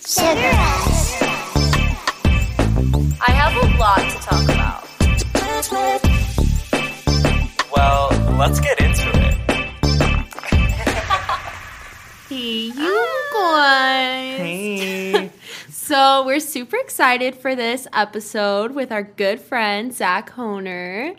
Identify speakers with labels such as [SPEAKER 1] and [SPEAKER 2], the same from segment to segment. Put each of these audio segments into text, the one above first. [SPEAKER 1] Sugarette.
[SPEAKER 2] I have a lot to talk about.
[SPEAKER 3] Well, let's get into it.
[SPEAKER 2] Hey, you guys.
[SPEAKER 3] Hey.
[SPEAKER 2] So, we're super excited for this episode with our good friend, Zach Honer.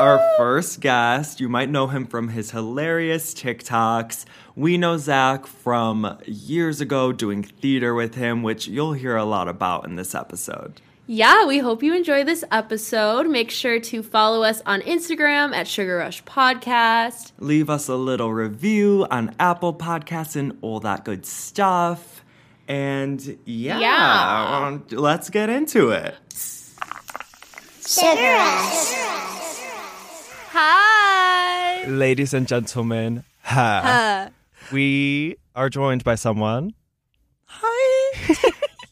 [SPEAKER 3] Our first guest, you might know him from his hilarious TikToks. We know Zach from years ago doing theater with him, which you'll hear a lot about in this episode.
[SPEAKER 2] Yeah, we hope you enjoy this episode. Make sure to follow us on Instagram at Sugar Rush Podcast.
[SPEAKER 3] Leave us a little review on Apple Podcasts and all that good stuff. And yeah,
[SPEAKER 2] Yeah.
[SPEAKER 3] um, let's get into it.
[SPEAKER 1] Sugarette.
[SPEAKER 2] Hi.
[SPEAKER 3] Ladies and gentlemen, ha.
[SPEAKER 2] Uh,
[SPEAKER 3] we are joined by someone. Hi.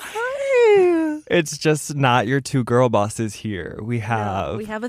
[SPEAKER 3] Hi. It's just not your two girl bosses here. We have,
[SPEAKER 4] We have a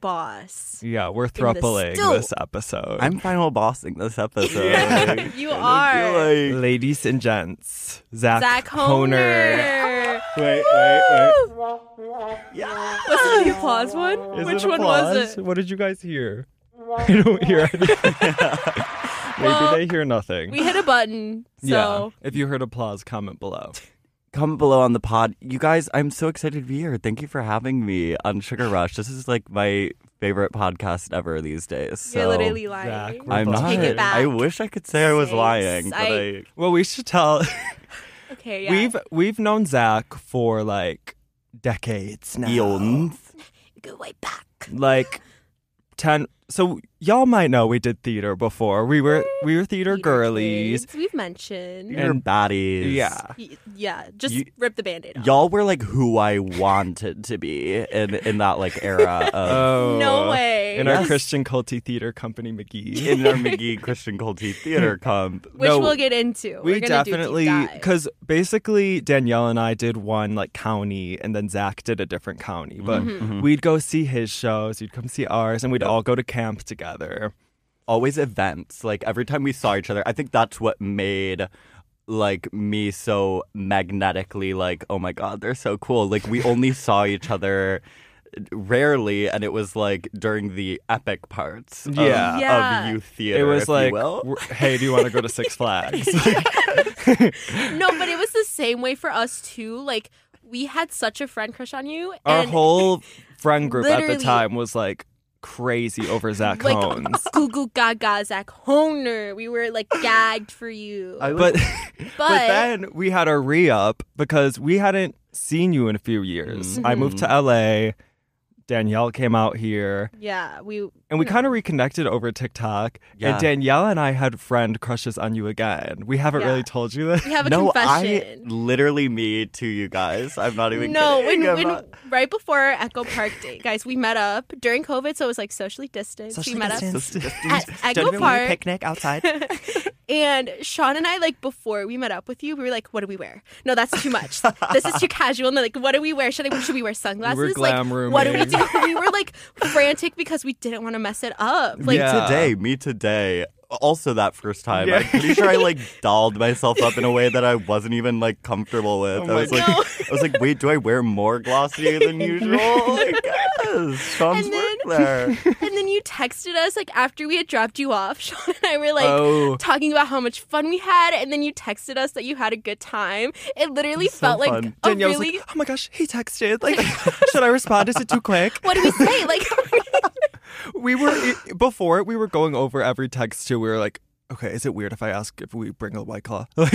[SPEAKER 4] boss.
[SPEAKER 3] yeah, we're
[SPEAKER 4] the
[SPEAKER 3] throupling
[SPEAKER 4] stool.
[SPEAKER 3] this episode.
[SPEAKER 5] I'm final bossing this episode.
[SPEAKER 4] You
[SPEAKER 5] I
[SPEAKER 4] are
[SPEAKER 5] feel like-
[SPEAKER 3] Ladies and gents, Zach,
[SPEAKER 4] Zach Honer.
[SPEAKER 3] Wait, wait, wait.
[SPEAKER 4] Was it the applause one?
[SPEAKER 3] Is
[SPEAKER 4] Which
[SPEAKER 3] it
[SPEAKER 4] one was
[SPEAKER 3] applause?
[SPEAKER 4] it?
[SPEAKER 3] What did you guys hear? I don't hear anything. Maybe
[SPEAKER 4] Well,
[SPEAKER 3] they hear nothing.
[SPEAKER 4] We hit a button. So
[SPEAKER 3] yeah. If you heard applause, comment below.
[SPEAKER 5] Comment below on the pod. You guys, I'm so excited to be here. Thank you for having me on Sugar Rush. This is like my favorite podcast ever these days. So
[SPEAKER 4] you're literally
[SPEAKER 3] Zach,
[SPEAKER 4] lying.
[SPEAKER 3] we're
[SPEAKER 5] I'm
[SPEAKER 3] both
[SPEAKER 5] not.
[SPEAKER 4] Take it back.
[SPEAKER 5] I wish I could say I was
[SPEAKER 4] Say
[SPEAKER 5] lying, but
[SPEAKER 4] psych.
[SPEAKER 5] I
[SPEAKER 3] Well, we should tell.
[SPEAKER 4] Okay, yeah.
[SPEAKER 3] We've we've known Zach for like decades now.
[SPEAKER 5] eons.
[SPEAKER 4] go way back.
[SPEAKER 3] Like ten so y'all might know we did theater before. We were we were theater
[SPEAKER 4] Peter
[SPEAKER 3] girlies.
[SPEAKER 4] Kids, We've mentioned.
[SPEAKER 5] Your baddies.
[SPEAKER 3] Yeah.
[SPEAKER 4] Y- Yeah, just
[SPEAKER 5] You-
[SPEAKER 4] rip the band-aid off.
[SPEAKER 5] Y'all were like who I wanted to be in, in that like era of
[SPEAKER 3] Oh
[SPEAKER 4] no way.
[SPEAKER 3] In our
[SPEAKER 5] Yes.
[SPEAKER 3] Christian culty theater company McGee.
[SPEAKER 5] in our McGee Christian Culty Theater Comp.
[SPEAKER 4] Which
[SPEAKER 3] no,
[SPEAKER 4] we'll get into.
[SPEAKER 3] we
[SPEAKER 4] We're gonna
[SPEAKER 3] definitely
[SPEAKER 4] do deep dive.
[SPEAKER 3] because basically danielle and i did one like county and then zach did a different
[SPEAKER 5] Mm-hmm,
[SPEAKER 3] county but we'd go see his shows you'd come see ours and we'd all go to camp together
[SPEAKER 5] always events. Like every time we saw each other, I think that's what made like me so magnetically like, oh my god, they're so cool. Like we only saw each other rarely and it was like during the epic parts of,
[SPEAKER 3] Yeah.
[SPEAKER 4] Yeah.
[SPEAKER 5] of youth theater.
[SPEAKER 3] it
[SPEAKER 5] if
[SPEAKER 3] was
[SPEAKER 5] you
[SPEAKER 3] like
[SPEAKER 5] will.
[SPEAKER 3] w- hey do you want to go to six flags
[SPEAKER 4] no, but it was the same way for us too. Like we had such a friend crush on you,
[SPEAKER 3] our
[SPEAKER 4] and
[SPEAKER 3] whole friend group at the
[SPEAKER 4] Literally.
[SPEAKER 3] time was like crazy over zach
[SPEAKER 4] Like-
[SPEAKER 3] Hones.
[SPEAKER 4] Goo Goo Gaga Zach Honer. We were like gagged for you.
[SPEAKER 3] but
[SPEAKER 4] But-
[SPEAKER 3] but then we had our re-up because we hadn't seen you in a few years
[SPEAKER 5] Mm-hmm.
[SPEAKER 3] i moved to la danielle came out here
[SPEAKER 4] yeah, we
[SPEAKER 3] and we kind of reconnected over TikTok.
[SPEAKER 5] Hmm. Yeah.
[SPEAKER 3] And Danielle and I had friend crushes on you again. We haven't
[SPEAKER 4] Yeah.
[SPEAKER 3] really told you this.
[SPEAKER 4] we have a
[SPEAKER 5] no, I
[SPEAKER 4] confession.
[SPEAKER 5] literally me to you guys. I'm not even
[SPEAKER 4] no,
[SPEAKER 5] kidding.
[SPEAKER 4] when,
[SPEAKER 5] I'm
[SPEAKER 4] when
[SPEAKER 5] not-
[SPEAKER 4] right before our Echo Park Day, guys, we met up during COVID, so it was like socially distanced. we met up at Echo Park,
[SPEAKER 5] picnic outside.
[SPEAKER 4] and Sean and I like before we met up with you, we were like, "What do we wear? No, that's too much. this is too casual." And they're like, "What do we wear? Should I? Should we wear sunglasses?
[SPEAKER 3] glam
[SPEAKER 4] like, what do we do?"
[SPEAKER 3] rooming.
[SPEAKER 4] we were like frantic because we didn't want to mess it up. Like,
[SPEAKER 3] Yeah.
[SPEAKER 5] today, me today. Also, that first time,
[SPEAKER 3] Yeah.
[SPEAKER 5] I'm pretty sure I like dolled myself up in a way that I wasn't even like comfortable with.
[SPEAKER 3] my
[SPEAKER 5] I was like,
[SPEAKER 4] Oh God.
[SPEAKER 5] I was like, wait, do I wear more glossy than usual? I guess. Tom's
[SPEAKER 4] And then-
[SPEAKER 5] work there.
[SPEAKER 4] And then you texted us like after we had dropped you off. Sean and I were like
[SPEAKER 3] Oh.
[SPEAKER 4] talking about how much fun we had, and then you texted us that you had a good time. It literally
[SPEAKER 5] so
[SPEAKER 4] felt like
[SPEAKER 5] fun.
[SPEAKER 4] a
[SPEAKER 3] Danielle
[SPEAKER 4] really.
[SPEAKER 3] was like, "Oh my gosh, he texted. Like, should I respond? Is it too quick?"
[SPEAKER 4] what do we say? Like,
[SPEAKER 3] We were i- before we were going over every text too. We were like, "Okay, is it weird if I ask if we bring a white claw?" Like,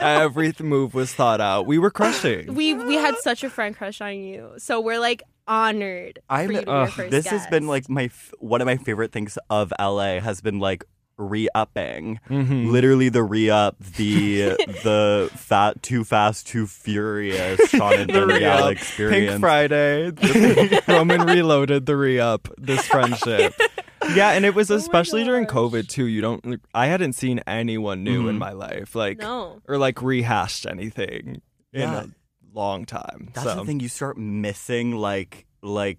[SPEAKER 3] every th- move was thought out. We were crushing.
[SPEAKER 4] we we had such a friend crush on you, so we're like honored.
[SPEAKER 5] I'm-
[SPEAKER 4] for you to be our
[SPEAKER 3] ugh,
[SPEAKER 4] first
[SPEAKER 5] This has been
[SPEAKER 4] guest.
[SPEAKER 5] like my f- one of my favorite things of LA has been like re-upping.
[SPEAKER 3] Mhm.
[SPEAKER 5] Literally the re-up, the the fat, too fast, too furious Sean and
[SPEAKER 3] The
[SPEAKER 5] Danielle
[SPEAKER 3] re-up,
[SPEAKER 5] experience.
[SPEAKER 3] Pink Friday. the- Roman reloaded the re up this friendship. Yeah, and it was
[SPEAKER 4] Oh my
[SPEAKER 3] especially during
[SPEAKER 4] gosh.
[SPEAKER 3] COVID too. You don't I hadn't seen anyone new in
[SPEAKER 5] Mhm.
[SPEAKER 3] my life like
[SPEAKER 4] no.
[SPEAKER 3] or like rehashed anything
[SPEAKER 5] Yeah.
[SPEAKER 3] in a long time.
[SPEAKER 5] That's
[SPEAKER 3] so
[SPEAKER 5] the thing you start missing like like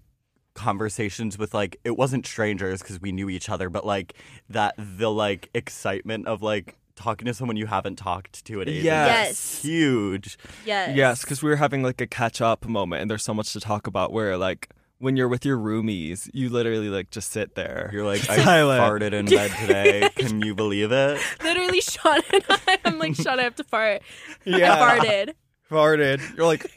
[SPEAKER 5] conversations with like it wasn't strangers because we knew each other, but like that the like excitement of like talking to someone you haven't talked to in ages.
[SPEAKER 3] Yes.
[SPEAKER 5] Yes. Huge.
[SPEAKER 4] Yes.
[SPEAKER 3] Yes, because we were having like a catch up moment, and there's so much to talk about. Where like when you're with your roomies, you literally like just sit there.
[SPEAKER 5] You're like, I
[SPEAKER 3] Silent.
[SPEAKER 5] farted in bed today. Can you believe it?
[SPEAKER 4] Literally, Sean and I. I'm like, Sean, I have to fart.
[SPEAKER 3] yeah,
[SPEAKER 4] I farted.
[SPEAKER 3] farted. You're like,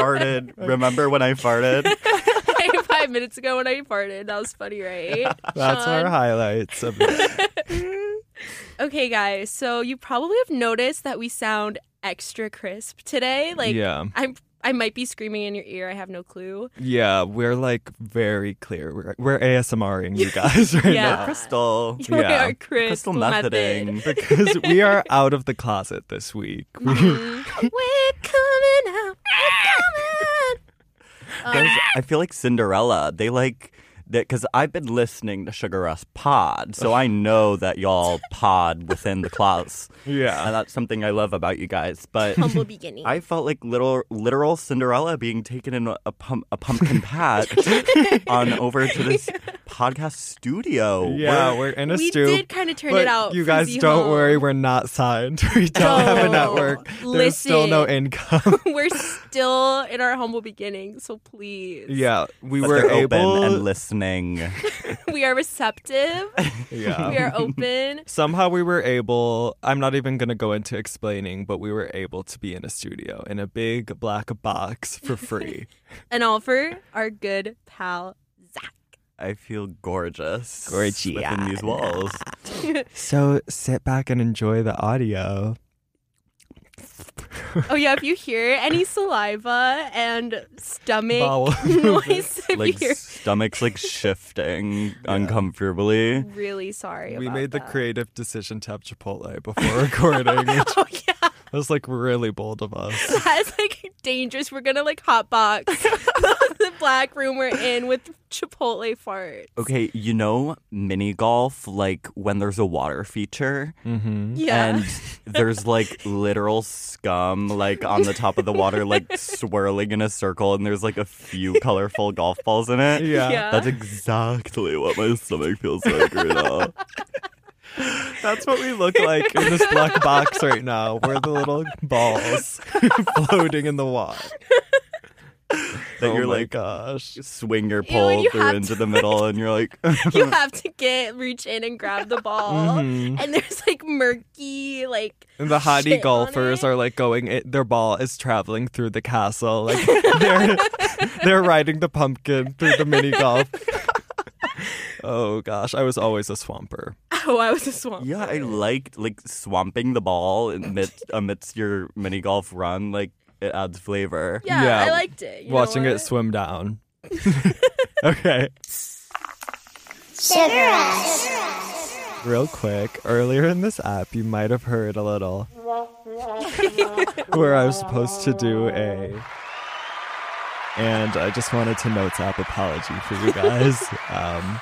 [SPEAKER 5] farted. Remember when I farted?
[SPEAKER 4] Like, five minutes ago when I farted. That was funny, right?
[SPEAKER 3] that's
[SPEAKER 4] Sean.
[SPEAKER 3] our highlights. Of it.
[SPEAKER 4] Okay, guys. So you probably have noticed that we sound extra crisp today. Like,
[SPEAKER 3] yeah,
[SPEAKER 4] I'm. I might be screaming in your ear. I have no clue.
[SPEAKER 3] yeah, we're like very clear. We're we're ASMRing you guys right
[SPEAKER 4] Yeah.
[SPEAKER 5] No, Crystal.
[SPEAKER 4] You
[SPEAKER 3] Yeah.
[SPEAKER 4] are crisp
[SPEAKER 5] Crystal
[SPEAKER 4] method.
[SPEAKER 5] methoding.
[SPEAKER 3] now because we are out of the closet this week.
[SPEAKER 4] Mhm. We're coming out. We're coming.
[SPEAKER 5] Guys, I feel like Cinderella. They like that because I've been listening to Sugar Rush Pod, so I know that y'all pod within the claws.
[SPEAKER 3] yeah,
[SPEAKER 5] And that's something I love about you guys. But
[SPEAKER 4] humble beginning.
[SPEAKER 5] I felt like little literal Cinderella being taken in a, pum- a pumpkin patch on over to this podcast studio.
[SPEAKER 3] yeah, we're in a
[SPEAKER 4] we
[SPEAKER 3] stoop.
[SPEAKER 4] did kind of turn
[SPEAKER 3] But
[SPEAKER 4] it out.
[SPEAKER 3] You
[SPEAKER 4] for
[SPEAKER 3] guys
[SPEAKER 4] Z
[SPEAKER 3] don't
[SPEAKER 4] Hall.
[SPEAKER 3] worry, we're not signed. We don't have a
[SPEAKER 4] No.
[SPEAKER 3] network. There's still no
[SPEAKER 4] Listen.
[SPEAKER 3] income.
[SPEAKER 4] We're still in our humble beginning, so please.
[SPEAKER 3] yeah, we
[SPEAKER 5] But
[SPEAKER 3] were
[SPEAKER 5] they're
[SPEAKER 3] able
[SPEAKER 5] open and listening.
[SPEAKER 4] We are receptive.
[SPEAKER 3] Yeah.
[SPEAKER 4] we are open.
[SPEAKER 3] Somehow we were able, I'm not even going to go into explaining, but we were able to be in a studio in a big black box for free.
[SPEAKER 4] And all for our good pal Zach.
[SPEAKER 5] I feel gorgeous.
[SPEAKER 3] Gorgia.
[SPEAKER 5] Within these walls.
[SPEAKER 3] so sit back and enjoy the audio.
[SPEAKER 4] Oh yeah, if you hear any saliva and stomach
[SPEAKER 3] Bowel
[SPEAKER 4] noise, if
[SPEAKER 5] Like
[SPEAKER 4] you hear
[SPEAKER 5] stomachs like shifting uncomfortably.
[SPEAKER 4] really sorry.
[SPEAKER 3] We
[SPEAKER 4] about
[SPEAKER 3] made the
[SPEAKER 4] that.
[SPEAKER 3] creative decision to have Chipotle before recording. It
[SPEAKER 4] Oh yeah.
[SPEAKER 3] was like really bold of us.
[SPEAKER 4] That's like dangerous. We're gonna like hotbox the black room we're in with Chipotle farts.
[SPEAKER 5] Okay, you know mini golf, like when there's a water feature
[SPEAKER 3] Mm-hmm.
[SPEAKER 4] Yeah.
[SPEAKER 5] and there's like literal scum like on the top of the water, like swirling in a circle, and there's like a few colorful golf balls in it.
[SPEAKER 3] Yeah.
[SPEAKER 4] Yeah.
[SPEAKER 5] That's exactly what my stomach feels like right now.
[SPEAKER 3] That's what we look like in this black box right now. We're the little balls floating in the water.
[SPEAKER 5] That
[SPEAKER 3] oh
[SPEAKER 5] you're
[SPEAKER 3] my
[SPEAKER 5] like
[SPEAKER 3] gosh.
[SPEAKER 5] swing your
[SPEAKER 4] Ew, and
[SPEAKER 5] pole
[SPEAKER 4] you
[SPEAKER 5] through
[SPEAKER 4] have
[SPEAKER 5] into
[SPEAKER 4] to,
[SPEAKER 5] the middle, and you're like,
[SPEAKER 4] you have to get reach in and grab the ball.
[SPEAKER 3] Mhm.
[SPEAKER 4] And there's like murky, like
[SPEAKER 3] And the hottie
[SPEAKER 4] shit on
[SPEAKER 3] golfers
[SPEAKER 4] it.
[SPEAKER 3] are like going, it, their ball is traveling through the castle. Like they're, they're riding the pumpkin through the mini golf. oh gosh, I was always a swamper.
[SPEAKER 4] oh, I was a swamp.
[SPEAKER 5] yeah, I liked like swamping the ball amidst, amidst your mini golf run. Like it adds flavor.
[SPEAKER 4] Yeah,
[SPEAKER 3] Yeah.
[SPEAKER 4] I liked it. You know
[SPEAKER 3] Watching it
[SPEAKER 4] what?
[SPEAKER 3] swim down. okay.
[SPEAKER 1] Sugar Rush.
[SPEAKER 3] Real quick, earlier in this app, you might have heard a little where I was supposed to do a. And I just wanted to notes app apology for you guys. um,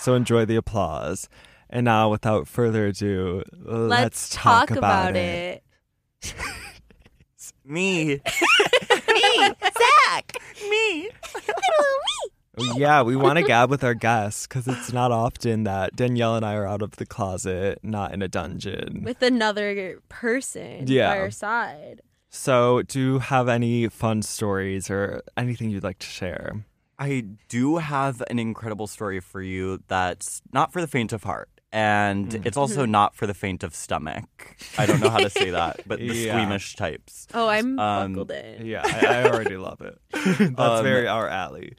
[SPEAKER 3] so enjoy the applause. And now, without further ado, let's,
[SPEAKER 4] Let's,
[SPEAKER 3] talk, about, it.
[SPEAKER 4] it.
[SPEAKER 5] Me.
[SPEAKER 4] Zach.
[SPEAKER 3] Oh, Yeah, we want to gab with our guests because it's not often that Danielle and I are out of the closet, not in a dungeon.
[SPEAKER 4] With another person
[SPEAKER 3] Yeah.
[SPEAKER 4] by our side.
[SPEAKER 3] so, do you have any fun stories or anything you'd like to share?
[SPEAKER 5] I do have an incredible story for you that's not for the faint of heart. And
[SPEAKER 3] Mm.
[SPEAKER 5] it's also not for the faint of stomach. I don't know how to say that, but the
[SPEAKER 3] Yeah.
[SPEAKER 5] squeamish types.
[SPEAKER 4] Oh, I'm
[SPEAKER 5] Um,
[SPEAKER 4] buckled in.
[SPEAKER 3] Yeah, I, I already love it. That's
[SPEAKER 5] Um,
[SPEAKER 3] very our alley.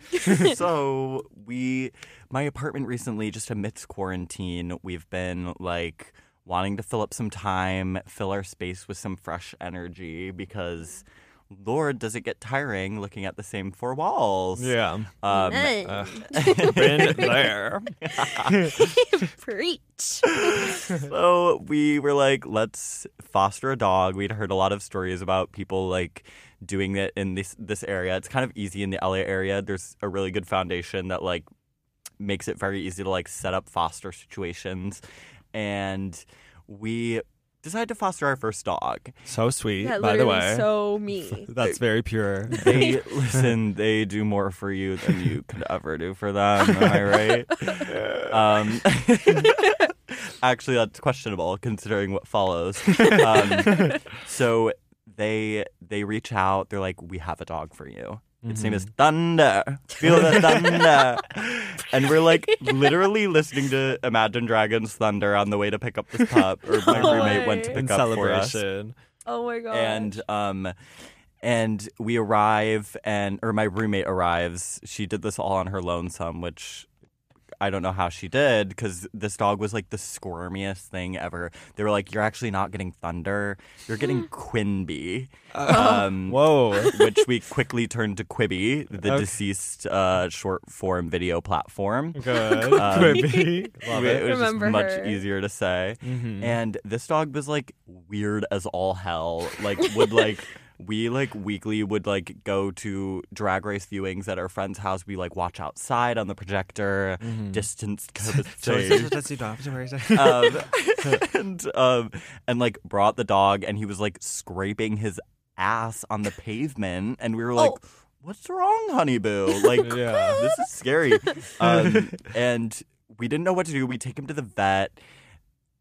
[SPEAKER 5] so we my apartment recently just amidst quarantine we've been like wanting to fill up some time fill our space with some fresh energy because lord does it get tiring looking at the same four walls
[SPEAKER 3] Yeah.
[SPEAKER 5] um
[SPEAKER 4] Man.
[SPEAKER 3] uh, Been there.
[SPEAKER 4] Preach.
[SPEAKER 5] so we were like let's foster a dog we'd heard a lot of stories about people like doing it in this this area it's kind of easy in the la area there's a really good foundation that like makes it very easy to like set up foster situations and we decided to foster our first dog
[SPEAKER 3] So sweet,
[SPEAKER 4] Yeah,
[SPEAKER 3] by the
[SPEAKER 4] literally
[SPEAKER 3] way.
[SPEAKER 4] so me.
[SPEAKER 3] That's very pure.
[SPEAKER 5] they listen they do more for you than you could ever do for them am i right um actually, that's questionable considering what follows. Um, so they they reach out. They're like, "We have a dog for you." Its
[SPEAKER 3] Mm-hmm.
[SPEAKER 5] name is
[SPEAKER 6] Mm-hmm.
[SPEAKER 5] Thunder. Feel the thunder. and we're like literally listening to Imagine Dragons Thunder on the way to pick up this pup, or my
[SPEAKER 2] No
[SPEAKER 5] roommate went to
[SPEAKER 2] way.
[SPEAKER 5] pick
[SPEAKER 6] Oh in
[SPEAKER 5] up for us
[SPEAKER 6] celebration.
[SPEAKER 2] Oh my god.
[SPEAKER 5] and um and we arrive and or my roommate arrives she did this all on her lonesome which i don't know how she did because this dog was like the squirmiest thing ever they were like you're actually not getting thunder you're getting quimby um,
[SPEAKER 6] Whoa.
[SPEAKER 5] which we quickly turned to quibby the
[SPEAKER 6] Okay.
[SPEAKER 5] deceased uh, short form video platform
[SPEAKER 6] Good.
[SPEAKER 5] Um,
[SPEAKER 6] Quippy. Love
[SPEAKER 5] it
[SPEAKER 6] it.
[SPEAKER 5] was just
[SPEAKER 2] Remember
[SPEAKER 5] much
[SPEAKER 2] her.
[SPEAKER 5] easier to say
[SPEAKER 3] Mm-hmm.
[SPEAKER 6] Mhm.
[SPEAKER 5] and this dog was like weird as all hell like would like we like weekly would like go to drag race viewings at our friend's house we like watch outside on the projector
[SPEAKER 3] Mm-hmm.
[SPEAKER 5] distanced coveted um, and um, and like brought the dog and he was like scraping his ass on the pavement and we were like what's wrong honey boo like
[SPEAKER 6] Yeah.
[SPEAKER 5] this is scary um, and we didn't know what to do we take him to the vet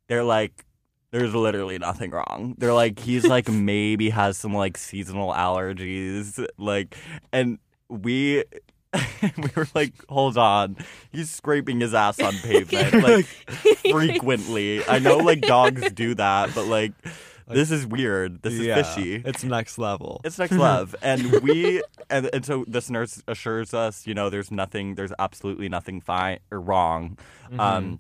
[SPEAKER 5] they're like there's literally nothing wrong they're like he's like maybe has some like seasonal allergies like and we we were like hold on he's scraping his ass on pavement like frequently i know like dogs do that but like this is weird this is
[SPEAKER 6] Yeah.
[SPEAKER 5] fishy
[SPEAKER 6] It's next level.
[SPEAKER 5] it's next love and we and, and so this nurse assures us you know there's nothing there's absolutely nothing fine or wrong
[SPEAKER 3] Mm-hmm.
[SPEAKER 5] um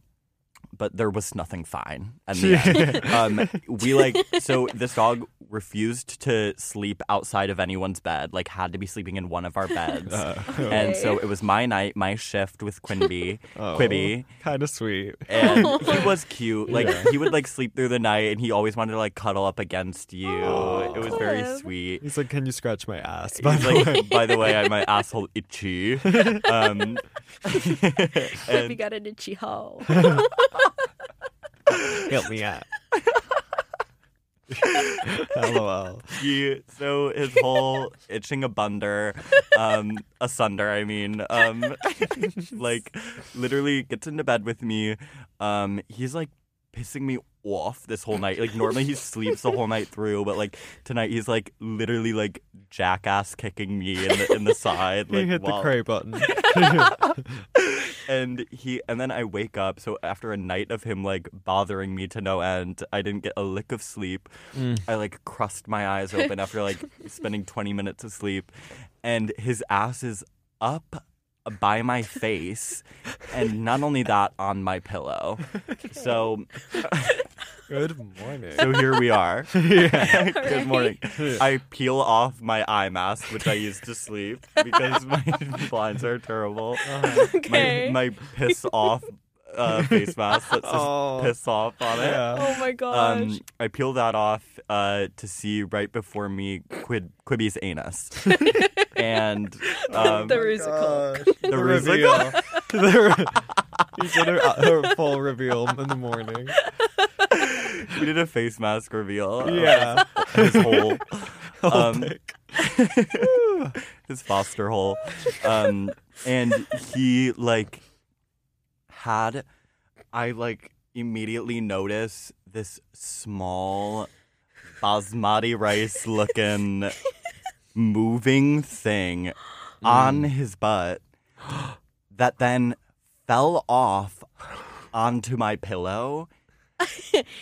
[SPEAKER 5] but there was nothing fine and um, we like so this dog refused to sleep outside of anyone's bed like had to be sleeping in one of our beds
[SPEAKER 3] Uh,
[SPEAKER 5] and so it was my night my shift with quinby quibby
[SPEAKER 6] kind of Oh, sweet.
[SPEAKER 5] and he was cute. Like he would like sleep through the night, and he always wanted to like cuddle up against you. it was very
[SPEAKER 4] Cliff.
[SPEAKER 5] sweet.
[SPEAKER 6] He's like, can you scratch my ass?
[SPEAKER 5] He's like, by the way, I my asshole itchy. Um,
[SPEAKER 4] We
[SPEAKER 5] and
[SPEAKER 4] got an itchy hole.
[SPEAKER 6] help me out. LOL.
[SPEAKER 5] he, so his whole itching abunder, um, asunder. I mean, um, like literally gets into bed with me. Um, he's like pissing me off this whole night. Like normally he sleeps the whole night through, but like tonight he's like literally like jackass kicking me in the in the side. Like
[SPEAKER 6] he hit
[SPEAKER 5] while-
[SPEAKER 6] the cray button.
[SPEAKER 5] and he and then I wake up. So after a night of him like bothering me to no end, I didn't get a lick of sleep. I like crust my eyes open after like spending 20 minutes of sleep, and his ass is up by my face, and not only that on my pillow. So
[SPEAKER 6] Good morning.
[SPEAKER 5] so here we are. Good morning. I peel off my eye mask, which I used to sleep because my blinds are terrible.
[SPEAKER 4] Okay.
[SPEAKER 5] My, my piss off uh, face mask that says
[SPEAKER 6] Oh.
[SPEAKER 5] piss off on it.
[SPEAKER 6] Yeah.
[SPEAKER 4] oh my gosh.
[SPEAKER 5] Um, I peel that off uh, to see right before me Quid, Quibby's anus. and um,
[SPEAKER 4] the Rusical.
[SPEAKER 5] The
[SPEAKER 6] reveal.
[SPEAKER 5] reveal.
[SPEAKER 6] the re- he did her, her full reveal in the morning.
[SPEAKER 5] we did a face mask reveal. of
[SPEAKER 6] Yeah.
[SPEAKER 5] His whole Um,
[SPEAKER 6] Dick.
[SPEAKER 5] his foster hole. Um, and he like had I like immediately notice this small basmati rice looking moving thing on his butt that then fell off onto my pillow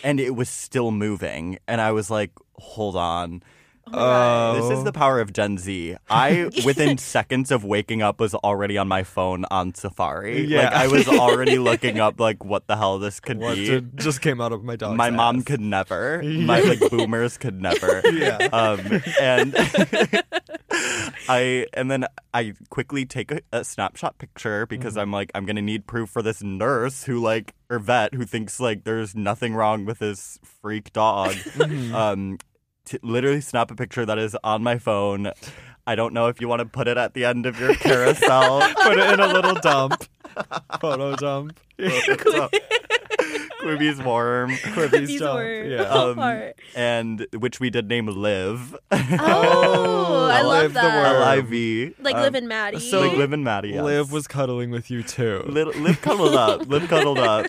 [SPEAKER 5] and it was still moving and I was like hold on
[SPEAKER 4] Oh
[SPEAKER 6] Uh,
[SPEAKER 5] this is the power of Gen Z. I, within seconds of waking up, was already on my phone on Safari. Like,
[SPEAKER 6] Yeah.
[SPEAKER 5] I was already looking up, like, what the hell this could
[SPEAKER 6] What
[SPEAKER 5] be.
[SPEAKER 6] did- just came out of my dog's
[SPEAKER 5] my mom
[SPEAKER 6] ass.
[SPEAKER 5] could never. My, like, boomers could never.
[SPEAKER 6] Yeah.
[SPEAKER 5] Um, and I, and then I quickly take a, a snapshot picture because
[SPEAKER 6] Mm-hmm.
[SPEAKER 5] I'm like, I'm going to need proof for this nurse who, like, or vet who thinks, like, there's nothing wrong with this freak dog. um, to literally snap a picture that is on my phone. I don't know if you want to put it at the end of your carousel.
[SPEAKER 6] put it in a little dump. Photo dump.
[SPEAKER 5] Photo dump. Quibby's worm.
[SPEAKER 6] Quibby's
[SPEAKER 4] These
[SPEAKER 6] jump.
[SPEAKER 4] were
[SPEAKER 6] Yeah.
[SPEAKER 5] Um,
[SPEAKER 4] hard.
[SPEAKER 5] and which we did name Liv.
[SPEAKER 4] Oh, I
[SPEAKER 6] Liv
[SPEAKER 4] love
[SPEAKER 6] the
[SPEAKER 4] that.
[SPEAKER 6] worm.
[SPEAKER 5] L-I-V.
[SPEAKER 4] Like
[SPEAKER 6] Um,
[SPEAKER 4] Liv and Maddie.
[SPEAKER 6] so
[SPEAKER 5] Like Liv and Maddie. Yes.
[SPEAKER 6] Liv was cuddling with you too.
[SPEAKER 5] Little, Liv cuddled up. Liv cuddled up.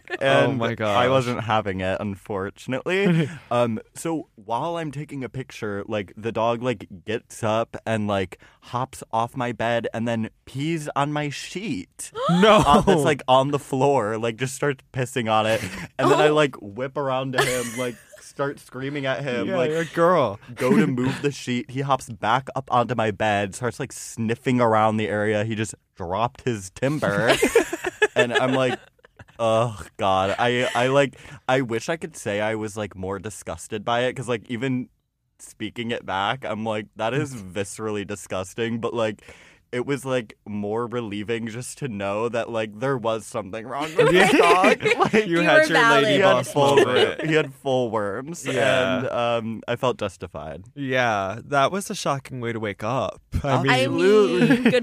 [SPEAKER 6] Oh
[SPEAKER 5] And
[SPEAKER 6] my
[SPEAKER 5] I
[SPEAKER 6] gosh.
[SPEAKER 5] wasn't having it, unfortunately. um, so while I'm taking a picture, like the dog like gets up and like hops off my bed and then pees on my sheet.
[SPEAKER 6] no,
[SPEAKER 5] on, that's like
[SPEAKER 6] Oh.
[SPEAKER 5] on the floor, like just starts pissing on it. And then I like whip around to him, like start screaming at him,
[SPEAKER 6] yeah,
[SPEAKER 5] like
[SPEAKER 6] you're a girl.
[SPEAKER 5] go to move the sheet. He hops back up onto my bed, starts like sniffing around the area. He just dropped his timber. and I'm like, oh God. I, I like, I wish I could say I was like more disgusted by it because like even speaking it back, I'm like, that is viscerally disgusting. But like, it was like more relieving just to know that like there was something wrong with this dog. Like,
[SPEAKER 6] You,
[SPEAKER 4] You
[SPEAKER 6] had
[SPEAKER 4] were
[SPEAKER 6] your
[SPEAKER 4] valid.
[SPEAKER 6] lady
[SPEAKER 5] he
[SPEAKER 4] You
[SPEAKER 5] had
[SPEAKER 6] boss
[SPEAKER 5] full
[SPEAKER 6] moment.
[SPEAKER 5] he had full worms
[SPEAKER 6] Yeah.
[SPEAKER 5] and um, I felt justified.
[SPEAKER 6] Yeah, that was a shocking way to wake up. I
[SPEAKER 5] I
[SPEAKER 6] mean,
[SPEAKER 4] I mean, good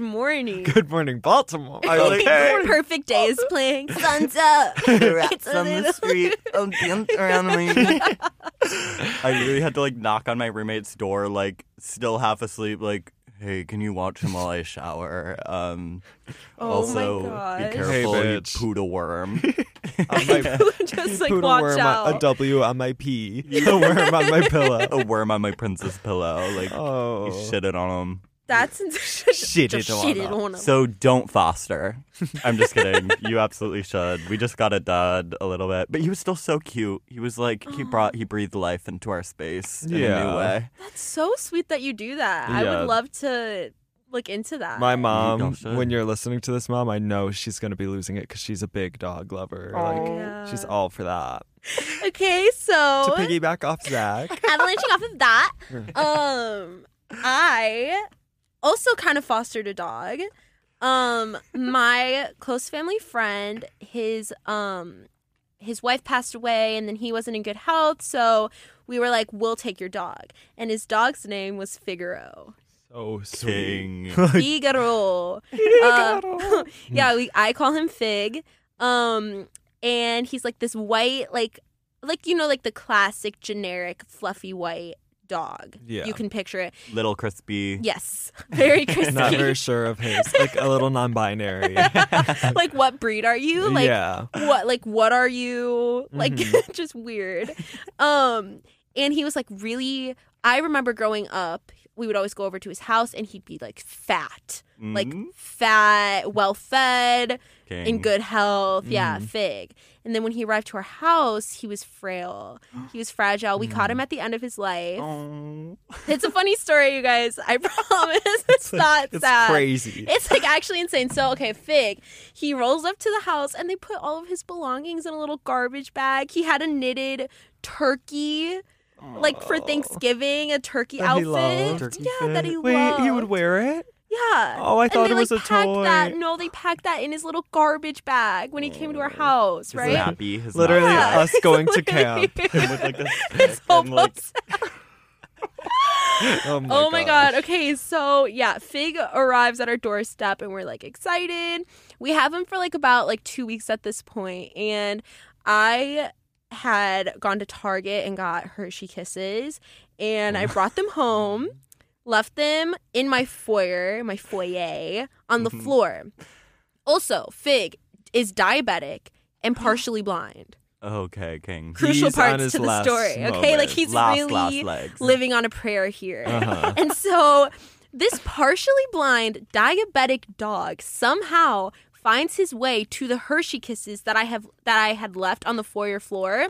[SPEAKER 4] morning.
[SPEAKER 6] good morning, Baltimore.
[SPEAKER 5] I like-
[SPEAKER 6] okay.
[SPEAKER 4] Perfect day is playing.
[SPEAKER 1] Sun's up.
[SPEAKER 5] rats on the street um, dance around me. I really had to like knock on my roommate's door, like still half asleep, like, "Hey, can you watch him while I shower?" Um,
[SPEAKER 4] Oh my
[SPEAKER 5] also,
[SPEAKER 4] gosh.
[SPEAKER 5] be
[SPEAKER 6] Hey,
[SPEAKER 5] careful, you
[SPEAKER 6] bitch.
[SPEAKER 5] poodle worm.
[SPEAKER 6] On my-
[SPEAKER 4] Just like
[SPEAKER 6] poodle
[SPEAKER 4] watch
[SPEAKER 6] worm,
[SPEAKER 4] out.
[SPEAKER 6] A a W on my P. A worm on my pillow.
[SPEAKER 5] A worm on my princess pillow. Like,
[SPEAKER 6] Oh.
[SPEAKER 5] you shitted on him.
[SPEAKER 4] That's
[SPEAKER 6] Shit
[SPEAKER 4] just
[SPEAKER 6] it on
[SPEAKER 4] shit
[SPEAKER 6] up.
[SPEAKER 4] on him.
[SPEAKER 5] So don't foster. I'm just kidding. you absolutely should. We just got a dud a little bit, but he was still so cute. He was like he brought he breathed life into our space in a
[SPEAKER 6] Yeah.
[SPEAKER 5] new way.
[SPEAKER 4] That's so sweet that you do that. I
[SPEAKER 6] Yeah.
[SPEAKER 4] would love to look into that.
[SPEAKER 6] My
[SPEAKER 5] don't
[SPEAKER 6] mom,
[SPEAKER 5] say.
[SPEAKER 6] when you're listening to this, mom, I know she's going to be losing it because she's a big dog lover. Like,
[SPEAKER 4] Yeah.
[SPEAKER 6] she's all for that.
[SPEAKER 4] okay, so
[SPEAKER 6] To piggyback off Zach.
[SPEAKER 4] avalanching off of that, um, I also kind of fostered a dog. Um, my close family friend, his um, his wife passed away, and then he wasn't in good health, so we were like, "We'll take your dog," and his dog's name was Figaro.
[SPEAKER 6] So
[SPEAKER 5] King.
[SPEAKER 4] Figaro. Uh, yeah, we, I call him Fig. Um, and he's like this white, like, like you know, like the classic generic fluffy white dog.
[SPEAKER 6] Yeah.
[SPEAKER 4] you can picture it.
[SPEAKER 5] Little crispy.
[SPEAKER 4] Yes, very crispy.
[SPEAKER 6] Not very sure of his. Like a little non binary.
[SPEAKER 4] like, what breed are you? Like,
[SPEAKER 6] yeah. Mm-hmm.
[SPEAKER 4] what like what are you like just weird um and he was like really i remember growing up we would always go over to his house and he'd be like fat like
[SPEAKER 6] Mm-hmm.
[SPEAKER 5] Mhm.
[SPEAKER 4] fat well fed
[SPEAKER 5] King.
[SPEAKER 4] in good health
[SPEAKER 6] Mm-hmm.
[SPEAKER 4] yeah fig and then when he arrived to our house he was frail he was fragile we caught
[SPEAKER 6] Mm.
[SPEAKER 4] him at the end of his life
[SPEAKER 5] Oh.
[SPEAKER 4] it's a funny story you guys i promise it's, not
[SPEAKER 6] It's
[SPEAKER 4] sad
[SPEAKER 6] crazy.
[SPEAKER 4] uh, it's like actually insane. So okay, Fig, he rolls up to the house and they put all of his belongings in a little garbage bag. He had a knitted turkey, like for Thanksgiving, a turkey
[SPEAKER 6] That he
[SPEAKER 4] outfit.
[SPEAKER 6] loved.
[SPEAKER 5] Turkey
[SPEAKER 4] yeah, that he
[SPEAKER 6] Wait,
[SPEAKER 4] loved.
[SPEAKER 6] he would wear it?
[SPEAKER 4] Yeah.
[SPEAKER 6] Oh, I
[SPEAKER 4] And
[SPEAKER 6] thought
[SPEAKER 4] they,
[SPEAKER 6] it was
[SPEAKER 4] like,
[SPEAKER 6] a
[SPEAKER 4] packed That.
[SPEAKER 6] toy.
[SPEAKER 4] No, they packed that in his little garbage bag when he came to our house,
[SPEAKER 5] His
[SPEAKER 4] right?
[SPEAKER 5] nappy. His
[SPEAKER 6] Literally
[SPEAKER 5] nappy.
[SPEAKER 6] us going to camp.
[SPEAKER 5] Him with like this
[SPEAKER 4] It's
[SPEAKER 5] stick and, like,
[SPEAKER 4] almost-
[SPEAKER 6] Oh my,
[SPEAKER 4] oh my
[SPEAKER 6] gosh.
[SPEAKER 4] god. Okay, so yeah, Fig arrives at our doorstep and we're like excited. We have him for like about like 2 weeks at this point and I had gone to Target and got Hershey Kisses and I brought them home, left them in my foyer, my foyer
[SPEAKER 6] Mm-hmm.
[SPEAKER 4] on the floor. Also, Fig is diabetic and partially blind.
[SPEAKER 5] Okay, King.
[SPEAKER 4] Crucial
[SPEAKER 6] He's on
[SPEAKER 4] parts
[SPEAKER 6] his
[SPEAKER 4] to the
[SPEAKER 6] last
[SPEAKER 4] story. Okay,
[SPEAKER 6] moment.
[SPEAKER 4] like he's
[SPEAKER 5] last
[SPEAKER 4] really
[SPEAKER 5] last legs.
[SPEAKER 4] living on a prayer here.
[SPEAKER 6] Uh-huh.
[SPEAKER 4] And so this partially blind diabetic dog somehow finds his way to the Hershey kisses that I have that I had left on the foyer floor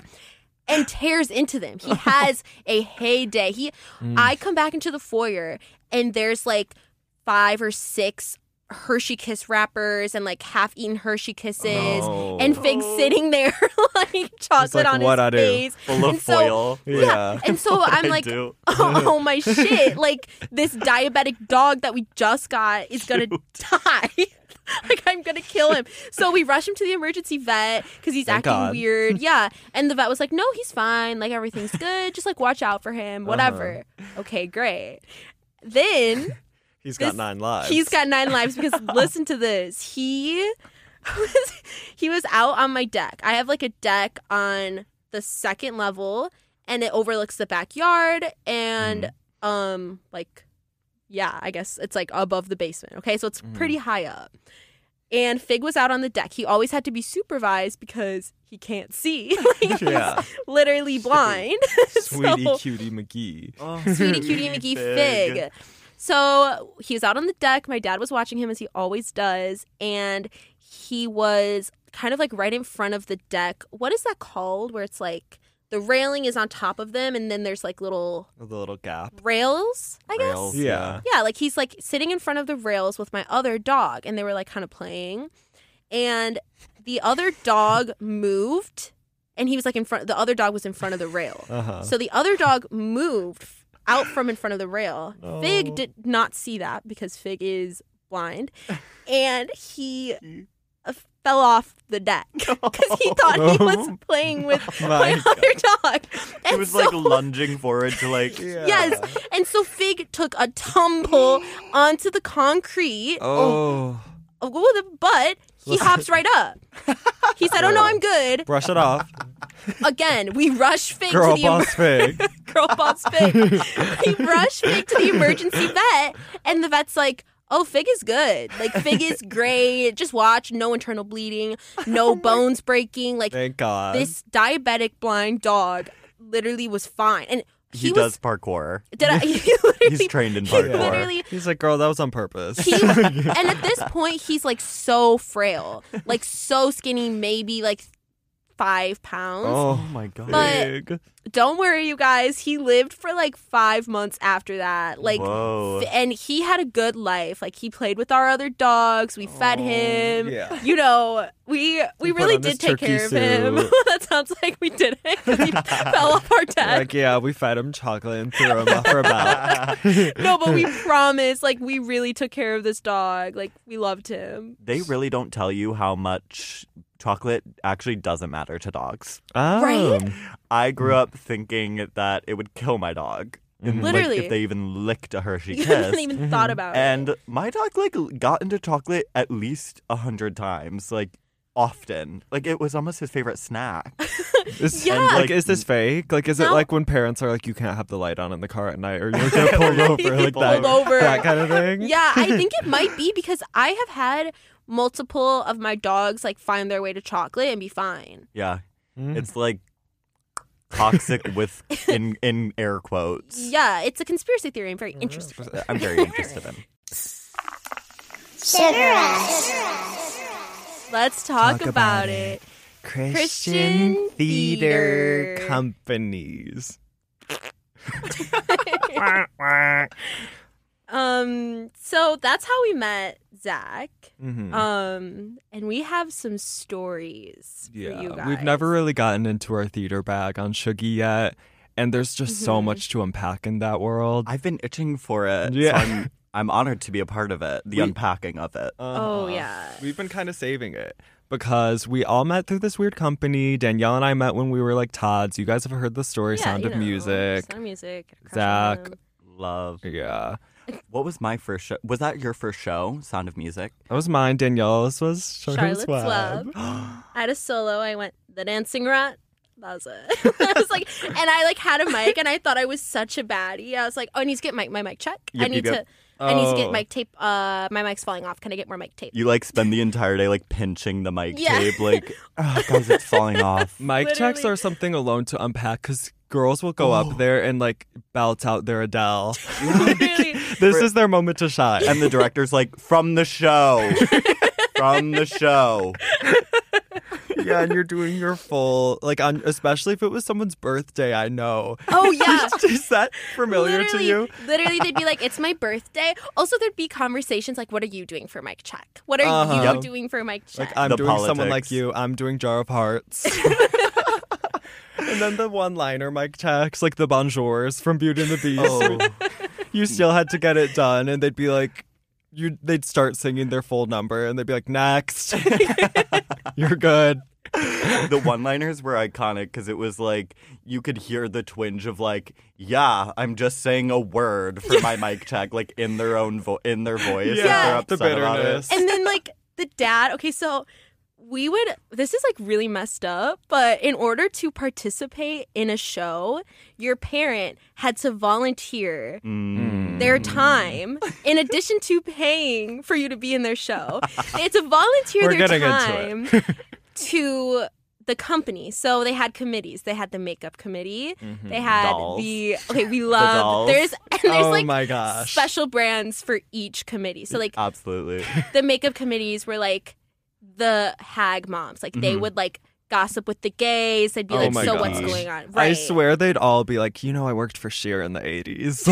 [SPEAKER 4] and tears into them. He has a heyday. He
[SPEAKER 6] Hmm. Mm.
[SPEAKER 4] I come back into the foyer and there's like five or six Hershey kiss wrappers and like half eaten Hershey kisses
[SPEAKER 6] No.
[SPEAKER 4] and Fig sitting there like chocolate on
[SPEAKER 6] "What
[SPEAKER 4] his
[SPEAKER 6] I do?"
[SPEAKER 4] face.
[SPEAKER 5] Full of
[SPEAKER 4] And so-
[SPEAKER 5] foil.
[SPEAKER 6] Yeah.
[SPEAKER 4] and so I'm
[SPEAKER 5] I
[SPEAKER 4] like,
[SPEAKER 5] do.
[SPEAKER 4] oh, oh my shit! Like this diabetic dog that we just got is gonna die. like I'm gonna kill him. So we rush him to the emergency vet because he's
[SPEAKER 6] Thank
[SPEAKER 4] acting
[SPEAKER 6] God.
[SPEAKER 4] weird. Yeah, and the vet was like, no, he's fine. Like everything's good. Just like watch out for him.
[SPEAKER 6] Uh-huh.
[SPEAKER 4] Whatever. Okay, great. Then
[SPEAKER 6] He's got
[SPEAKER 4] This-
[SPEAKER 6] nine lives.
[SPEAKER 4] he's got nine lives because listen to this. He was he was out on my deck. I have like a deck on the second level and it overlooks the backyard and um like yeah, I guess it's like above the basement. Okay? So it's pretty high up. And Fig was out on the deck. He always had to be supervised because he can't see. like, he's
[SPEAKER 5] Yeah.
[SPEAKER 4] literally blind.
[SPEAKER 3] Sweetie
[SPEAKER 4] So-
[SPEAKER 3] cutie McGee.
[SPEAKER 5] Oh,
[SPEAKER 4] Sweetie Cutie McGee Fig. So he was out on the deck. My dad was watching him as he always does, and he was kind of like right in front of the deck. What is that called? Where it's like the railing is on top of them, and then there's like little
[SPEAKER 5] The little gap.
[SPEAKER 4] rails, I guess.
[SPEAKER 5] Rails.
[SPEAKER 3] Yeah.
[SPEAKER 4] Yeah, like he's like sitting in front of the rails with my other dog, and they were like kind of playing. And the other dog moved, and he was like in front, the other dog was in front of the rail.
[SPEAKER 3] Uh-huh.
[SPEAKER 4] So the other dog moved f- out from in front of the rail. Fig did not see that because Fig is blind, and he uh, fell off the deck because he thought he was playing with
[SPEAKER 6] Oh.
[SPEAKER 4] my,
[SPEAKER 5] My
[SPEAKER 4] other dog.
[SPEAKER 5] He
[SPEAKER 4] And
[SPEAKER 5] was
[SPEAKER 4] so-
[SPEAKER 5] like lunging forward to like
[SPEAKER 4] Yes, and so Fig took a tumble onto the concrete
[SPEAKER 3] Oh,
[SPEAKER 4] oh, with a butt. He hops right up. He said, "Oh no, I'm good."
[SPEAKER 3] brush it off,
[SPEAKER 4] Again, we rush Fig
[SPEAKER 3] girl
[SPEAKER 4] to the
[SPEAKER 3] boss fig.
[SPEAKER 4] girl boss Fig. he rushed Fig to the emergency vet, and the vet's like, Oh, Fig is good. Like, Fig is great. Just watch. No internal bleeding, no bones breaking. Like,
[SPEAKER 3] Thank God.
[SPEAKER 4] this diabetic blind dog literally was fine. And
[SPEAKER 5] he,
[SPEAKER 4] he,
[SPEAKER 5] does
[SPEAKER 4] was.
[SPEAKER 5] parkour.
[SPEAKER 4] Did I, he literally.
[SPEAKER 5] He's trained in
[SPEAKER 4] he
[SPEAKER 5] parkour.
[SPEAKER 4] literally
[SPEAKER 3] He's like, girl, that was on purpose.
[SPEAKER 4] he, and at this point, he's like so frail, like so skinny, maybe like five pounds.
[SPEAKER 3] oh
[SPEAKER 5] my god.
[SPEAKER 4] But-
[SPEAKER 3] fig.
[SPEAKER 4] Don't worry, you guys. He lived for like five months after that. Like,
[SPEAKER 5] Whoa.
[SPEAKER 4] F- and he had a good life. Like he played with our other dogs. We fed him.
[SPEAKER 3] Oh, yeah.
[SPEAKER 4] You know, we we
[SPEAKER 3] put
[SPEAKER 4] really
[SPEAKER 3] on
[SPEAKER 4] did
[SPEAKER 3] this
[SPEAKER 4] take
[SPEAKER 3] turkey
[SPEAKER 4] care of him.
[SPEAKER 3] soup.
[SPEAKER 4] that sounds like we did it because he fell off our deck.
[SPEAKER 3] Like, yeah, we fed him chocolate and threw him off our back.
[SPEAKER 4] No, but we promise, like we really took care of this dog. Like we loved him.
[SPEAKER 5] they really don't tell you how much chocolate actually doesn't matter to dogs.
[SPEAKER 3] Oh.
[SPEAKER 5] I grew
[SPEAKER 4] Mm.
[SPEAKER 5] up thinking that it would kill my dog. And, like,
[SPEAKER 4] Literally.
[SPEAKER 5] if they even licked a Hershey
[SPEAKER 4] You
[SPEAKER 5] kiss.
[SPEAKER 4] haven't even thought about it.
[SPEAKER 5] And my dog like l- got into chocolate at least a hundred times, like often. Like it was almost his favorite snack.
[SPEAKER 3] Is,
[SPEAKER 4] Yeah.
[SPEAKER 3] and, like, is this fake? Like, is it
[SPEAKER 4] No.
[SPEAKER 3] like when parents are like, you can't have the light on in the car at night, or you're gonna pull over, like that,
[SPEAKER 4] Pulled over.
[SPEAKER 3] that kind of thing?
[SPEAKER 4] Yeah, I think it might be because I have had multiple of my dogs like find their way to chocolate and be fine.
[SPEAKER 5] Yeah.
[SPEAKER 3] Mm.
[SPEAKER 5] It's like toxic with in in air quotes.
[SPEAKER 4] Yeah, it's a conspiracy theory. I'm very interested.
[SPEAKER 5] I'm very interested in.
[SPEAKER 1] Sugar Rush.
[SPEAKER 4] Let's
[SPEAKER 3] Talk
[SPEAKER 4] talk, about,
[SPEAKER 3] about
[SPEAKER 4] it.
[SPEAKER 3] Christian,
[SPEAKER 4] Christian
[SPEAKER 3] theater,
[SPEAKER 4] theater.
[SPEAKER 3] companies.
[SPEAKER 4] Um, so that's how we met Zach.
[SPEAKER 3] Mhm.
[SPEAKER 4] Um, and we have some stories for you guys.
[SPEAKER 3] we've never really gotten into our theater bag on Shuggy yet, and there's just so
[SPEAKER 4] Mhm.
[SPEAKER 3] much to unpack in that world.
[SPEAKER 5] I've been itching for it.
[SPEAKER 3] Yeah.
[SPEAKER 5] So I'm I'm honored to be a part of it, the
[SPEAKER 3] We-
[SPEAKER 5] unpacking of it.
[SPEAKER 4] Oh
[SPEAKER 3] Uh-huh.
[SPEAKER 4] yeah.
[SPEAKER 3] We've been kind of saving it because we all met through this weird company. Danielle and I met when we were like Todd's. You guys have heard the story
[SPEAKER 4] Yeah,
[SPEAKER 3] Sound
[SPEAKER 4] you
[SPEAKER 3] of
[SPEAKER 4] know,
[SPEAKER 3] Music.
[SPEAKER 4] Sound of music. crush on
[SPEAKER 3] Zach.
[SPEAKER 4] them.
[SPEAKER 5] Love.
[SPEAKER 3] Yeah.
[SPEAKER 5] What was my first show? Was that your first show, Sound of Music?
[SPEAKER 3] That was mine. Danielle's was Charlotte's,
[SPEAKER 4] Charlotte's
[SPEAKER 3] Web.
[SPEAKER 4] Web. I had a solo. I went the dancing rat. That was it. I was like, and I like had a mic, and I thought I was such a baddie. I was like, oh, I need to get my, my mic check. I
[SPEAKER 5] Yep, you
[SPEAKER 4] need
[SPEAKER 5] go-
[SPEAKER 4] to. I need to
[SPEAKER 3] Oh.
[SPEAKER 4] get mic tape. Uh, my mic's falling off. Can I get more mic tape?
[SPEAKER 5] You like spend the entire day like pinching the mic
[SPEAKER 4] Yeah.
[SPEAKER 5] tape, like, oh, guys, it's falling off.
[SPEAKER 3] Mic checks
[SPEAKER 4] Literally.
[SPEAKER 3] are something alone to unpack because girls will go
[SPEAKER 5] Oh.
[SPEAKER 3] up there and like belt out their Adele.
[SPEAKER 4] Literally.
[SPEAKER 3] this is their moment to shine.
[SPEAKER 5] And the director's like, from the show. from the show.
[SPEAKER 3] yeah, and you're doing your full like on especially if it was someone's birthday, I know.
[SPEAKER 4] Oh yeah.
[SPEAKER 3] is that familiar to
[SPEAKER 4] literally,
[SPEAKER 3] you?
[SPEAKER 4] literally, they'd be like, "It's my birthday." Also, there'd be conversations like, "What are you doing for mic check? What are you
[SPEAKER 3] Uh-huh. Yep.
[SPEAKER 4] doing for mic check?"
[SPEAKER 3] Like I'm
[SPEAKER 5] The
[SPEAKER 3] doing someone like
[SPEAKER 5] politics.
[SPEAKER 3] you, I'm doing Jar of Hearts. and then the one liner Mike checks, like the bonjours from Beauty and the Beast.
[SPEAKER 5] Oh.
[SPEAKER 3] You still had to get it done and they'd be like you they'd start singing their full number and they'd be like, Next You're good.
[SPEAKER 5] the one liners were iconic because it was like you could hear the twinge of like, yeah, I'm just saying a word for my mic check, like in their own vo- in their voice. if
[SPEAKER 3] Yeah.
[SPEAKER 5] they're
[SPEAKER 3] The
[SPEAKER 5] upset about it.
[SPEAKER 3] bitterness.
[SPEAKER 4] and then like the dad. Okay, so we would this is like really messed up but in order to participate in a show your parent had to volunteer
[SPEAKER 5] Mm.
[SPEAKER 4] their
[SPEAKER 3] Mm.
[SPEAKER 4] time in addition to paying for you to be in their show it's a volunteer
[SPEAKER 3] We're
[SPEAKER 4] their
[SPEAKER 3] getting
[SPEAKER 4] time
[SPEAKER 3] into it.
[SPEAKER 4] to the company so they had committees they had the makeup committee
[SPEAKER 3] Mm-hmm.
[SPEAKER 4] they
[SPEAKER 3] Hmm,
[SPEAKER 4] had
[SPEAKER 5] Dolls.
[SPEAKER 4] the okay we love
[SPEAKER 5] dolls.
[SPEAKER 4] there's and there's
[SPEAKER 3] oh
[SPEAKER 4] like
[SPEAKER 3] my gosh.
[SPEAKER 4] special brands for each committee so like
[SPEAKER 5] Absolutely.
[SPEAKER 4] the makeup committees were like the hag moms. Like they would like gossip with the gays. They'd be
[SPEAKER 3] Mm-hmm. Oh
[SPEAKER 4] like,
[SPEAKER 3] my
[SPEAKER 4] "So what's
[SPEAKER 3] gosh.
[SPEAKER 4] going on?"
[SPEAKER 3] I
[SPEAKER 4] Right.
[SPEAKER 3] swear they'd all be like, you know, I worked for Sheer in the 80s.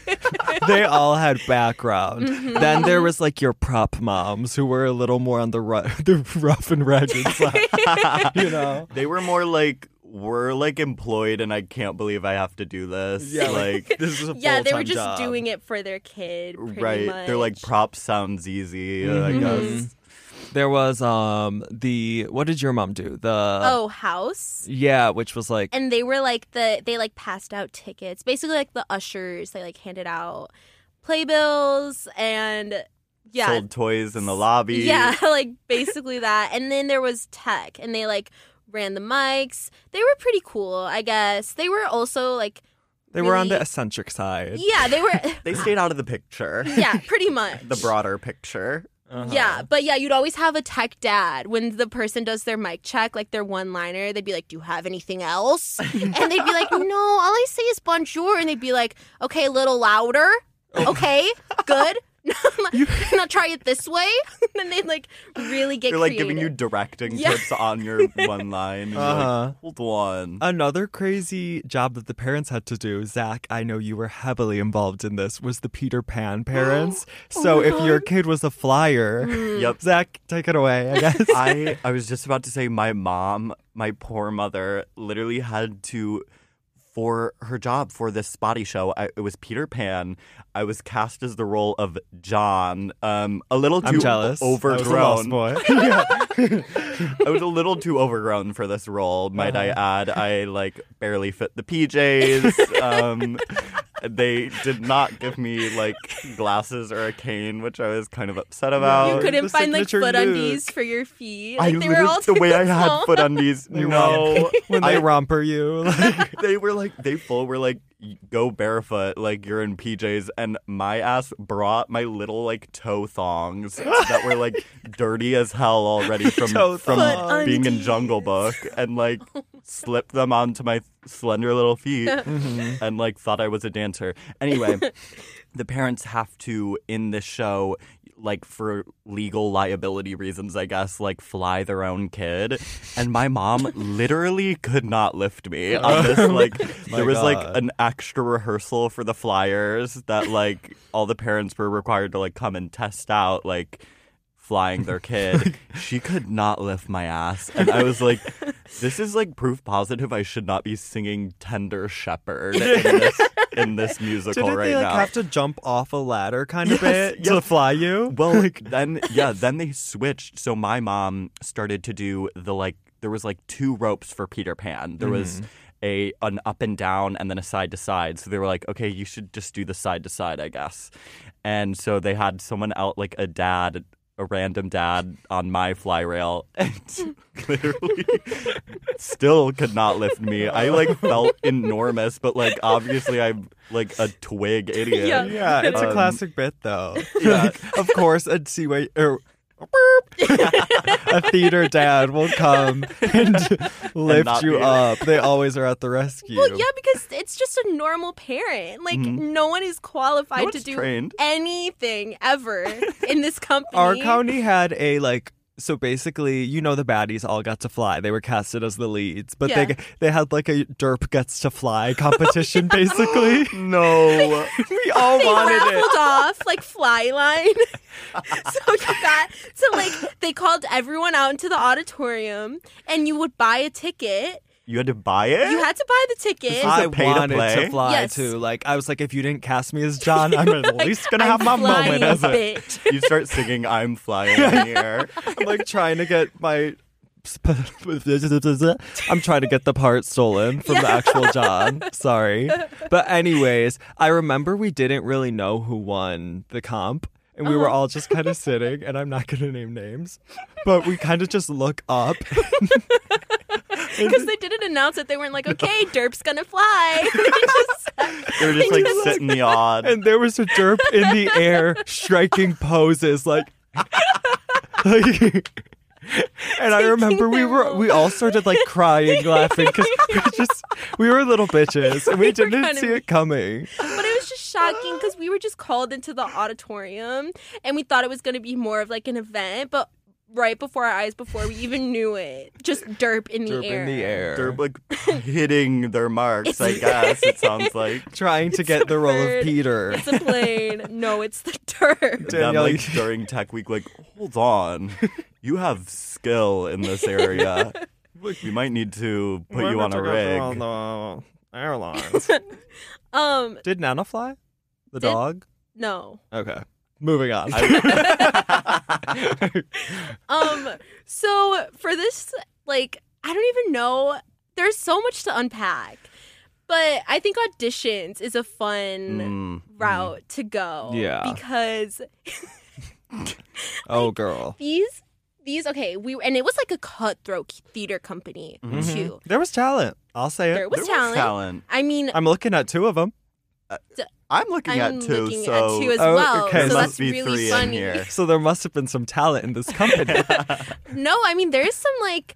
[SPEAKER 3] Like,
[SPEAKER 4] Oh.
[SPEAKER 3] they all had background.
[SPEAKER 4] Mm-hmm.
[SPEAKER 3] Then there was like your prop moms who were a little more on the, ru- the rough and ragged side, you know?
[SPEAKER 5] They were more like we're like employed and I can't believe I have to do this.
[SPEAKER 3] Yeah,
[SPEAKER 5] like
[SPEAKER 3] like this is a
[SPEAKER 4] Yeah, they were
[SPEAKER 3] full-time
[SPEAKER 4] just
[SPEAKER 3] job.
[SPEAKER 4] doing it for their kid. Pretty
[SPEAKER 5] right.
[SPEAKER 4] Much. Mm-hmm.
[SPEAKER 5] They're like prop sounds easy, uh, I guess.
[SPEAKER 3] There was um the what did your mom do? The
[SPEAKER 4] oh house.
[SPEAKER 3] yeah, which was like
[SPEAKER 4] And they were like the they like passed out tickets. Basically, like the ushers. They like handed out playbills and yeah.
[SPEAKER 5] Sold toys in the lobby.
[SPEAKER 4] Yeah, like basically that. And then there was tech, and they like ran the mics. They were pretty cool, I guess. They were also like
[SPEAKER 3] they were on the
[SPEAKER 4] really-
[SPEAKER 3] eccentric side.
[SPEAKER 4] Yeah, they were.
[SPEAKER 5] They stayed out of the picture.
[SPEAKER 4] Yeah, pretty much.
[SPEAKER 5] the uh-huh. broader picture.
[SPEAKER 3] Uh-huh.
[SPEAKER 4] Yeah, but yeah, you'd always have a tech dad when the person does their mic check, like their one liner. They'd be like, "Do you have anything else?" and they'd be like, "No, all I say is bonjour." And they'd be like, "Okay, a little louder.
[SPEAKER 5] Oh.
[SPEAKER 4] Okay, good. now try it this way." and they'd like really get
[SPEAKER 5] They're like
[SPEAKER 4] creative.
[SPEAKER 5] giving you directing
[SPEAKER 4] Yeah.
[SPEAKER 5] tips on your one line. and you're like,
[SPEAKER 3] Uh-huh.
[SPEAKER 5] Hold on.
[SPEAKER 3] Another crazy job that the parents had to do, Zach, I know you were heavily involved in this, was the Peter Pan parents. so if your kid was a flyer,
[SPEAKER 5] Yep.
[SPEAKER 3] Zach, take it away, I guess.
[SPEAKER 5] I I was just about to say my mom, my poor mother, literally had to for her job for this spotty show. I, it was Peter Pan. I was cast as the role of John. Um, a little too
[SPEAKER 3] I'm jealous. I was a
[SPEAKER 5] overgrown.
[SPEAKER 3] lost boy. Yeah.
[SPEAKER 5] I was a little too overgrown for this role, might
[SPEAKER 4] Uh-huh.
[SPEAKER 5] I add. I like barely fit the PJs. Um, they did not give me like glasses or a cane, which I was kind of upset about.
[SPEAKER 4] You couldn't
[SPEAKER 3] The
[SPEAKER 4] find like
[SPEAKER 3] signature
[SPEAKER 4] foot undies
[SPEAKER 3] look.
[SPEAKER 4] for your feet.
[SPEAKER 5] I
[SPEAKER 4] Like they were
[SPEAKER 5] literally-
[SPEAKER 4] all
[SPEAKER 5] the way I
[SPEAKER 4] too
[SPEAKER 5] had
[SPEAKER 4] small.
[SPEAKER 5] foot undies. no,
[SPEAKER 3] when they romper you. Like,
[SPEAKER 5] they were like they full were like go barefoot like you're in PJs and my ass brought my little like toe thongs that were like dirty as hell already from
[SPEAKER 3] Toe
[SPEAKER 5] from
[SPEAKER 4] thongs.
[SPEAKER 5] being in
[SPEAKER 4] Undies.
[SPEAKER 5] Jungle Book and like slipped them onto my slender little feet
[SPEAKER 3] Mm-hmm.
[SPEAKER 5] and like thought I was a dancer. Anyway, the parents have to in this show like for legal liability reasons i guess like fly their own kid and my mom literally could not lift me on this like
[SPEAKER 3] Oh My
[SPEAKER 5] there was like
[SPEAKER 3] God.
[SPEAKER 5] an extra rehearsal for the flyers that like all the parents were required to like come and test out like flying their kid she could not lift my ass and i was like this is like proof positive i should not be singing tender shepherd in this, in this musical
[SPEAKER 3] didn't
[SPEAKER 5] right
[SPEAKER 3] they like
[SPEAKER 5] now
[SPEAKER 3] have to jump off a ladder kind of
[SPEAKER 5] Yes,
[SPEAKER 3] bit to
[SPEAKER 5] yes.
[SPEAKER 3] fly you?
[SPEAKER 5] well, then yeah, then they switched. So my mom started to do the like there was like two ropes for Peter Pan. There was a an up and down and then a side to side. So they were like, okay, you should just do the side to side, I guess. And so they had someone out like a dad a random dad on my fly rail and literally still could not lift me. I like felt enormous, but like obviously I'm like a twig idiot.
[SPEAKER 4] Yeah.
[SPEAKER 3] Yeah, it's
[SPEAKER 5] Um,
[SPEAKER 3] a classic bit though. Like, of course, a seaway or a theater dad will come and lift
[SPEAKER 5] not
[SPEAKER 3] you
[SPEAKER 5] be-
[SPEAKER 3] up. They always are at the rescue.
[SPEAKER 4] Well, yeah, because it's just a normal parent. Like no one is qualified
[SPEAKER 5] Mm-hmm. No
[SPEAKER 4] to
[SPEAKER 5] one's
[SPEAKER 4] do
[SPEAKER 5] trained.
[SPEAKER 4] anything ever in this company.
[SPEAKER 3] Our county had a like so basically, you know the baddies all got to fly. They were casted as the leads, but
[SPEAKER 4] Yeah.
[SPEAKER 3] they they had like a derp gets to fly competition basically.
[SPEAKER 5] No.
[SPEAKER 3] we all
[SPEAKER 4] they
[SPEAKER 3] wanted it.
[SPEAKER 4] raffled off like fly line. so you got to like they called everyone out into the auditorium and you would buy a ticket.
[SPEAKER 5] You had to buy it?
[SPEAKER 4] You had to buy the ticket.
[SPEAKER 5] is
[SPEAKER 3] I
[SPEAKER 5] a pay to
[SPEAKER 3] wanted
[SPEAKER 5] play?
[SPEAKER 3] to fly
[SPEAKER 4] Yes.
[SPEAKER 3] too. Like I was like, if you didn't cast me as John, I'm at least gonna
[SPEAKER 4] I'm
[SPEAKER 3] have my
[SPEAKER 4] flying,
[SPEAKER 3] moment as a
[SPEAKER 4] bitch.
[SPEAKER 5] you start singing I'm flying in here.
[SPEAKER 3] I'm like trying to get my. I'm trying to get the part stolen from the actual John. Sorry. But, anyways, I remember we didn't really know who won the comp. It and we were all just kind of sitting, and I'm not going to name names, but we kind of just look up.
[SPEAKER 4] Because they didn't announce it. They weren't like, okay, Derp's gonna fly. They just-
[SPEAKER 5] They were just like sitting the odd.
[SPEAKER 3] and there was a derp in the air striking poses like, like- and I remember we
[SPEAKER 4] their
[SPEAKER 3] were we all started like crying laughing because we just we were little bitches and we,
[SPEAKER 4] were
[SPEAKER 3] didn't
[SPEAKER 4] kinda
[SPEAKER 3] see it coming.
[SPEAKER 4] but it was just shocking because we were just called into the auditorium and we thought it was gonna be more of like an event, but right before our eyes, before we even knew it, just Derp in the
[SPEAKER 3] Derp
[SPEAKER 4] air.
[SPEAKER 3] in the air.
[SPEAKER 5] They're like hitting their marks, I guess. It sounds like
[SPEAKER 3] trying to get the role
[SPEAKER 4] absurd.
[SPEAKER 3] of Peter.
[SPEAKER 4] It's a plane. no, it's the Derp.
[SPEAKER 5] them
[SPEAKER 3] Danielle,
[SPEAKER 5] like
[SPEAKER 3] you-
[SPEAKER 5] during Tech Week. Like, hold on, you have skill in this area. We might need to put you on a rig.
[SPEAKER 3] airlines.
[SPEAKER 4] Um,
[SPEAKER 3] Did Nana fly? The
[SPEAKER 4] Did-
[SPEAKER 3] dog?
[SPEAKER 4] no.
[SPEAKER 3] Okay. Moving on.
[SPEAKER 4] Um, so for this, like, I don't even know. There's so much to unpack, but I think auditions is a fun
[SPEAKER 5] Mm.
[SPEAKER 4] route to go.
[SPEAKER 3] Mm-hmm. Yeah.
[SPEAKER 4] because
[SPEAKER 3] oh, girl.
[SPEAKER 4] these these okay we and it was like a cutthroat theater company
[SPEAKER 5] Mm-hmm.
[SPEAKER 4] too.
[SPEAKER 3] Mm-hmm. There was talent. I'll say
[SPEAKER 4] There
[SPEAKER 3] it.
[SPEAKER 4] was
[SPEAKER 5] There was
[SPEAKER 4] talent.
[SPEAKER 5] talent.
[SPEAKER 4] I mean,
[SPEAKER 3] I'm looking at two of them.
[SPEAKER 5] I'm looking
[SPEAKER 4] I'm
[SPEAKER 5] at two,
[SPEAKER 4] looking
[SPEAKER 5] so
[SPEAKER 4] at two as
[SPEAKER 3] Oh,
[SPEAKER 4] well.
[SPEAKER 5] there
[SPEAKER 3] okay.
[SPEAKER 4] So
[SPEAKER 3] There
[SPEAKER 4] that's
[SPEAKER 5] must be
[SPEAKER 4] really
[SPEAKER 5] three
[SPEAKER 4] funny.
[SPEAKER 5] in here.
[SPEAKER 3] So there must have been some talent in this company.
[SPEAKER 4] No, I mean there's some like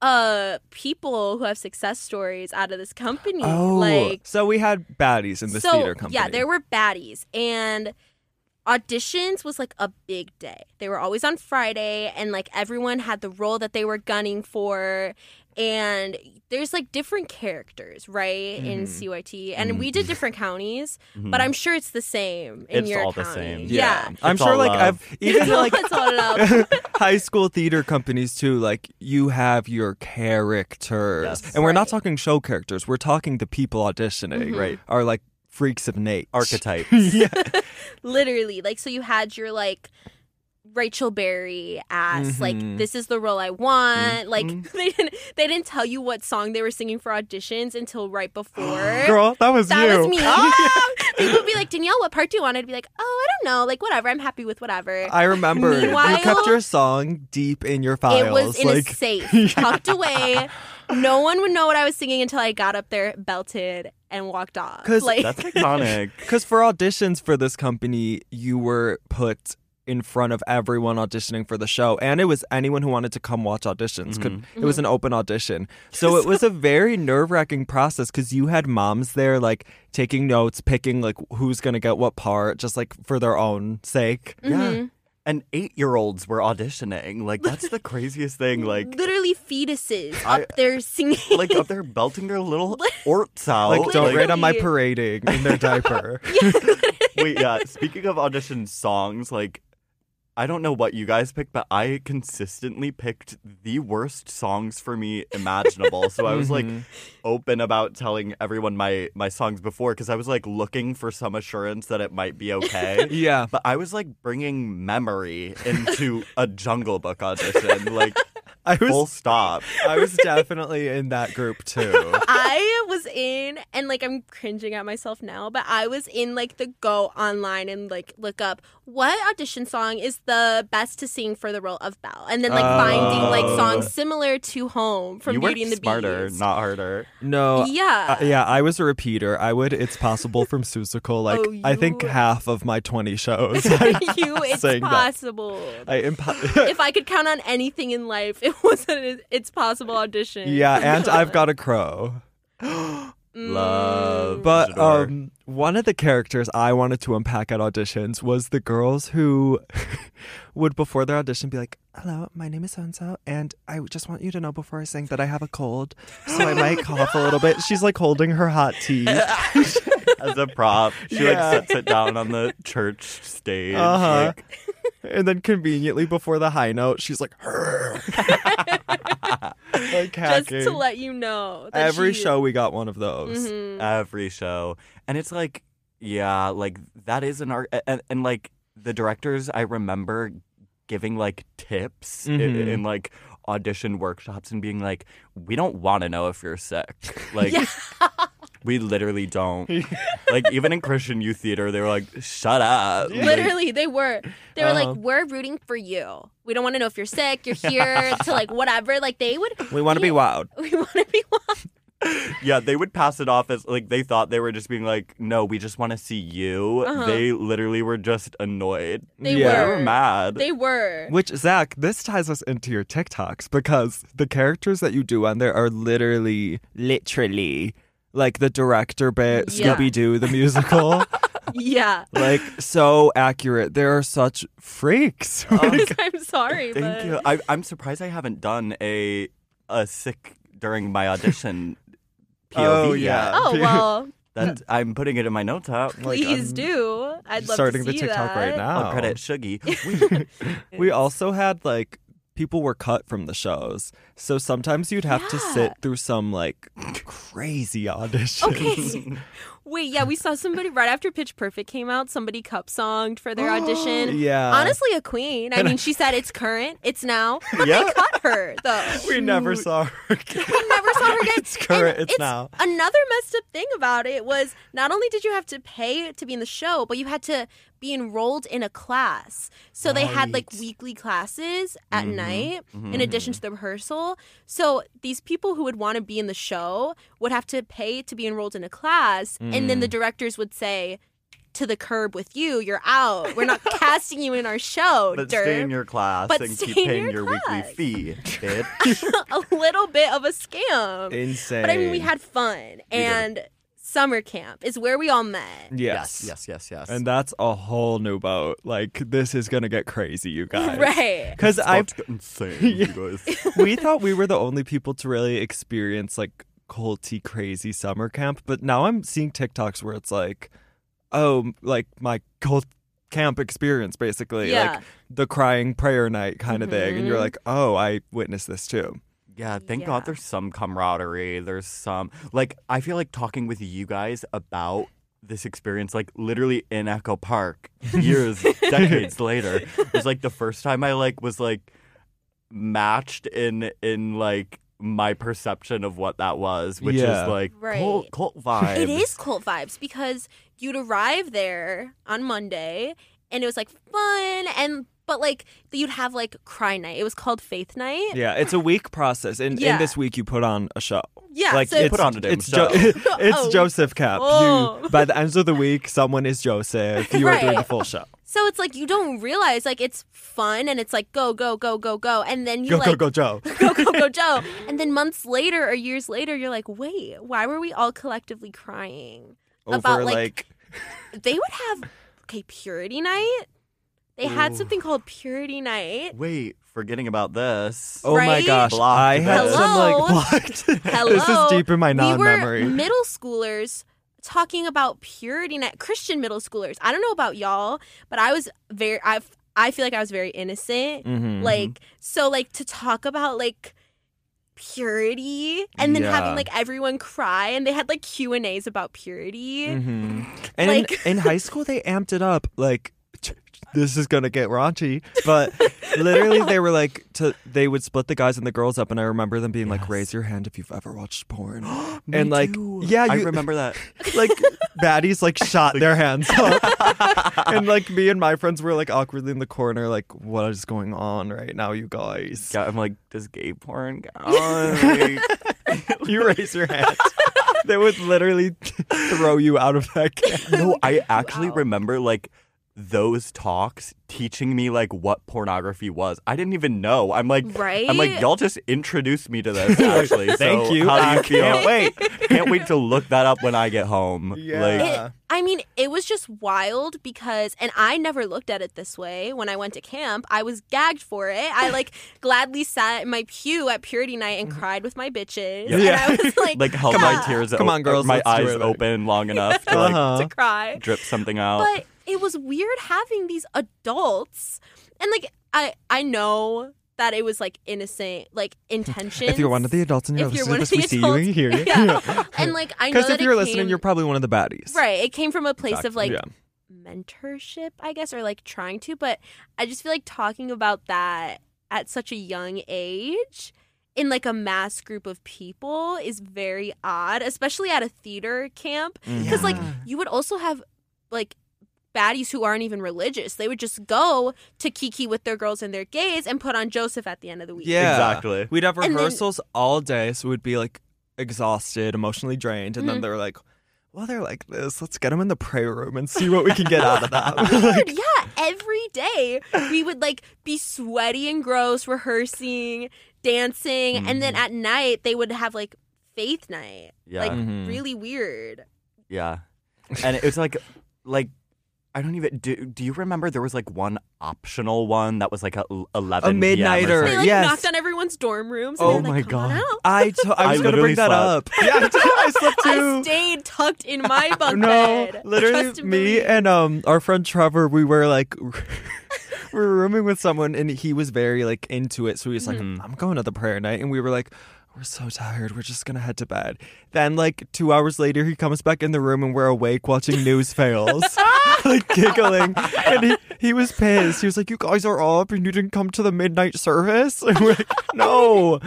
[SPEAKER 4] uh people who have success stories out of this company.
[SPEAKER 5] Oh.
[SPEAKER 4] like
[SPEAKER 3] so we had baddies in this
[SPEAKER 4] so,
[SPEAKER 3] theater company.
[SPEAKER 4] Yeah, there were baddies and auditions was like a big day. They were always on Friday and like everyone had the role that they were gunning for and there's like different characters, right? In CYT. And we did different counties,
[SPEAKER 5] Mm-hmm.
[SPEAKER 4] but I'm sure it's the same
[SPEAKER 5] Hmm.
[SPEAKER 4] in
[SPEAKER 5] It's
[SPEAKER 4] your
[SPEAKER 5] all the
[SPEAKER 4] county.
[SPEAKER 5] same.
[SPEAKER 4] Yeah.
[SPEAKER 3] I'm
[SPEAKER 5] It's
[SPEAKER 3] sure
[SPEAKER 5] all
[SPEAKER 3] like
[SPEAKER 5] love.
[SPEAKER 3] I've even like
[SPEAKER 4] That's all it is.
[SPEAKER 3] high school theater companies too like you have your characters
[SPEAKER 5] Yes.
[SPEAKER 3] and we're not talking show characters we're talking the people auditioning
[SPEAKER 4] Mm-hmm.
[SPEAKER 5] Right.
[SPEAKER 3] are like freaks of nature
[SPEAKER 5] Archetypes.
[SPEAKER 4] literally like so you had your like Rachel Berry ass like
[SPEAKER 3] Mhm.
[SPEAKER 4] this is the role I want
[SPEAKER 3] Mm-hmm.
[SPEAKER 4] like they didn't they didn't tell you what song they were singing for auditions until right before
[SPEAKER 3] girl that was
[SPEAKER 4] that
[SPEAKER 3] you
[SPEAKER 4] was me Ah! people would be like Danielle what part do you want I'd be like oh I don't know like whatever I'm happy with whatever
[SPEAKER 3] I remember you
[SPEAKER 4] Meanwhile-
[SPEAKER 3] kept your song deep in your files
[SPEAKER 4] it was in
[SPEAKER 3] like
[SPEAKER 4] a safe tucked away no one would know what I was singing until I got up there belted and walked off
[SPEAKER 3] 'Cause
[SPEAKER 4] like
[SPEAKER 5] That's iconic.
[SPEAKER 3] Because for auditions for this company, you were put in front of everyone auditioning for the show, and it was anyone who wanted to come watch auditions. Could
[SPEAKER 5] Mm-hmm.
[SPEAKER 3] it was an open audition, so it was a very nerve wracking process because you had moms there, like taking notes, picking like who's gonna get what part, just like for their own sake.
[SPEAKER 5] Yeah. And eight year olds were auditioning. Like, that's the craziest thing. Like,
[SPEAKER 4] literally fetuses
[SPEAKER 5] I-
[SPEAKER 4] up there singing
[SPEAKER 5] like up there belting their little orts out.
[SPEAKER 3] Like, don't
[SPEAKER 4] Like-
[SPEAKER 3] rate on my parading in their diaper.
[SPEAKER 5] Wait, yeah. Speaking of audition songs, like, I don't know what you guys picked, but I consistently picked the worst songs for me imaginable. So I was like
[SPEAKER 3] Mm-hmm.
[SPEAKER 5] open about telling everyone my my songs before because I was like looking for some assurance that it might be okay.
[SPEAKER 3] yeah,
[SPEAKER 5] But I was like bringing memory into a Jungle Book audition, like
[SPEAKER 3] I
[SPEAKER 5] full
[SPEAKER 3] was.
[SPEAKER 5] stop.
[SPEAKER 3] I was definitely in that group too.
[SPEAKER 4] I was in, and like I'm cringing at myself now, but I was in like the go online and like look up what audition song is the best to sing for the role of Belle, and then like finding like
[SPEAKER 5] Oh.
[SPEAKER 4] songs similar to Home from
[SPEAKER 5] you
[SPEAKER 4] Beauty and
[SPEAKER 5] worked
[SPEAKER 4] the
[SPEAKER 5] smarter,
[SPEAKER 4] Beast.
[SPEAKER 5] not harder.
[SPEAKER 3] No,
[SPEAKER 4] yeah.
[SPEAKER 3] Uh, yeah, I was a repeater. I would. It's possible from Susical. Like
[SPEAKER 4] Oh,
[SPEAKER 3] I think
[SPEAKER 4] you-
[SPEAKER 3] half of my twenty shows. I,
[SPEAKER 4] you, it's
[SPEAKER 3] saying that.
[SPEAKER 4] possible.
[SPEAKER 3] I impo-
[SPEAKER 4] if I could count on anything in life, it was an It's Possible audition.
[SPEAKER 3] yeah, and I've got a crow.
[SPEAKER 4] Mm.
[SPEAKER 5] Love,
[SPEAKER 3] But
[SPEAKER 5] Isidore.
[SPEAKER 3] um, one of the characters I wanted to unpack at auditions was the girls who would before their audition be like, "Hello, my name is so and so, and I just want you to know before I sing that I have a cold, so I might cough a little bit." She's like holding her hot tea.
[SPEAKER 5] as a prop. She
[SPEAKER 3] Yeah.
[SPEAKER 5] like sets it down on the church stage.
[SPEAKER 3] Uh-huh.
[SPEAKER 5] Like,
[SPEAKER 3] And then conveniently before the high note, she's like, like
[SPEAKER 4] Just
[SPEAKER 3] hacking.
[SPEAKER 4] to let you know. That
[SPEAKER 3] Every
[SPEAKER 4] she-
[SPEAKER 3] show we got one of those.
[SPEAKER 4] Mhm.
[SPEAKER 5] every show, and it's like, yeah, like that is an art, and, and like the directors I remember giving like tips i- in,
[SPEAKER 3] Mhm.
[SPEAKER 5] like audition workshops and being like, we don't want to know if you're sick, like. We literally don't. like even in Christian youth theater, they were like, "Shut up." Like,
[SPEAKER 4] Literally, they were. They were
[SPEAKER 3] Uh-huh.
[SPEAKER 4] like, "We're rooting for you. We don't want to know if you're sick. You're here to like whatever." Like they would.
[SPEAKER 6] We want to be wild.
[SPEAKER 4] We want to be wild.
[SPEAKER 5] yeah, they would pass it off as like they thought they were just being like, "No, we just want to see you."
[SPEAKER 4] Uh-huh.
[SPEAKER 5] They literally were just annoyed.
[SPEAKER 4] They
[SPEAKER 5] They
[SPEAKER 6] Yeah.
[SPEAKER 5] were
[SPEAKER 4] were.
[SPEAKER 5] mad.
[SPEAKER 4] They were.
[SPEAKER 3] Which, Zach, this ties us into your TikToks because the characters that you do on there are literally, literally like the director bit,
[SPEAKER 4] Yeah.
[SPEAKER 3] Scooby Doo, the musical.
[SPEAKER 4] Yeah.
[SPEAKER 3] like, so accurate. There are such freaks.
[SPEAKER 4] Oh, I'm sorry.
[SPEAKER 5] Thank
[SPEAKER 4] but
[SPEAKER 5] you. I, I'm surprised I haven't done a a sick during my audition POV
[SPEAKER 3] Oh,
[SPEAKER 5] yet.
[SPEAKER 3] yeah.
[SPEAKER 4] Oh well,
[SPEAKER 5] That I'm putting it in my notes app.
[SPEAKER 3] Like,
[SPEAKER 4] please
[SPEAKER 3] I'm
[SPEAKER 4] do. I'd love
[SPEAKER 3] starting
[SPEAKER 4] to
[SPEAKER 3] the
[SPEAKER 4] see
[SPEAKER 3] TikTok
[SPEAKER 4] that.
[SPEAKER 3] right now.
[SPEAKER 5] I'll credit Shuggy.
[SPEAKER 3] We also had like people were cut from the shows. So sometimes you'd have to sit through some like crazy audition.
[SPEAKER 4] Okay. Wait, yeah, we saw somebody right after Pitch Perfect came out. Somebody cup songed for their audition.
[SPEAKER 3] Yeah.
[SPEAKER 4] Honestly, a queen. I mean, she said it's current, it's now, but
[SPEAKER 3] Yeah.
[SPEAKER 4] they cut her though.
[SPEAKER 3] we never saw her.
[SPEAKER 4] We never saw her again.
[SPEAKER 3] It's current,
[SPEAKER 4] And
[SPEAKER 3] it's now.
[SPEAKER 4] Another messed up thing about it was not only did you have to pay to be in the show, but you had to be enrolled in a class. So they had like weekly classes at
[SPEAKER 3] Mm-hmm.
[SPEAKER 4] night in addition to the rehearsal. So these people who would want to be in the show would have to pay to be enrolled in a class, and then the
[SPEAKER 3] Mm.
[SPEAKER 4] directors would say. To the curb with you. You're out. We're not casting you in our show.
[SPEAKER 5] But
[SPEAKER 4] derp."
[SPEAKER 5] stay in your class
[SPEAKER 4] But
[SPEAKER 5] and
[SPEAKER 4] stay
[SPEAKER 5] keep
[SPEAKER 4] in
[SPEAKER 5] paying
[SPEAKER 4] your
[SPEAKER 5] your, weekly
[SPEAKER 4] class.
[SPEAKER 5] fee, bitch.
[SPEAKER 4] a little bit of a scam.
[SPEAKER 3] Insane.
[SPEAKER 4] But I mean, we had fun, and summer camp is where we all met.
[SPEAKER 3] yes.
[SPEAKER 5] yes, yes, yes.
[SPEAKER 3] And that's a whole new boat. Like this is gonna get crazy, you guys.
[SPEAKER 4] Right.
[SPEAKER 3] Because I
[SPEAKER 5] I've insane, you guys.
[SPEAKER 3] we thought we were the only people to really experience like culty crazy summer camp, but now I'm seeing TikToks where it's like, oh, like my cult camp experience basically,
[SPEAKER 4] Yeah.
[SPEAKER 3] like the crying prayer night kind of thing, and you're
[SPEAKER 4] Mhm.
[SPEAKER 3] like, oh, I witnessed this too.
[SPEAKER 5] Yeah, thank
[SPEAKER 4] Yeah.
[SPEAKER 5] God there's some camaraderie. There's some like I feel like talking with you guys about this experience, like literally in Echo Park, years, decades later, was like the first time I like was like matched in in like my perception of what that was, which
[SPEAKER 3] Yeah.
[SPEAKER 5] is like
[SPEAKER 4] Right.
[SPEAKER 5] cult cult vibe.
[SPEAKER 4] It is cult vibes because you'd arrive there on Monday, and it was like fun, and but like you'd have like cry night. It was called Faith Night.
[SPEAKER 3] Yeah, it's a week process, and in
[SPEAKER 4] Yeah.
[SPEAKER 3] this week you put on a show.
[SPEAKER 4] Yeah,
[SPEAKER 3] like
[SPEAKER 4] so-
[SPEAKER 3] it's,
[SPEAKER 5] Put on a damn
[SPEAKER 3] it's
[SPEAKER 5] show.
[SPEAKER 3] it's
[SPEAKER 4] Oh.
[SPEAKER 3] Joseph Cap.
[SPEAKER 4] Oh.
[SPEAKER 3] You by the end of the week, someone is Joseph. You are doing
[SPEAKER 4] Right.
[SPEAKER 3] the full show.
[SPEAKER 4] So it's like you don't realize like it's fun, and it's like go go go go go, and then you
[SPEAKER 3] Go
[SPEAKER 4] like
[SPEAKER 3] go go Joe.
[SPEAKER 4] go go go Joe. And then months later or years later, you're like, wait, why were we all collectively crying
[SPEAKER 3] Over
[SPEAKER 4] about like,
[SPEAKER 3] like
[SPEAKER 4] they would have okay purity night. They had something called purity night.
[SPEAKER 5] Wait, forgetting about this.
[SPEAKER 3] Oh my
[SPEAKER 4] Right?
[SPEAKER 3] gosh!
[SPEAKER 5] Blocked
[SPEAKER 3] I had
[SPEAKER 5] this.
[SPEAKER 3] some like
[SPEAKER 4] Hello?
[SPEAKER 3] blocked.
[SPEAKER 4] Hello,
[SPEAKER 3] This is deep in my
[SPEAKER 4] We were
[SPEAKER 3] non-memory.
[SPEAKER 4] middle schoolers talking about purity night. Christian middle schoolers. I don't know about y'all, but I was very. I I feel like I was very innocent.
[SPEAKER 5] Mm-hmm.
[SPEAKER 3] Mhm.
[SPEAKER 4] Like so, like to talk about like purity and then
[SPEAKER 3] Yeah.
[SPEAKER 4] having like everyone cry and they had like q and a's about purity
[SPEAKER 3] Mhm. And in-
[SPEAKER 4] Like-
[SPEAKER 3] in, high school, they amped it up. Like, this is gonna get raunchy, but literally, they were like, to they would split the guys and the girls up, and I remember them being like, "Raise your hand if you've ever watched porn," Oh, and like, yeah,
[SPEAKER 5] I
[SPEAKER 3] you
[SPEAKER 5] remember that.
[SPEAKER 3] like baddies like shot their hands up, and like me and my friends were like awkwardly in the corner, like, "What is going on right now, you guys?"
[SPEAKER 5] Yeah, I'm like, does gay porn count? Like,
[SPEAKER 3] you raise your hand. They would literally throw you out of that camp.
[SPEAKER 5] No, I actually remember like those talks teaching me like what pornography was. I didn't even know. I'm like,
[SPEAKER 4] Right?
[SPEAKER 5] Mm-hmm. I'm like, y'all just introduced me to this. Actually, So
[SPEAKER 3] Thank you.
[SPEAKER 5] How do
[SPEAKER 3] I
[SPEAKER 5] you feel?
[SPEAKER 3] can't wait.
[SPEAKER 5] Can't wait to look that up when I get home. Like,
[SPEAKER 3] Yeah.
[SPEAKER 4] It, I mean, it was just wild because, and I never looked at it this way when I went to camp. I was gagged for it. I like gladly sat in my pew at Purity Night
[SPEAKER 3] Mm-hmm.
[SPEAKER 4] and cried with my bitches.
[SPEAKER 5] Yeah.
[SPEAKER 4] And I was like,
[SPEAKER 5] like held
[SPEAKER 4] yeah,
[SPEAKER 5] my tears.
[SPEAKER 3] Come
[SPEAKER 5] o-
[SPEAKER 3] on, girls,
[SPEAKER 5] My
[SPEAKER 3] let's do
[SPEAKER 5] eyes
[SPEAKER 3] it.
[SPEAKER 5] open long enough to like
[SPEAKER 3] Uh-huh.
[SPEAKER 4] to cry.
[SPEAKER 5] drip something out.
[SPEAKER 4] But it was weird having these adults, and like I, I know that it was like innocent, like intention.
[SPEAKER 3] If you're one of the adults and you're
[SPEAKER 4] If you're
[SPEAKER 3] listening to
[SPEAKER 4] one
[SPEAKER 3] this,
[SPEAKER 4] of
[SPEAKER 3] we
[SPEAKER 4] the
[SPEAKER 3] see you and
[SPEAKER 4] adults.
[SPEAKER 3] hear you.
[SPEAKER 4] yeah. and like I know
[SPEAKER 3] Because
[SPEAKER 4] that
[SPEAKER 3] if you're
[SPEAKER 4] it
[SPEAKER 3] listening,
[SPEAKER 4] came-
[SPEAKER 3] you're probably one of the baddies.
[SPEAKER 4] Right. It came from a place of like
[SPEAKER 3] Yeah.
[SPEAKER 4] mentorship, I guess, or like trying to, but I just feel like talking about that at such a young age in like a mass group of people is very odd, especially at a theater camp.
[SPEAKER 5] Mm-hmm.
[SPEAKER 4] Because like you would also have like baddies who aren't even religious. They would just go to Kiki with their girls and their gays and put on Joseph at the end of the week.
[SPEAKER 6] Yeah.
[SPEAKER 5] Exactly.
[SPEAKER 6] We'd have
[SPEAKER 4] And then-
[SPEAKER 6] rehearsals all day, so we'd be like exhausted, emotionally drained,
[SPEAKER 4] Mm-hmm.
[SPEAKER 6] and then they were like, well, they're like this. Let's get them in the prayer room and see what we can get out of that.
[SPEAKER 4] Dude, yeah, every day we would like be sweaty and gross, rehearsing, dancing, and then at night they would have like faith night.
[SPEAKER 5] Yeah.
[SPEAKER 4] Like
[SPEAKER 3] Mm.
[SPEAKER 6] Mhm.
[SPEAKER 4] really weird.
[SPEAKER 5] Yeah. And it was like like I don't even do do you remember there was like one optional one that was like a 11
[SPEAKER 6] A midnighter.
[SPEAKER 5] PM or
[SPEAKER 4] They
[SPEAKER 5] something?
[SPEAKER 4] like
[SPEAKER 6] Yes.
[SPEAKER 4] knocked on everyone's dorm rooms and
[SPEAKER 5] Oh
[SPEAKER 4] they were like,
[SPEAKER 5] my
[SPEAKER 4] Come on
[SPEAKER 5] God.
[SPEAKER 4] out.
[SPEAKER 6] I to- I
[SPEAKER 5] I
[SPEAKER 6] was going to
[SPEAKER 5] literally
[SPEAKER 6] bring that
[SPEAKER 5] slept.
[SPEAKER 6] up. Yeah, I, did. I slept too.
[SPEAKER 4] I stayed tucked in my bunk
[SPEAKER 3] No,
[SPEAKER 4] bed. Trust
[SPEAKER 3] literally,
[SPEAKER 4] and
[SPEAKER 3] me
[SPEAKER 4] believe.
[SPEAKER 3] and um our friend Trevor, we were like, we were rooming with someone, and he was very like into it. So he was like,
[SPEAKER 6] Mm-hmm.
[SPEAKER 3] "I'm going to the prayer night," and we were like, "We're so tired. We're just gonna head to bed." Then like two hours later, he comes back in the room, and we're awake watching news fails, like giggling, and he he was pissed. He was like, "You guys are up, and you didn't come to the midnight service," and we're like, "No."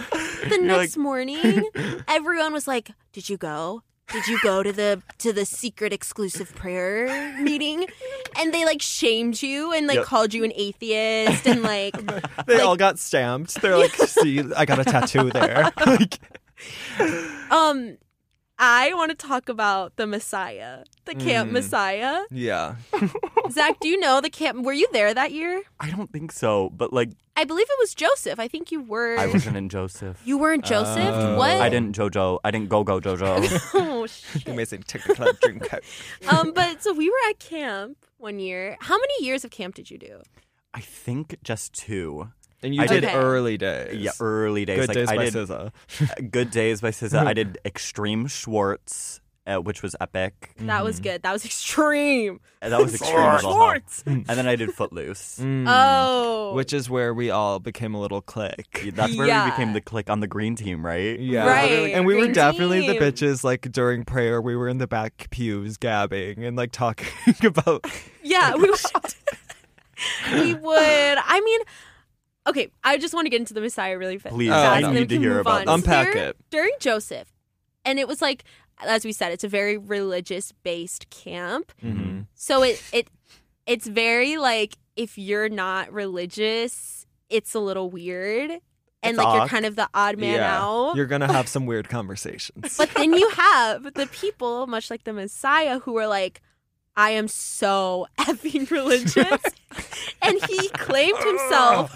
[SPEAKER 4] the next morning, everyone was like, "Did you go? Did you go to the to the secret exclusive prayer meeting?" And they like shamed you and like
[SPEAKER 5] Yep.
[SPEAKER 4] called you an atheist and like
[SPEAKER 3] They
[SPEAKER 4] Like-
[SPEAKER 3] all got stamped. They're like, "See, I got a tattoo there." like,
[SPEAKER 4] um I want to talk about the Messiah, the
[SPEAKER 5] Mm.
[SPEAKER 4] Camp Messiah.
[SPEAKER 6] yeah.
[SPEAKER 4] Zach, do you know the camp? Were you there that year?
[SPEAKER 5] I don't think so, but like
[SPEAKER 4] I believe it was Joseph. I think you were.
[SPEAKER 5] I wasn't in Joseph.
[SPEAKER 4] you weren't Joseph.
[SPEAKER 3] Oh.
[SPEAKER 4] what?
[SPEAKER 5] I didn't JoJo. I didn't go go JoJo.
[SPEAKER 4] Oh shit.
[SPEAKER 6] Amazing. Take a club dream coat.
[SPEAKER 4] um, but so we were at camp one year. How many years of camp did you do?
[SPEAKER 5] I think just two.
[SPEAKER 3] and you
[SPEAKER 5] I
[SPEAKER 3] did
[SPEAKER 4] did-
[SPEAKER 3] early days.
[SPEAKER 5] Yeah, early days.
[SPEAKER 3] Good
[SPEAKER 5] like
[SPEAKER 3] days
[SPEAKER 5] I
[SPEAKER 3] by
[SPEAKER 5] did
[SPEAKER 3] SZA.
[SPEAKER 5] Good Days by SZA. I did Extreme Schwartz, uh, which was epic.
[SPEAKER 4] That was good. That was extreme.
[SPEAKER 5] And Mm. That was extreme. as Mm. all hell. And then I did Footloose.
[SPEAKER 3] Mm.
[SPEAKER 4] Oh,
[SPEAKER 3] Which is where we all became a little clique.
[SPEAKER 5] That's where
[SPEAKER 4] Yeah.
[SPEAKER 5] we became the click on the green team, right?
[SPEAKER 3] Yeah.
[SPEAKER 4] Right,
[SPEAKER 3] And we were
[SPEAKER 4] green
[SPEAKER 3] definitely the
[SPEAKER 4] team.
[SPEAKER 3] bitches. Like during prayer, we were in the back pews gabbing and like talking about.
[SPEAKER 4] yeah, we would. we would. I mean, okay. I just want to get into the Messiah really fa- fast.
[SPEAKER 5] Please,
[SPEAKER 3] I
[SPEAKER 5] need
[SPEAKER 4] and then
[SPEAKER 5] to
[SPEAKER 4] we can
[SPEAKER 5] hear
[SPEAKER 4] move
[SPEAKER 5] about
[SPEAKER 4] on.
[SPEAKER 5] this.
[SPEAKER 3] Unpack
[SPEAKER 4] There-
[SPEAKER 3] it.
[SPEAKER 4] during Joseph, and it was like, as we said, it's a very religious based camp.
[SPEAKER 3] Mm-hmm.
[SPEAKER 6] Mhm.
[SPEAKER 4] So it it it's very like if you're not religious, it's a little weird, and
[SPEAKER 5] It's
[SPEAKER 4] like you're
[SPEAKER 5] odd.
[SPEAKER 4] kind of the odd man
[SPEAKER 6] Yeah.
[SPEAKER 4] out.
[SPEAKER 3] You're gonna have some weird conversations.
[SPEAKER 4] But then you have the people, much like the Messiah, who are like, I am so effing religious. and he claimed himself,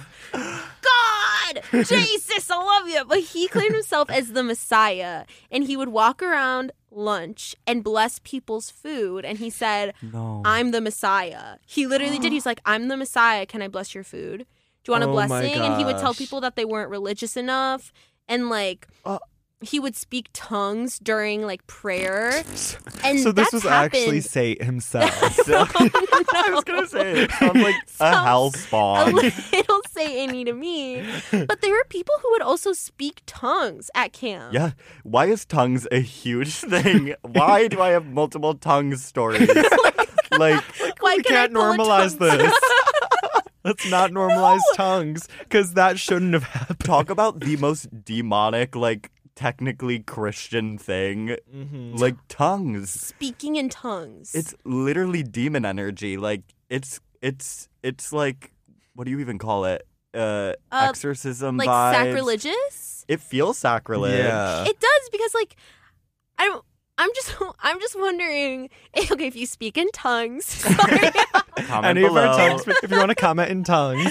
[SPEAKER 4] God, Jesus, I love you. But he claimed himself as the Messiah. And he would walk around lunch and bless people's food. And he said,
[SPEAKER 5] No.
[SPEAKER 4] I'm the Messiah. He literally did. He's like, I'm the Messiah. Can I bless your food? Do you want a
[SPEAKER 3] Oh my
[SPEAKER 4] blessing? And he would tell
[SPEAKER 3] gosh.
[SPEAKER 4] people that they weren't religious enough. And like,
[SPEAKER 3] Uh.
[SPEAKER 4] he would speak tongues during like prayer. And
[SPEAKER 3] so this
[SPEAKER 4] that's
[SPEAKER 3] was
[SPEAKER 4] happened.
[SPEAKER 3] actually Sate himself.
[SPEAKER 5] I was gonna say it sounds like a hell
[SPEAKER 4] a
[SPEAKER 5] spawn.
[SPEAKER 4] little satany to me. But there were people who would also speak tongues at camp.
[SPEAKER 5] Yeah. Why is tongues a huge thing? Why do I have multiple tongue stories? like
[SPEAKER 4] Why
[SPEAKER 3] we
[SPEAKER 4] can I
[SPEAKER 3] can't
[SPEAKER 4] pull a
[SPEAKER 3] normalize
[SPEAKER 4] tongue?
[SPEAKER 3] this. Let's not normalize tongues because that shouldn't have happened.
[SPEAKER 5] talk about the most demonic, like technically Christian thing. Mm-hmm. Like tongues.
[SPEAKER 4] Speaking in tongues.
[SPEAKER 5] It's literally demon energy. Like it's it's it's like what do you even call it? Uh,
[SPEAKER 4] Uh,
[SPEAKER 5] exorcism
[SPEAKER 4] like
[SPEAKER 5] vibes.
[SPEAKER 4] sacrilegious.
[SPEAKER 5] It feels sacrilege.
[SPEAKER 3] Yeah.
[SPEAKER 4] It does because like I don't I'm just I'm just wondering okay if you speak in tongues. Sorry.
[SPEAKER 5] Comment
[SPEAKER 3] Any of
[SPEAKER 5] below.
[SPEAKER 3] our tongues, if you want to comment in tongues,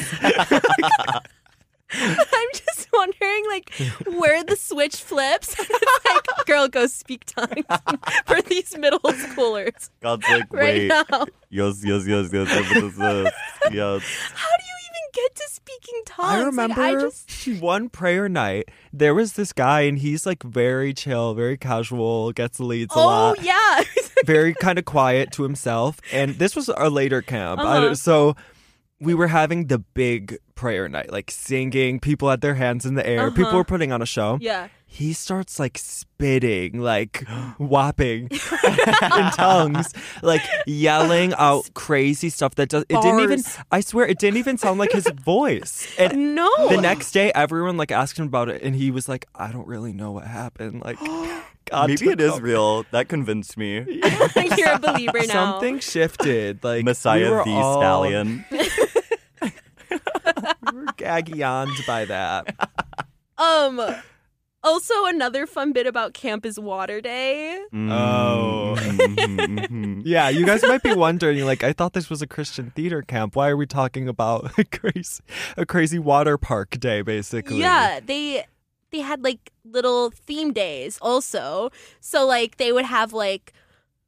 [SPEAKER 4] I'm just wondering like where the switch flips. it's like girl go speak tongues for these middle schoolers
[SPEAKER 5] God's like, wait.
[SPEAKER 4] right now.
[SPEAKER 5] Yes, yes, yes, yes, yes, yes, yes, yes.
[SPEAKER 4] How do you even get to speaking tongues?
[SPEAKER 3] I
[SPEAKER 4] Like,
[SPEAKER 3] remember
[SPEAKER 4] I just
[SPEAKER 3] one prayer night, there was this guy, and he's like very chill, very casual, gets leads a
[SPEAKER 4] Oh
[SPEAKER 3] lot,
[SPEAKER 4] yeah.
[SPEAKER 3] very kind of quiet to himself. And this was our later camp. I
[SPEAKER 4] Uh-huh.
[SPEAKER 3] don't- so we were having the big prayer night, like singing, people had their hands in the air, people
[SPEAKER 4] Uh-huh.
[SPEAKER 3] were putting on a show.
[SPEAKER 4] Yeah.
[SPEAKER 3] He starts like spitting, like whopping in tongues, like yelling out crazy stuff that does it didn't even
[SPEAKER 4] Bars.
[SPEAKER 3] I swear it didn't even sound like his voice. And
[SPEAKER 4] No.
[SPEAKER 3] the next day everyone like asked him about it and he was like, I don't really know what happened. Like God
[SPEAKER 5] Maybe it
[SPEAKER 3] took
[SPEAKER 5] is
[SPEAKER 3] over.
[SPEAKER 5] real. That convinced me.
[SPEAKER 4] You're a believer now.
[SPEAKER 3] Something shifted. Like we
[SPEAKER 5] Messiah
[SPEAKER 3] were
[SPEAKER 5] the
[SPEAKER 3] all- Oh.
[SPEAKER 5] Stallion.
[SPEAKER 3] We were gaggioned by that.
[SPEAKER 4] Um. Also, another fun bit about camp is water day.
[SPEAKER 3] Oh.
[SPEAKER 5] Mm-hmm, Mhm.
[SPEAKER 3] Yeah, you guys might be wondering, like, I thought this was a Christian theater camp. Why are we talking about a crazy, a crazy water park day, basically?
[SPEAKER 4] Yeah, they they had like little theme days also. So like they would have like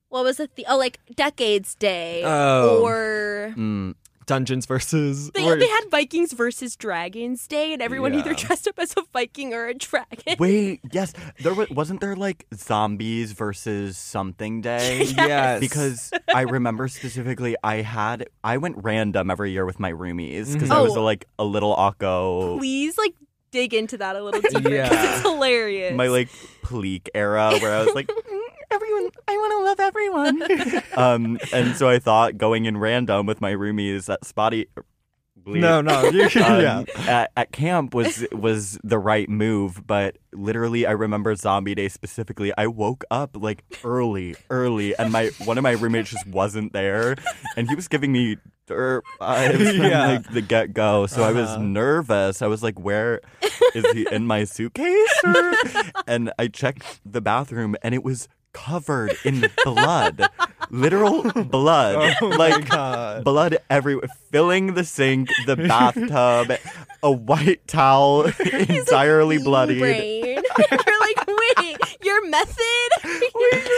[SPEAKER 4] what was it? The- oh, like Decades Day
[SPEAKER 3] Oh.
[SPEAKER 4] or
[SPEAKER 5] Mm.
[SPEAKER 3] Dungeons versus.
[SPEAKER 4] they,
[SPEAKER 3] or-
[SPEAKER 4] they had Vikings versus Dragons Day, and everyone
[SPEAKER 3] Yeah.
[SPEAKER 4] either dressed up as a Viking or a dragon.
[SPEAKER 5] Wait, yes, there was, wasn't there like zombies versus something day.
[SPEAKER 3] Yes.
[SPEAKER 5] Because I remember specifically, I had I went random every year with my roomies because I was
[SPEAKER 4] Oh.
[SPEAKER 5] like a little awko.
[SPEAKER 4] Please like dig into that a little deeper because
[SPEAKER 3] Yeah.
[SPEAKER 4] it's hilarious.
[SPEAKER 5] my like pleek era where I was like, "Mm, everyone, I want to love everyone. um, and so I thought going in random with my roomies at spotty. bleep,
[SPEAKER 3] no, no. You,
[SPEAKER 5] um,
[SPEAKER 3] yeah.
[SPEAKER 5] at, at camp was was the right move, but literally, I remember Zombie Day specifically. I woke up like early, early, and my one of my roommates just wasn't there, and he was giving me dirt vibes
[SPEAKER 3] Yeah.
[SPEAKER 5] from like, the get go. So I was
[SPEAKER 3] Uh-huh.
[SPEAKER 5] nervous. I was like, "Where is he in my suitcase?" or- and I checked the bathroom, and it was covered in blood, literal blood,
[SPEAKER 3] Oh
[SPEAKER 5] like
[SPEAKER 3] my God.
[SPEAKER 5] blood everywhere, filling the sink, the bathtub, a white towel entirely bloodied.
[SPEAKER 4] Brain. You're like, wait, your method?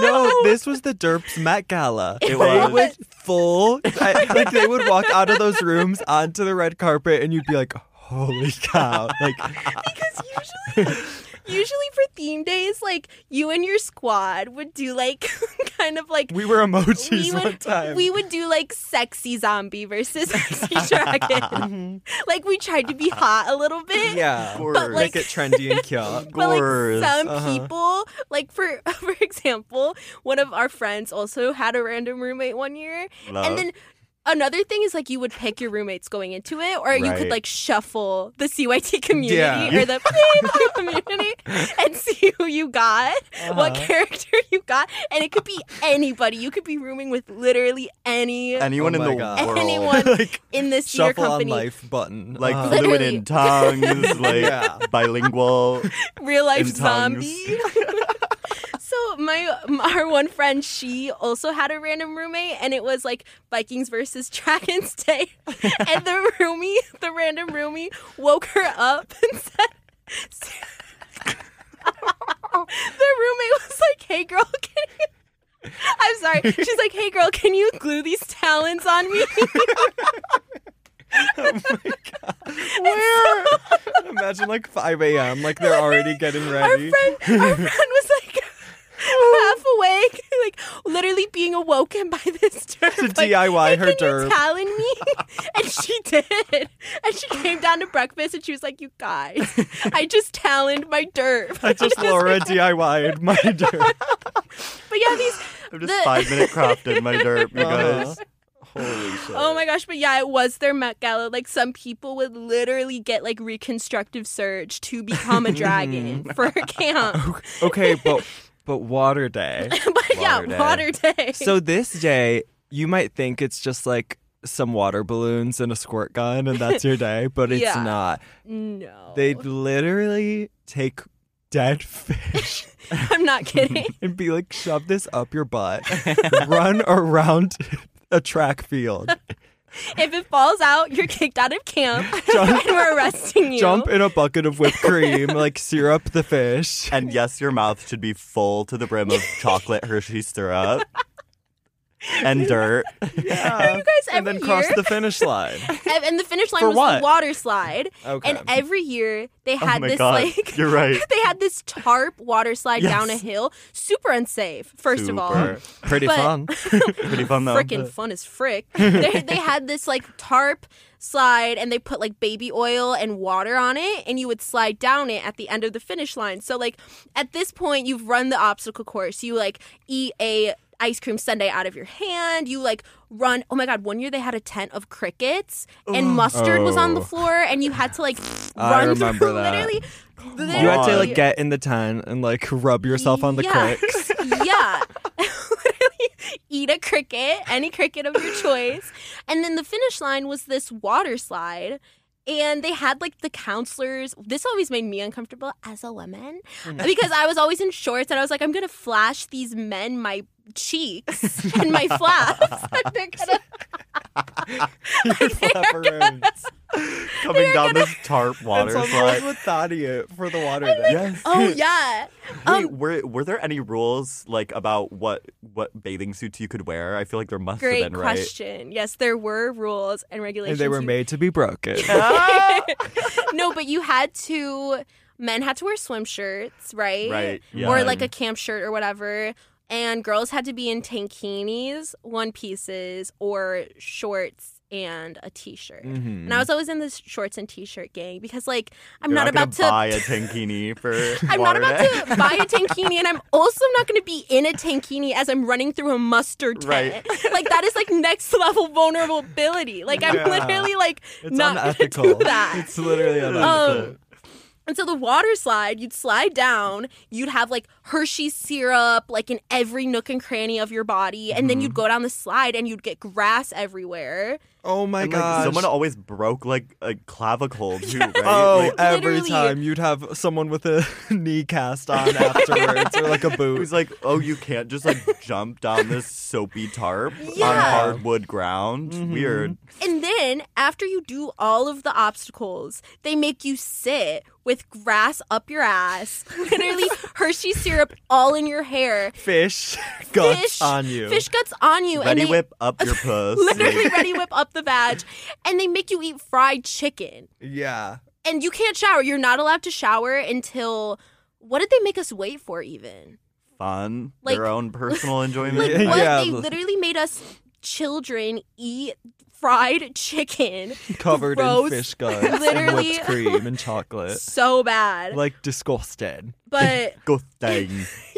[SPEAKER 3] No, this was the Derps Met Gala.
[SPEAKER 5] It
[SPEAKER 3] they
[SPEAKER 5] was.
[SPEAKER 3] would full, I, like they would walk out of those rooms onto the red carpet, and you'd be like, "Holy cow!" Like,
[SPEAKER 4] Because usually, usually for theme days, like you and your squad would do like kind of like
[SPEAKER 3] we were emojis
[SPEAKER 4] we
[SPEAKER 3] one
[SPEAKER 4] would
[SPEAKER 3] time.
[SPEAKER 4] we would do like sexy zombie versus sexy dragon. like we tried to be hot a little bit.
[SPEAKER 3] Mm-hmm. yeah,
[SPEAKER 5] But,
[SPEAKER 3] make
[SPEAKER 4] like-
[SPEAKER 3] it trendy and cute.
[SPEAKER 4] But like
[SPEAKER 5] course.
[SPEAKER 4] some
[SPEAKER 3] Uh-huh.
[SPEAKER 4] people, like for for example, one of our friends also had a random roommate one year,
[SPEAKER 5] Love.
[SPEAKER 3] Uh,
[SPEAKER 4] and then another thing is like you would pick your roommates going into it, or you
[SPEAKER 5] Right.
[SPEAKER 4] could like shuffle the CYT community
[SPEAKER 3] Yeah.
[SPEAKER 4] or the PRO community and see who you got, what
[SPEAKER 3] Uh-huh.
[SPEAKER 4] character you got, and it could be anybody. You could be rooming with literally any
[SPEAKER 5] Anyone
[SPEAKER 3] Oh
[SPEAKER 5] in the
[SPEAKER 3] my God.
[SPEAKER 5] world.
[SPEAKER 4] anyone
[SPEAKER 3] like
[SPEAKER 4] in this year
[SPEAKER 3] shuffle on
[SPEAKER 4] company,
[SPEAKER 3] life button.
[SPEAKER 5] Like
[SPEAKER 3] Uh-huh.
[SPEAKER 5] fluid
[SPEAKER 4] Literally.
[SPEAKER 5] in tongues, like
[SPEAKER 3] Yeah.
[SPEAKER 5] bilingual.
[SPEAKER 4] real life
[SPEAKER 5] in tongues.
[SPEAKER 4] zombie. So my our one friend, she also had a random roommate, and it was like Vikings versus Dragons Day, and the roomie, the random roomie, woke her up and said. the roommate was like, "Hey girl, can you?" I'm sorry. She's like, "Hey girl, can you glue these talons on me?"
[SPEAKER 3] Where? Imagine like 5 a.m. Like they're already getting ready.
[SPEAKER 4] Our friend, our friend was like half awake, like literally being awoken by this derp.
[SPEAKER 3] To
[SPEAKER 4] like,
[SPEAKER 3] DIY
[SPEAKER 4] "Hey,
[SPEAKER 3] her
[SPEAKER 4] can
[SPEAKER 3] derp."
[SPEAKER 4] You telling me? and she did. And she came down to breakfast and she was like, "You guys, I just taloned my derp."
[SPEAKER 3] I just Laura DIY'd my dirt.
[SPEAKER 4] But yeah, these.
[SPEAKER 5] I'm just
[SPEAKER 4] The-
[SPEAKER 5] five minute crafted my derp, you
[SPEAKER 3] Uh-huh.
[SPEAKER 5] guys. Holy shit.
[SPEAKER 4] Oh my gosh, but yeah, it was their Met Gala. Like some people would literally get like reconstructive surge to become a dragon for camp.
[SPEAKER 3] Okay, but but water day.
[SPEAKER 4] but yeah,
[SPEAKER 5] Water day.
[SPEAKER 4] water day.
[SPEAKER 3] So this day, you might think it's just like some water balloons and a squirt gun and that's your day, but it's
[SPEAKER 4] Yeah.
[SPEAKER 3] not.
[SPEAKER 4] no.
[SPEAKER 3] They literally take dead fish
[SPEAKER 4] I'm not kidding.
[SPEAKER 3] and be like, shove this up your butt, run around a track field,
[SPEAKER 4] If it falls out, you're kicked out of camp
[SPEAKER 3] Jump-
[SPEAKER 4] and we're arresting you.
[SPEAKER 3] jump in a bucket of whipped cream, like syrup the fish.
[SPEAKER 5] And yes, your mouth should be full to the brim of chocolate Hershey syrup. and dirt.
[SPEAKER 3] Yeah.
[SPEAKER 4] You guys
[SPEAKER 3] and
[SPEAKER 4] every
[SPEAKER 3] then
[SPEAKER 4] year,
[SPEAKER 3] cross the finish line.
[SPEAKER 4] and- and the finish line
[SPEAKER 5] For
[SPEAKER 4] was
[SPEAKER 5] what?
[SPEAKER 4] the water slide.
[SPEAKER 3] Okay.
[SPEAKER 4] And every year they
[SPEAKER 5] Oh
[SPEAKER 4] had
[SPEAKER 5] my
[SPEAKER 4] this
[SPEAKER 5] God,
[SPEAKER 4] like
[SPEAKER 5] you're right.
[SPEAKER 4] they had this tarp water slide down a
[SPEAKER 5] Yes.
[SPEAKER 4] hill. Super unsafe, first of all.
[SPEAKER 5] Super.
[SPEAKER 3] Pretty
[SPEAKER 4] but-
[SPEAKER 3] fun.
[SPEAKER 5] pretty fun though.
[SPEAKER 4] Frickin' fun as frick. they, they had this like tarp slide and they put like baby oil and water on it and you would slide down it at the end of the finish line. So like at this point you've run the obstacle course. You like eat a ice cream sundae out of your hand. You like run oh my god, one year they had a tent of crickets and mustard was on the
[SPEAKER 5] Oh.
[SPEAKER 4] floor and you had to like
[SPEAKER 3] I
[SPEAKER 4] run
[SPEAKER 3] remember
[SPEAKER 4] through
[SPEAKER 3] that.
[SPEAKER 4] literally
[SPEAKER 3] You had to
[SPEAKER 4] literally-
[SPEAKER 3] like get in the tent and like rub yourself on the
[SPEAKER 4] yeah.
[SPEAKER 3] crick.
[SPEAKER 4] yeah. Literally eat a cricket, any cricket of your choice. And then the finish line was this water slide. And they had like the counselors. This always made me uncomfortable as a woman because I was always in shorts and I was like, I'm going to flash these men my cheeks and my flaps. and they're gonna,
[SPEAKER 3] Pepperons.
[SPEAKER 5] Coming down this tarp water
[SPEAKER 3] That's
[SPEAKER 5] slide.
[SPEAKER 3] almost with Thaddeus for the water. then.
[SPEAKER 5] Yes.
[SPEAKER 4] oh, yeah. Um,
[SPEAKER 5] Wait,
[SPEAKER 3] um,
[SPEAKER 5] were were there any rules like about what what bathing suits you could wear? I feel like there must
[SPEAKER 4] Great
[SPEAKER 5] have been,
[SPEAKER 4] question. Yes, there were rules and regulations.
[SPEAKER 3] And they were
[SPEAKER 4] You-
[SPEAKER 3] made to be broken.
[SPEAKER 4] no, but you had to. Men had to wear swim shirts, right?
[SPEAKER 5] Right, yeah.
[SPEAKER 4] Or like a camp shirt or whatever. And girls had to be in tankinis, one pieces, or shorts and a t-shirt.
[SPEAKER 5] Mm-hmm.
[SPEAKER 3] Mm-hmm.
[SPEAKER 4] And I was always in this shorts and t-shirt gang because, like, I'm
[SPEAKER 5] You're
[SPEAKER 4] not,
[SPEAKER 5] not,
[SPEAKER 4] about to.
[SPEAKER 5] gonna buy a tankini for.
[SPEAKER 4] I'm not
[SPEAKER 5] water Oh
[SPEAKER 4] about
[SPEAKER 5] day.
[SPEAKER 4] to buy a tankini, and I'm also not going to be in a tankini as I'm running through a mustard tent. Like that is like next level vulnerability. Like I'm
[SPEAKER 3] Yeah.
[SPEAKER 4] literally like
[SPEAKER 3] It's
[SPEAKER 4] not
[SPEAKER 3] unethical.
[SPEAKER 4] gonna do that.
[SPEAKER 3] It's literally unethical.
[SPEAKER 4] Um, and so the water slide, you'd slide down, you'd have like Hershey syrup like in every nook and cranny of your body, and
[SPEAKER 5] Mm-hmm.
[SPEAKER 4] then you'd go down the slide and you'd get grass everywhere.
[SPEAKER 3] oh my
[SPEAKER 5] And,
[SPEAKER 3] god.
[SPEAKER 5] like, someone always broke like a clavicle too, right?
[SPEAKER 3] Oh,
[SPEAKER 5] Like,
[SPEAKER 3] every
[SPEAKER 4] literally-
[SPEAKER 3] time you'd have someone with a knee cast on afterwards or like a
[SPEAKER 5] it
[SPEAKER 3] boot.
[SPEAKER 5] was like, oh, you can't just like jump down this soapy tarp on
[SPEAKER 4] Yeah.
[SPEAKER 5] hardwood ground.
[SPEAKER 3] Mm-hmm.
[SPEAKER 5] Weird.
[SPEAKER 4] And then after you do all of the obstacles, they make you sit with grass up your ass, literally Hershey syrup all in your hair,
[SPEAKER 3] fish guts
[SPEAKER 4] fish
[SPEAKER 3] on you.
[SPEAKER 4] fish guts on you, and
[SPEAKER 5] Ready
[SPEAKER 4] they
[SPEAKER 5] whip up your puss.
[SPEAKER 4] literally
[SPEAKER 5] Like,
[SPEAKER 4] ready whip up the badge, and they make you eat fried chicken.
[SPEAKER 3] Yeah.
[SPEAKER 4] and you can't shower. You're not allowed to shower until what did they make us wait for even?
[SPEAKER 5] fun.
[SPEAKER 4] Like-
[SPEAKER 5] Their own personal enjoyment.
[SPEAKER 4] Like
[SPEAKER 3] Yeah,
[SPEAKER 4] what?
[SPEAKER 3] yeah.
[SPEAKER 4] They literally made us children eat fried chicken
[SPEAKER 3] Covered
[SPEAKER 4] Gross.
[SPEAKER 3] in fish guts and
[SPEAKER 4] Literally.
[SPEAKER 3] whipped cream and chocolate.
[SPEAKER 4] so bad.
[SPEAKER 3] Like disgusted.
[SPEAKER 4] but
[SPEAKER 5] Go thing.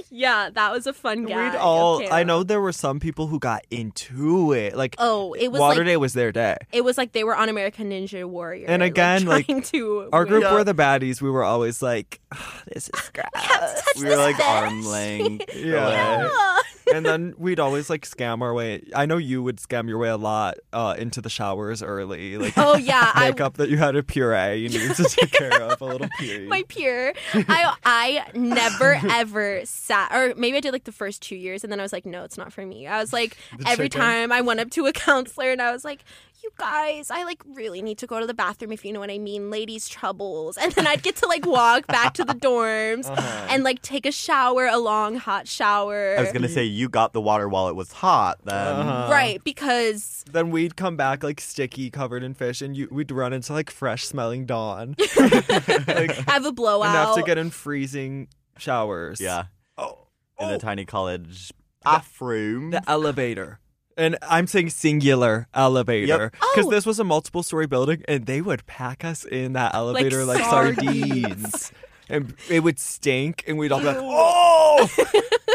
[SPEAKER 4] yeah, that was a fun gag.
[SPEAKER 3] We'd
[SPEAKER 4] of
[SPEAKER 3] all I
[SPEAKER 4] camp.
[SPEAKER 3] know there were some people who got into it. Like
[SPEAKER 4] Oh, it was
[SPEAKER 3] Water
[SPEAKER 4] like
[SPEAKER 3] Day was their day.
[SPEAKER 4] it was like they were on American Ninja Warrior.
[SPEAKER 3] And again, like,
[SPEAKER 4] trying to
[SPEAKER 3] Our group
[SPEAKER 5] Yeah.
[SPEAKER 3] were the baddies. We were always like, "Ah, this is gross.
[SPEAKER 5] we were like arm length.
[SPEAKER 3] Yeah.
[SPEAKER 5] away.
[SPEAKER 4] Ah.
[SPEAKER 3] and then we'd always like scam our way. I know you would scam your way a lot uh, into the showers early. Like
[SPEAKER 4] Oh yeah, I
[SPEAKER 3] makeup that you had a puree you needed to take care of, a little puree.
[SPEAKER 4] my pure. I I never ever sat, or maybe I did like the first two years, and then I was like, no, it's not for me. I was like,
[SPEAKER 3] The
[SPEAKER 4] every
[SPEAKER 3] chicken.
[SPEAKER 4] time I went up to a counselor, and I was like, you guys, I like really need to go to the bathroom if you know what I mean, ladies' troubles. And then I'd get to like walk back to the dorms
[SPEAKER 3] Uh-huh.
[SPEAKER 4] and like take a shower, a long hot shower,
[SPEAKER 5] I was gonna say you got the water while it was hot. Then
[SPEAKER 3] Uh-huh.
[SPEAKER 4] right? Because
[SPEAKER 3] Then we'd come back like sticky, covered in fish, and you, we'd run into like fresh smelling dawn.
[SPEAKER 4] I have a
[SPEAKER 3] Enough
[SPEAKER 4] blowout.
[SPEAKER 3] to get in freezing showers.
[SPEAKER 5] yeah,
[SPEAKER 3] Oh,
[SPEAKER 5] in
[SPEAKER 3] oh,
[SPEAKER 5] the tiny college bathroom.
[SPEAKER 3] the uh, elevator. And I'm saying singular elevator. Because
[SPEAKER 4] Oh.
[SPEAKER 3] this was a multiple story building, and they would pack us in that elevator like,
[SPEAKER 4] sardines.
[SPEAKER 3] sardines. and it would stink, and we'd all be like, oh,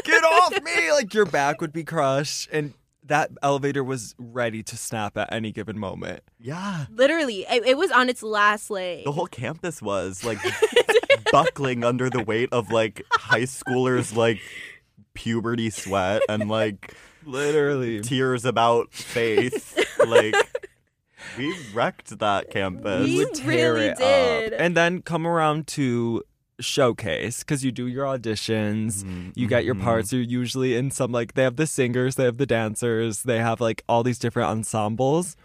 [SPEAKER 3] get off me. Like your back would be crushed. And that elevator was ready to snap at any given moment.
[SPEAKER 5] yeah,
[SPEAKER 4] Literally, it, it was on its last leg.
[SPEAKER 5] the whole campus was like buckling under the weight of like high schoolers like puberty sweat and like
[SPEAKER 3] Literally.
[SPEAKER 5] tears about face. like we wrecked that campus.
[SPEAKER 4] We
[SPEAKER 3] would tear
[SPEAKER 4] really
[SPEAKER 3] it up.
[SPEAKER 4] did.
[SPEAKER 3] And then come around to showcase because you do your auditions, you get your
[SPEAKER 4] Mm-hmm.
[SPEAKER 5] Mm-hmm.
[SPEAKER 3] parts. You're usually in some like they have the singers, they have the dancers, they have like all these different ensembles.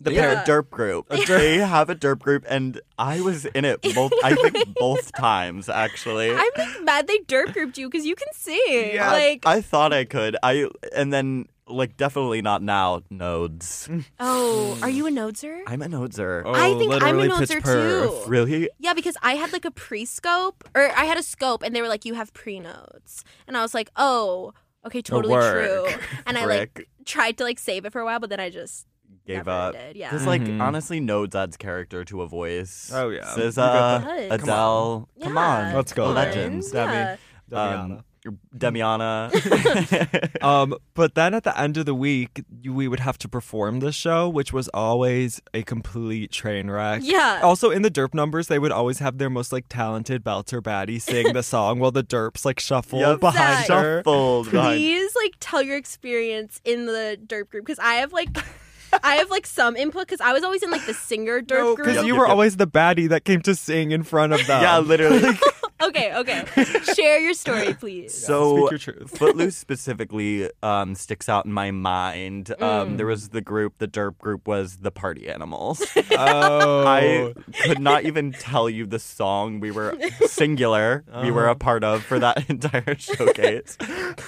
[SPEAKER 5] The
[SPEAKER 3] Yeah.
[SPEAKER 5] parent derp group. They have a derp group, and I was in it. Both, I think both times actually.
[SPEAKER 4] I'm like mad they derp grouped you because you can sing.
[SPEAKER 5] I-
[SPEAKER 4] Like
[SPEAKER 5] I, thought I could. I and then like definitely not now nodes.
[SPEAKER 4] Oh, are you a nodeser?
[SPEAKER 5] I'm a nodeser.
[SPEAKER 3] Oh,
[SPEAKER 4] I think I'm a
[SPEAKER 3] literally Um, pitch
[SPEAKER 4] nodeser
[SPEAKER 3] perfect.
[SPEAKER 4] too.
[SPEAKER 5] Really?
[SPEAKER 4] Yeah, because I had like a pre scope or I had a scope and they were like, you have pre notes. And I was like, oh, okay, totally true.
[SPEAKER 5] work.
[SPEAKER 4] And I like
[SPEAKER 5] Brick
[SPEAKER 4] tried to like save it for a while, but then I just
[SPEAKER 5] gave
[SPEAKER 4] never
[SPEAKER 5] up.
[SPEAKER 4] did. Yeah.
[SPEAKER 5] Because like honestly, nodes adds character to a voice.
[SPEAKER 3] Mm-hmm. Oh, yeah. You
[SPEAKER 5] SZA,
[SPEAKER 3] got
[SPEAKER 4] that. Does.
[SPEAKER 5] Adele,
[SPEAKER 4] Yeah,
[SPEAKER 5] come on,
[SPEAKER 3] Let's go.
[SPEAKER 4] come on.
[SPEAKER 5] legends.
[SPEAKER 4] Yeah.
[SPEAKER 5] Um, Demiana.
[SPEAKER 3] Um, but then at the end of the week, you- we would have to perform the show, which was always a complete train wreck.
[SPEAKER 4] Yeah.
[SPEAKER 3] Also, in the derp numbers, they would always have their most like talented belter baddie sing the song while the derps like shuffle
[SPEAKER 5] Yep.
[SPEAKER 3] behind
[SPEAKER 4] Zach.
[SPEAKER 3] her.
[SPEAKER 5] Shuffled behind.
[SPEAKER 4] Please like tell your experience in the derp group because I have like I have like some input because I was always in like the singer derp group.
[SPEAKER 3] Because
[SPEAKER 5] Yep,
[SPEAKER 3] you
[SPEAKER 5] yep,
[SPEAKER 3] were
[SPEAKER 5] yep.
[SPEAKER 3] always the baddie that came to sing in front of them.
[SPEAKER 5] Yeah, literally.
[SPEAKER 4] Okay, okay. Share your story, please.
[SPEAKER 5] so
[SPEAKER 3] Speak your truth.
[SPEAKER 5] Footloose specifically um, sticks out in my mind.
[SPEAKER 4] Mm.
[SPEAKER 5] Um, there was the group, the derp group was the party animals.
[SPEAKER 3] Oh,
[SPEAKER 5] I could not even tell you the song we were singular we were a part of for that entire showcase.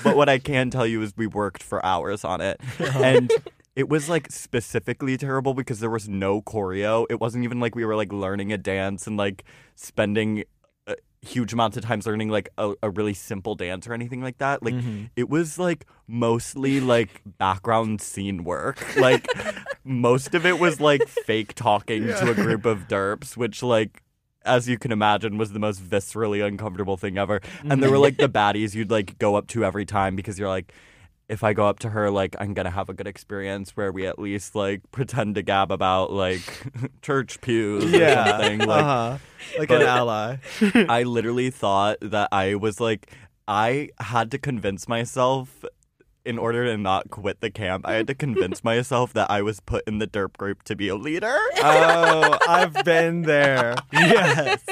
[SPEAKER 5] but what I can tell you is we worked for hours on it. And it was like specifically terrible because there was no choreo. It wasn't even like we were like learning a dance and like spending uh, huge amounts of times learning like a, a really simple dance or anything like that. Like
[SPEAKER 3] Mm-hmm.
[SPEAKER 5] it was like mostly like background scene work. Like most of it was like fake talking to a group of derps, which like as you can imagine was the most viscerally uncomfortable thing ever. And there were like the baddies you'd like go up to every time because you're like if I go up to her, like I'm gonna have a good experience where we at least like pretend to gab about like church pews or
[SPEAKER 3] yeah,
[SPEAKER 5] something. Like
[SPEAKER 3] uh-huh. like
[SPEAKER 5] But-
[SPEAKER 3] an ally.
[SPEAKER 5] I literally thought that I was like, I had to convince myself in order to not quit the camp. I had to convince myself that I was put in the derp group to be a leader.
[SPEAKER 3] oh, I've been there. Yes.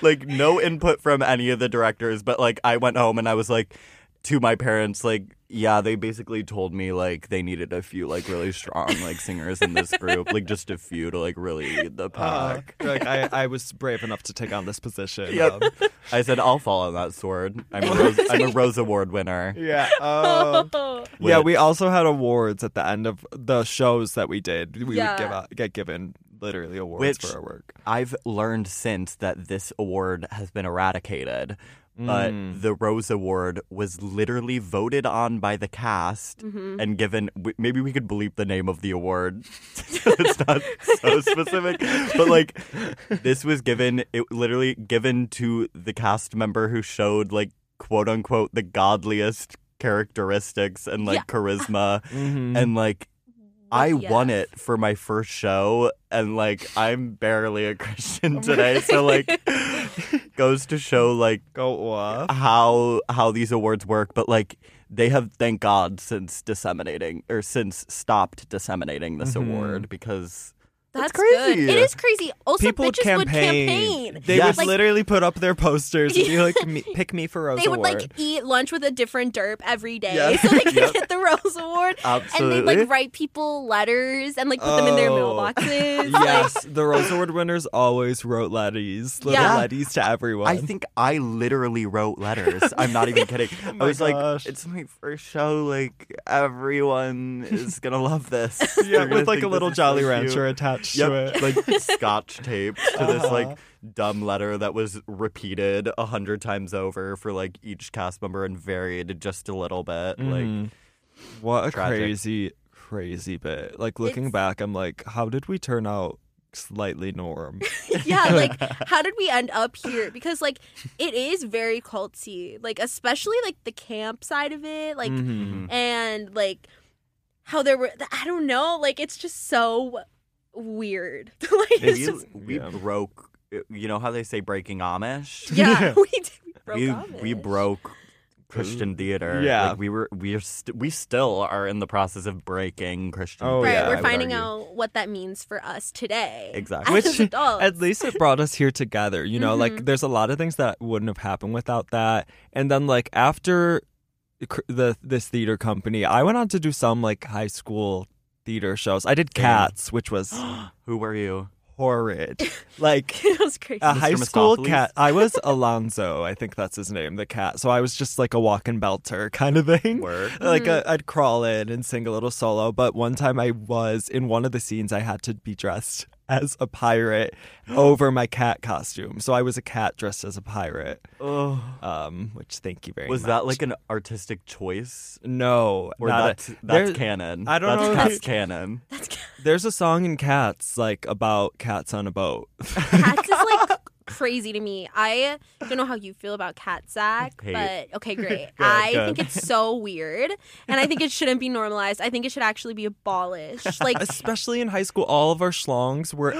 [SPEAKER 5] like, no input from any of the directors, but like, I went home and I was like, to my parents, like, yeah, they basically told me like they needed a few like really strong like singers in this group, like just a few to like really lead the
[SPEAKER 3] Uh,
[SPEAKER 5] pack.
[SPEAKER 3] like I, I was brave enough to take on this position.
[SPEAKER 5] Yep.
[SPEAKER 3] Um,
[SPEAKER 5] I said I'll fall on that sword. I'm a Rose, I'm a Rose Award winner.
[SPEAKER 3] yeah. um,
[SPEAKER 4] Oh.
[SPEAKER 3] Yeah,
[SPEAKER 5] Which-
[SPEAKER 3] we also had awards at the end of the shows that we did. We
[SPEAKER 4] Yeah.
[SPEAKER 3] would give out, get given literally awards
[SPEAKER 5] Which-
[SPEAKER 3] for our work.
[SPEAKER 5] I've learned since that this award has been eradicated, but
[SPEAKER 3] Mm.
[SPEAKER 5] the Rose Award was literally voted on by the cast
[SPEAKER 4] Mm-hmm.
[SPEAKER 5] and given. w- Maybe we could bleep the name of the award. it's not so specific, but like this was given. It literally given to the cast member who showed like quote unquote the godliest characteristics and like charisma
[SPEAKER 3] Mm-hmm.
[SPEAKER 5] and like I
[SPEAKER 4] yes.
[SPEAKER 5] won it for my first show, and like I'm barely a Christian today, so like goes to show like
[SPEAKER 3] Go off.
[SPEAKER 5] how how these awards work. But like they have, thank God, since disseminating or since stopped disseminating this award because
[SPEAKER 4] That's,
[SPEAKER 5] crazy.
[SPEAKER 4] good. It is crazy. Also,
[SPEAKER 3] People
[SPEAKER 4] bitches would campaign.
[SPEAKER 3] campaigned. They
[SPEAKER 5] Yes.
[SPEAKER 3] would literally put up their posters and be like, me, "Pick me for Rose
[SPEAKER 4] They would
[SPEAKER 3] Award."
[SPEAKER 4] like eat lunch with a different derp every day,
[SPEAKER 3] Yeah.
[SPEAKER 4] so they could
[SPEAKER 5] Yep.
[SPEAKER 4] get the Rose Award. And
[SPEAKER 5] absolutely
[SPEAKER 4] they'd like write people letters and like put them in their
[SPEAKER 3] Oh.
[SPEAKER 4] mailboxes.
[SPEAKER 3] yes, the Rose Award winners always wrote letties, little
[SPEAKER 4] Yeah.
[SPEAKER 3] letties to everyone.
[SPEAKER 5] I think I literally wrote letters. I'm not even kidding. I
[SPEAKER 3] Oh my
[SPEAKER 5] was like,
[SPEAKER 3] gosh.
[SPEAKER 5] it's my first show. Like, everyone is going to love this. They're
[SPEAKER 3] yeah,
[SPEAKER 5] gonna
[SPEAKER 3] with like
[SPEAKER 5] think
[SPEAKER 3] a
[SPEAKER 5] this
[SPEAKER 3] little
[SPEAKER 5] is so
[SPEAKER 3] Jolly
[SPEAKER 5] cute.
[SPEAKER 3] Rancher attached to
[SPEAKER 5] Yep,
[SPEAKER 3] it.
[SPEAKER 5] like scotch tape to this
[SPEAKER 3] Uh-huh.
[SPEAKER 5] like dumb letter that was repeated a hundred times over for like each cast member and varied just a little bit. Like,
[SPEAKER 3] Mhm. what a
[SPEAKER 5] Mm. tragic.
[SPEAKER 3] crazy, crazy bit. Like looking
[SPEAKER 4] It's-
[SPEAKER 3] back, I'm like, how did we turn out slightly norm?
[SPEAKER 4] yeah, like how did we end up here? Because like it is very culty, like especially like the camp side of it, like
[SPEAKER 5] Mm-hmm.
[SPEAKER 3] Mhm.
[SPEAKER 4] and like how there were I don't know, like it's just so weird. like it's
[SPEAKER 5] we,
[SPEAKER 4] just
[SPEAKER 5] we
[SPEAKER 3] Yeah.
[SPEAKER 5] broke. You know how they say breaking Amish?
[SPEAKER 4] yeah, we did, we broke
[SPEAKER 5] we
[SPEAKER 4] Amish.
[SPEAKER 5] we broke Christian theater.
[SPEAKER 3] Yeah.
[SPEAKER 5] like we were we are st- we still are in the process of breaking Christian.
[SPEAKER 3] Oh,
[SPEAKER 4] Right,
[SPEAKER 5] theater,
[SPEAKER 3] yeah,
[SPEAKER 5] I
[SPEAKER 4] we're
[SPEAKER 5] would
[SPEAKER 4] finding
[SPEAKER 5] argue.
[SPEAKER 4] out what that means for us today.
[SPEAKER 5] exactly.
[SPEAKER 4] As
[SPEAKER 3] Which
[SPEAKER 4] adults.
[SPEAKER 3] at least it brought us here together. You know, like there's a lot of things that wouldn't have happened without that. And then like after cr- the this theater company, I went on to do some like high school theater shows. I did Cats, which was
[SPEAKER 5] Who were you?
[SPEAKER 3] horrid. Like
[SPEAKER 4] it was crazy.
[SPEAKER 3] a
[SPEAKER 5] Mr.
[SPEAKER 3] high school
[SPEAKER 5] Mistopheles?
[SPEAKER 3] cat. I was Alonzo, I think that's his name, the cat. So I was just like a walking belter kind of thing.
[SPEAKER 5] Word.
[SPEAKER 3] Like i I'd crawl in and sing a little solo. But one time I was in one of the scenes, I had to be dressed as a pirate over my cat costume. So I was a cat dressed as a pirate.
[SPEAKER 5] Ugh.
[SPEAKER 3] Um, which thank you very
[SPEAKER 5] Was
[SPEAKER 3] much.
[SPEAKER 5] that like an artistic choice?
[SPEAKER 3] no?
[SPEAKER 5] Or
[SPEAKER 3] not a-
[SPEAKER 5] that's, that's
[SPEAKER 3] there-
[SPEAKER 5] canon.
[SPEAKER 3] I don't
[SPEAKER 5] that's
[SPEAKER 3] know if
[SPEAKER 5] That's
[SPEAKER 3] it's-
[SPEAKER 5] canon.
[SPEAKER 3] There's a song in Cats like about cats on a boat.
[SPEAKER 4] Cats is like crazy to me. I don't know how you feel about cat sack,
[SPEAKER 5] Hate.
[SPEAKER 4] but okay, great. I
[SPEAKER 3] good.
[SPEAKER 4] think it's so weird, and I think it shouldn't be normalized. I think it should actually be abolished. Like
[SPEAKER 3] Especially in high school, all of our schlongs were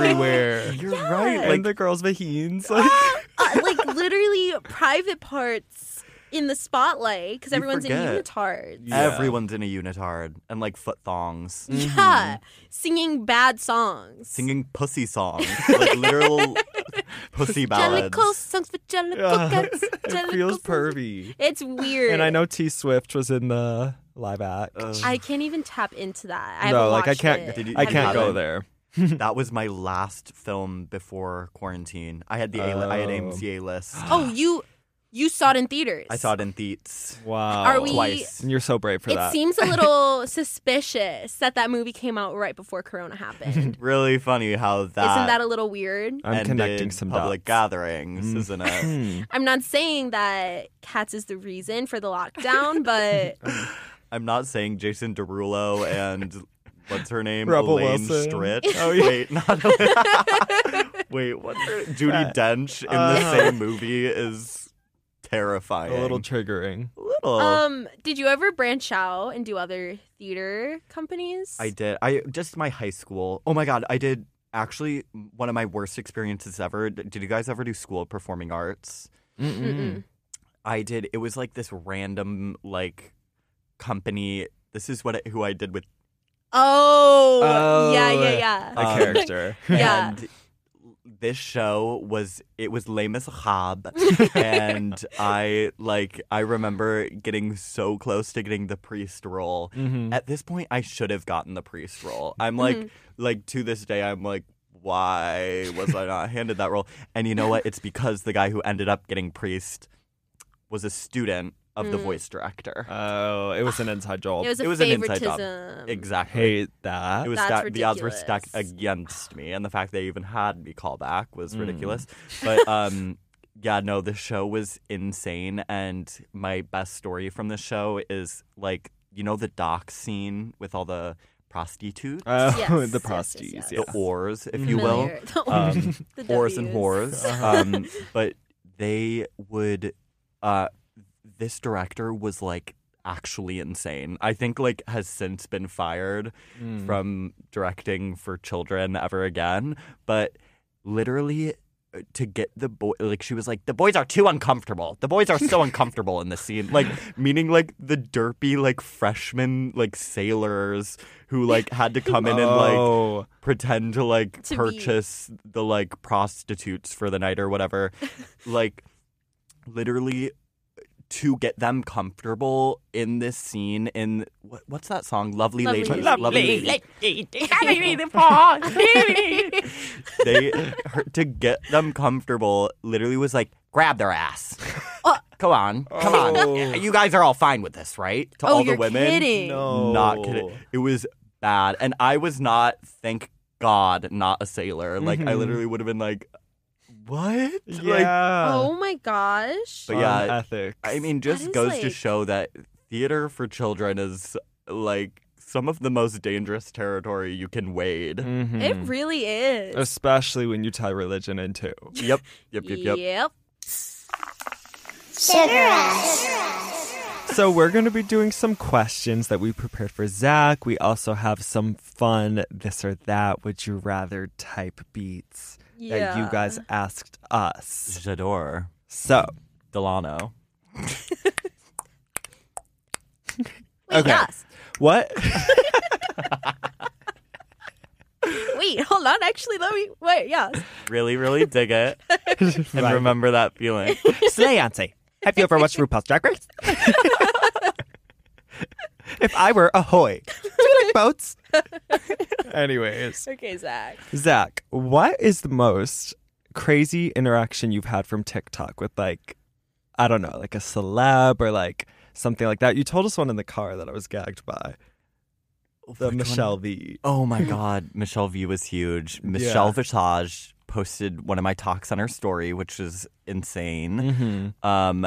[SPEAKER 3] everywhere.
[SPEAKER 5] You're right.
[SPEAKER 3] and
[SPEAKER 5] Like
[SPEAKER 3] the girls' vaheens. Like,
[SPEAKER 4] uh, like literally private parts in the spotlight because
[SPEAKER 5] You
[SPEAKER 4] everyone's in
[SPEAKER 5] forget.
[SPEAKER 4] unitards.
[SPEAKER 5] everyone's in a unitard and like foot thongs,
[SPEAKER 4] Yeah, singing bad songs.
[SPEAKER 5] Mm-hmm. singing pussy songs, like literal pussy ballads.
[SPEAKER 4] Jellicle songs for jellicle cats.
[SPEAKER 3] it
[SPEAKER 4] jellicle
[SPEAKER 3] feels
[SPEAKER 4] songs-
[SPEAKER 3] pervy.
[SPEAKER 4] It's weird.
[SPEAKER 3] And I know T Swift was in the live act.
[SPEAKER 4] I can't even tap into that. I
[SPEAKER 3] no,
[SPEAKER 4] haven't
[SPEAKER 3] like I
[SPEAKER 4] watched
[SPEAKER 3] can't.
[SPEAKER 4] it.
[SPEAKER 5] Did you-
[SPEAKER 3] I
[SPEAKER 5] Have you
[SPEAKER 3] can't
[SPEAKER 5] haven't?
[SPEAKER 3] go there.
[SPEAKER 5] That was my last film before quarantine. I had the A- I had
[SPEAKER 3] Oh.
[SPEAKER 5] AMC A list.
[SPEAKER 4] Oh, you you saw it in theaters.
[SPEAKER 5] I saw it in theats
[SPEAKER 3] Wow.
[SPEAKER 4] Are we-
[SPEAKER 5] twice.
[SPEAKER 3] And You're so brave for
[SPEAKER 4] It
[SPEAKER 3] that.
[SPEAKER 4] seems a little suspicious that that movie came out right before Corona happened. Isn't
[SPEAKER 5] Really funny how that. Uh,
[SPEAKER 4] that a little weird?
[SPEAKER 3] I'm connecting
[SPEAKER 5] ended
[SPEAKER 3] some
[SPEAKER 5] public
[SPEAKER 3] dots.
[SPEAKER 5] gatherings, isn't it?
[SPEAKER 3] Hmm.
[SPEAKER 4] I'm not saying that Cats is the reason for the lockdown, but
[SPEAKER 5] I'm not saying Jason Derulo and what's her name,
[SPEAKER 3] Rebel
[SPEAKER 5] Elaine
[SPEAKER 3] Wilson.
[SPEAKER 5] Stritch.
[SPEAKER 3] Oh, yeah.
[SPEAKER 5] Wait, not Elaine. Wait, what's her? Judy Dench in
[SPEAKER 3] uh-huh.
[SPEAKER 5] the same movie is terrifying.
[SPEAKER 3] A little triggering.
[SPEAKER 5] little.
[SPEAKER 4] um, did you ever branch out and do other theater companies?
[SPEAKER 5] I did. I just my high school. Oh my god, I did actually one of my worst experiences ever. D- Did you guys ever do school of performing arts?
[SPEAKER 4] Mm-mm.
[SPEAKER 5] I did. It was like this random like company. This is what it, who I did with
[SPEAKER 4] Oh,
[SPEAKER 3] Oh,
[SPEAKER 4] yeah, yeah, yeah.
[SPEAKER 3] A
[SPEAKER 5] Um,
[SPEAKER 3] character.
[SPEAKER 4] Yeah.
[SPEAKER 5] And this show was it was lame as hob and I like I remember getting so close to getting the priest role.
[SPEAKER 3] Mhm.
[SPEAKER 5] At this point I should have gotten the priest role. I'm
[SPEAKER 4] Mm-hmm.
[SPEAKER 5] like like to this day I'm like why was I not handed that role? And you know what? It's because the guy who ended up getting priest was a student of the voice director.
[SPEAKER 3] Oh, it was an inside job.
[SPEAKER 4] it was a
[SPEAKER 5] it was an inside job.
[SPEAKER 4] favoritism.
[SPEAKER 5] exactly.
[SPEAKER 3] Hate that.
[SPEAKER 5] It was
[SPEAKER 4] That's
[SPEAKER 5] stacked, the odds were stacked
[SPEAKER 4] ridiculous.
[SPEAKER 5] against me, and the fact they even had me call back was ridiculous. But um, yeah, no, the show was insane, and my best story from the show is like you know the dock scene with all the prostitutes,
[SPEAKER 3] oh,
[SPEAKER 4] Yes,
[SPEAKER 3] the
[SPEAKER 4] yes, yes,
[SPEAKER 3] prosties.
[SPEAKER 4] yes.
[SPEAKER 3] yeah. Mm.
[SPEAKER 5] the oars, if you will,
[SPEAKER 4] Familiar. The
[SPEAKER 5] um,
[SPEAKER 4] the
[SPEAKER 5] whores and
[SPEAKER 4] Ws.
[SPEAKER 5] whores. Um, but they would. Uh, this director was like actually insane. I think like has since been fired
[SPEAKER 3] Mm-hmm.
[SPEAKER 5] from directing for children ever again. But literally. uh, To get the boy, like she was like, the boys are too uncomfortable. The boys are so uncomfortable in the scene, like meaning like the derpy like freshmen like sailors who like had to come in and like
[SPEAKER 3] oh,
[SPEAKER 5] pretend to like
[SPEAKER 4] To be-
[SPEAKER 5] purchase the like prostitutes for the night or whatever like literally to get them comfortable in this scene in what, what's that song lovely,
[SPEAKER 4] Lovely
[SPEAKER 5] lady
[SPEAKER 4] Lady.
[SPEAKER 5] they her, to get them comfortable literally was like grab their ass
[SPEAKER 4] Uh,
[SPEAKER 5] come on come
[SPEAKER 3] Oh.
[SPEAKER 5] on you guys are all fine with this right to
[SPEAKER 4] Oh,
[SPEAKER 5] all
[SPEAKER 4] you're
[SPEAKER 5] the women
[SPEAKER 4] kidding.
[SPEAKER 3] no.
[SPEAKER 5] not kidding. It was bad, and I was not. Thank God, not a sailor. Like I
[SPEAKER 3] Mhm.
[SPEAKER 5] literally would have been like, what? Like,
[SPEAKER 3] Yeah.
[SPEAKER 4] oh my gosh.
[SPEAKER 5] But yeah,
[SPEAKER 3] On ethics.
[SPEAKER 5] I mean,
[SPEAKER 4] is,
[SPEAKER 5] just goes to
[SPEAKER 4] like-
[SPEAKER 5] show that theater for children is like some of the most dangerous territory you can wade.
[SPEAKER 4] Mm.
[SPEAKER 3] Mhm.
[SPEAKER 4] It really is.
[SPEAKER 3] especially when you tie religion in two.
[SPEAKER 5] Yep, yep, yep, yep.
[SPEAKER 4] Yep.
[SPEAKER 1] Sugar Rush.
[SPEAKER 3] So we're going to be doing some questions that we prepared for Zach. We also have some fun this or that would you rather type beats that you
[SPEAKER 4] Yeah.
[SPEAKER 3] guys asked us.
[SPEAKER 5] J'adore
[SPEAKER 3] So
[SPEAKER 5] Delano.
[SPEAKER 4] Wait,
[SPEAKER 3] Okay.
[SPEAKER 4] yes.
[SPEAKER 3] what?
[SPEAKER 4] Wait, hold on. Actually, let me. Wait, yes.
[SPEAKER 5] Really, really dig it, and
[SPEAKER 3] Right.
[SPEAKER 5] remember that feeling.
[SPEAKER 3] Sleance, have you ever watched RuPaul's Drag Race? if I were a hoy, boats. Anyways,
[SPEAKER 4] Okay, Zach.
[SPEAKER 3] Zach, what is the most crazy interaction you've had from TikTok with like, I don't know, like a celeb or like something like that? You told us one in the car that I was gagged by the
[SPEAKER 5] Which one?
[SPEAKER 3] Michelle V.
[SPEAKER 5] Oh my God, Michelle V was huge. Michelle Vitage posted one of my talks on her story, which was insane.
[SPEAKER 3] Mm-hmm.
[SPEAKER 5] Um,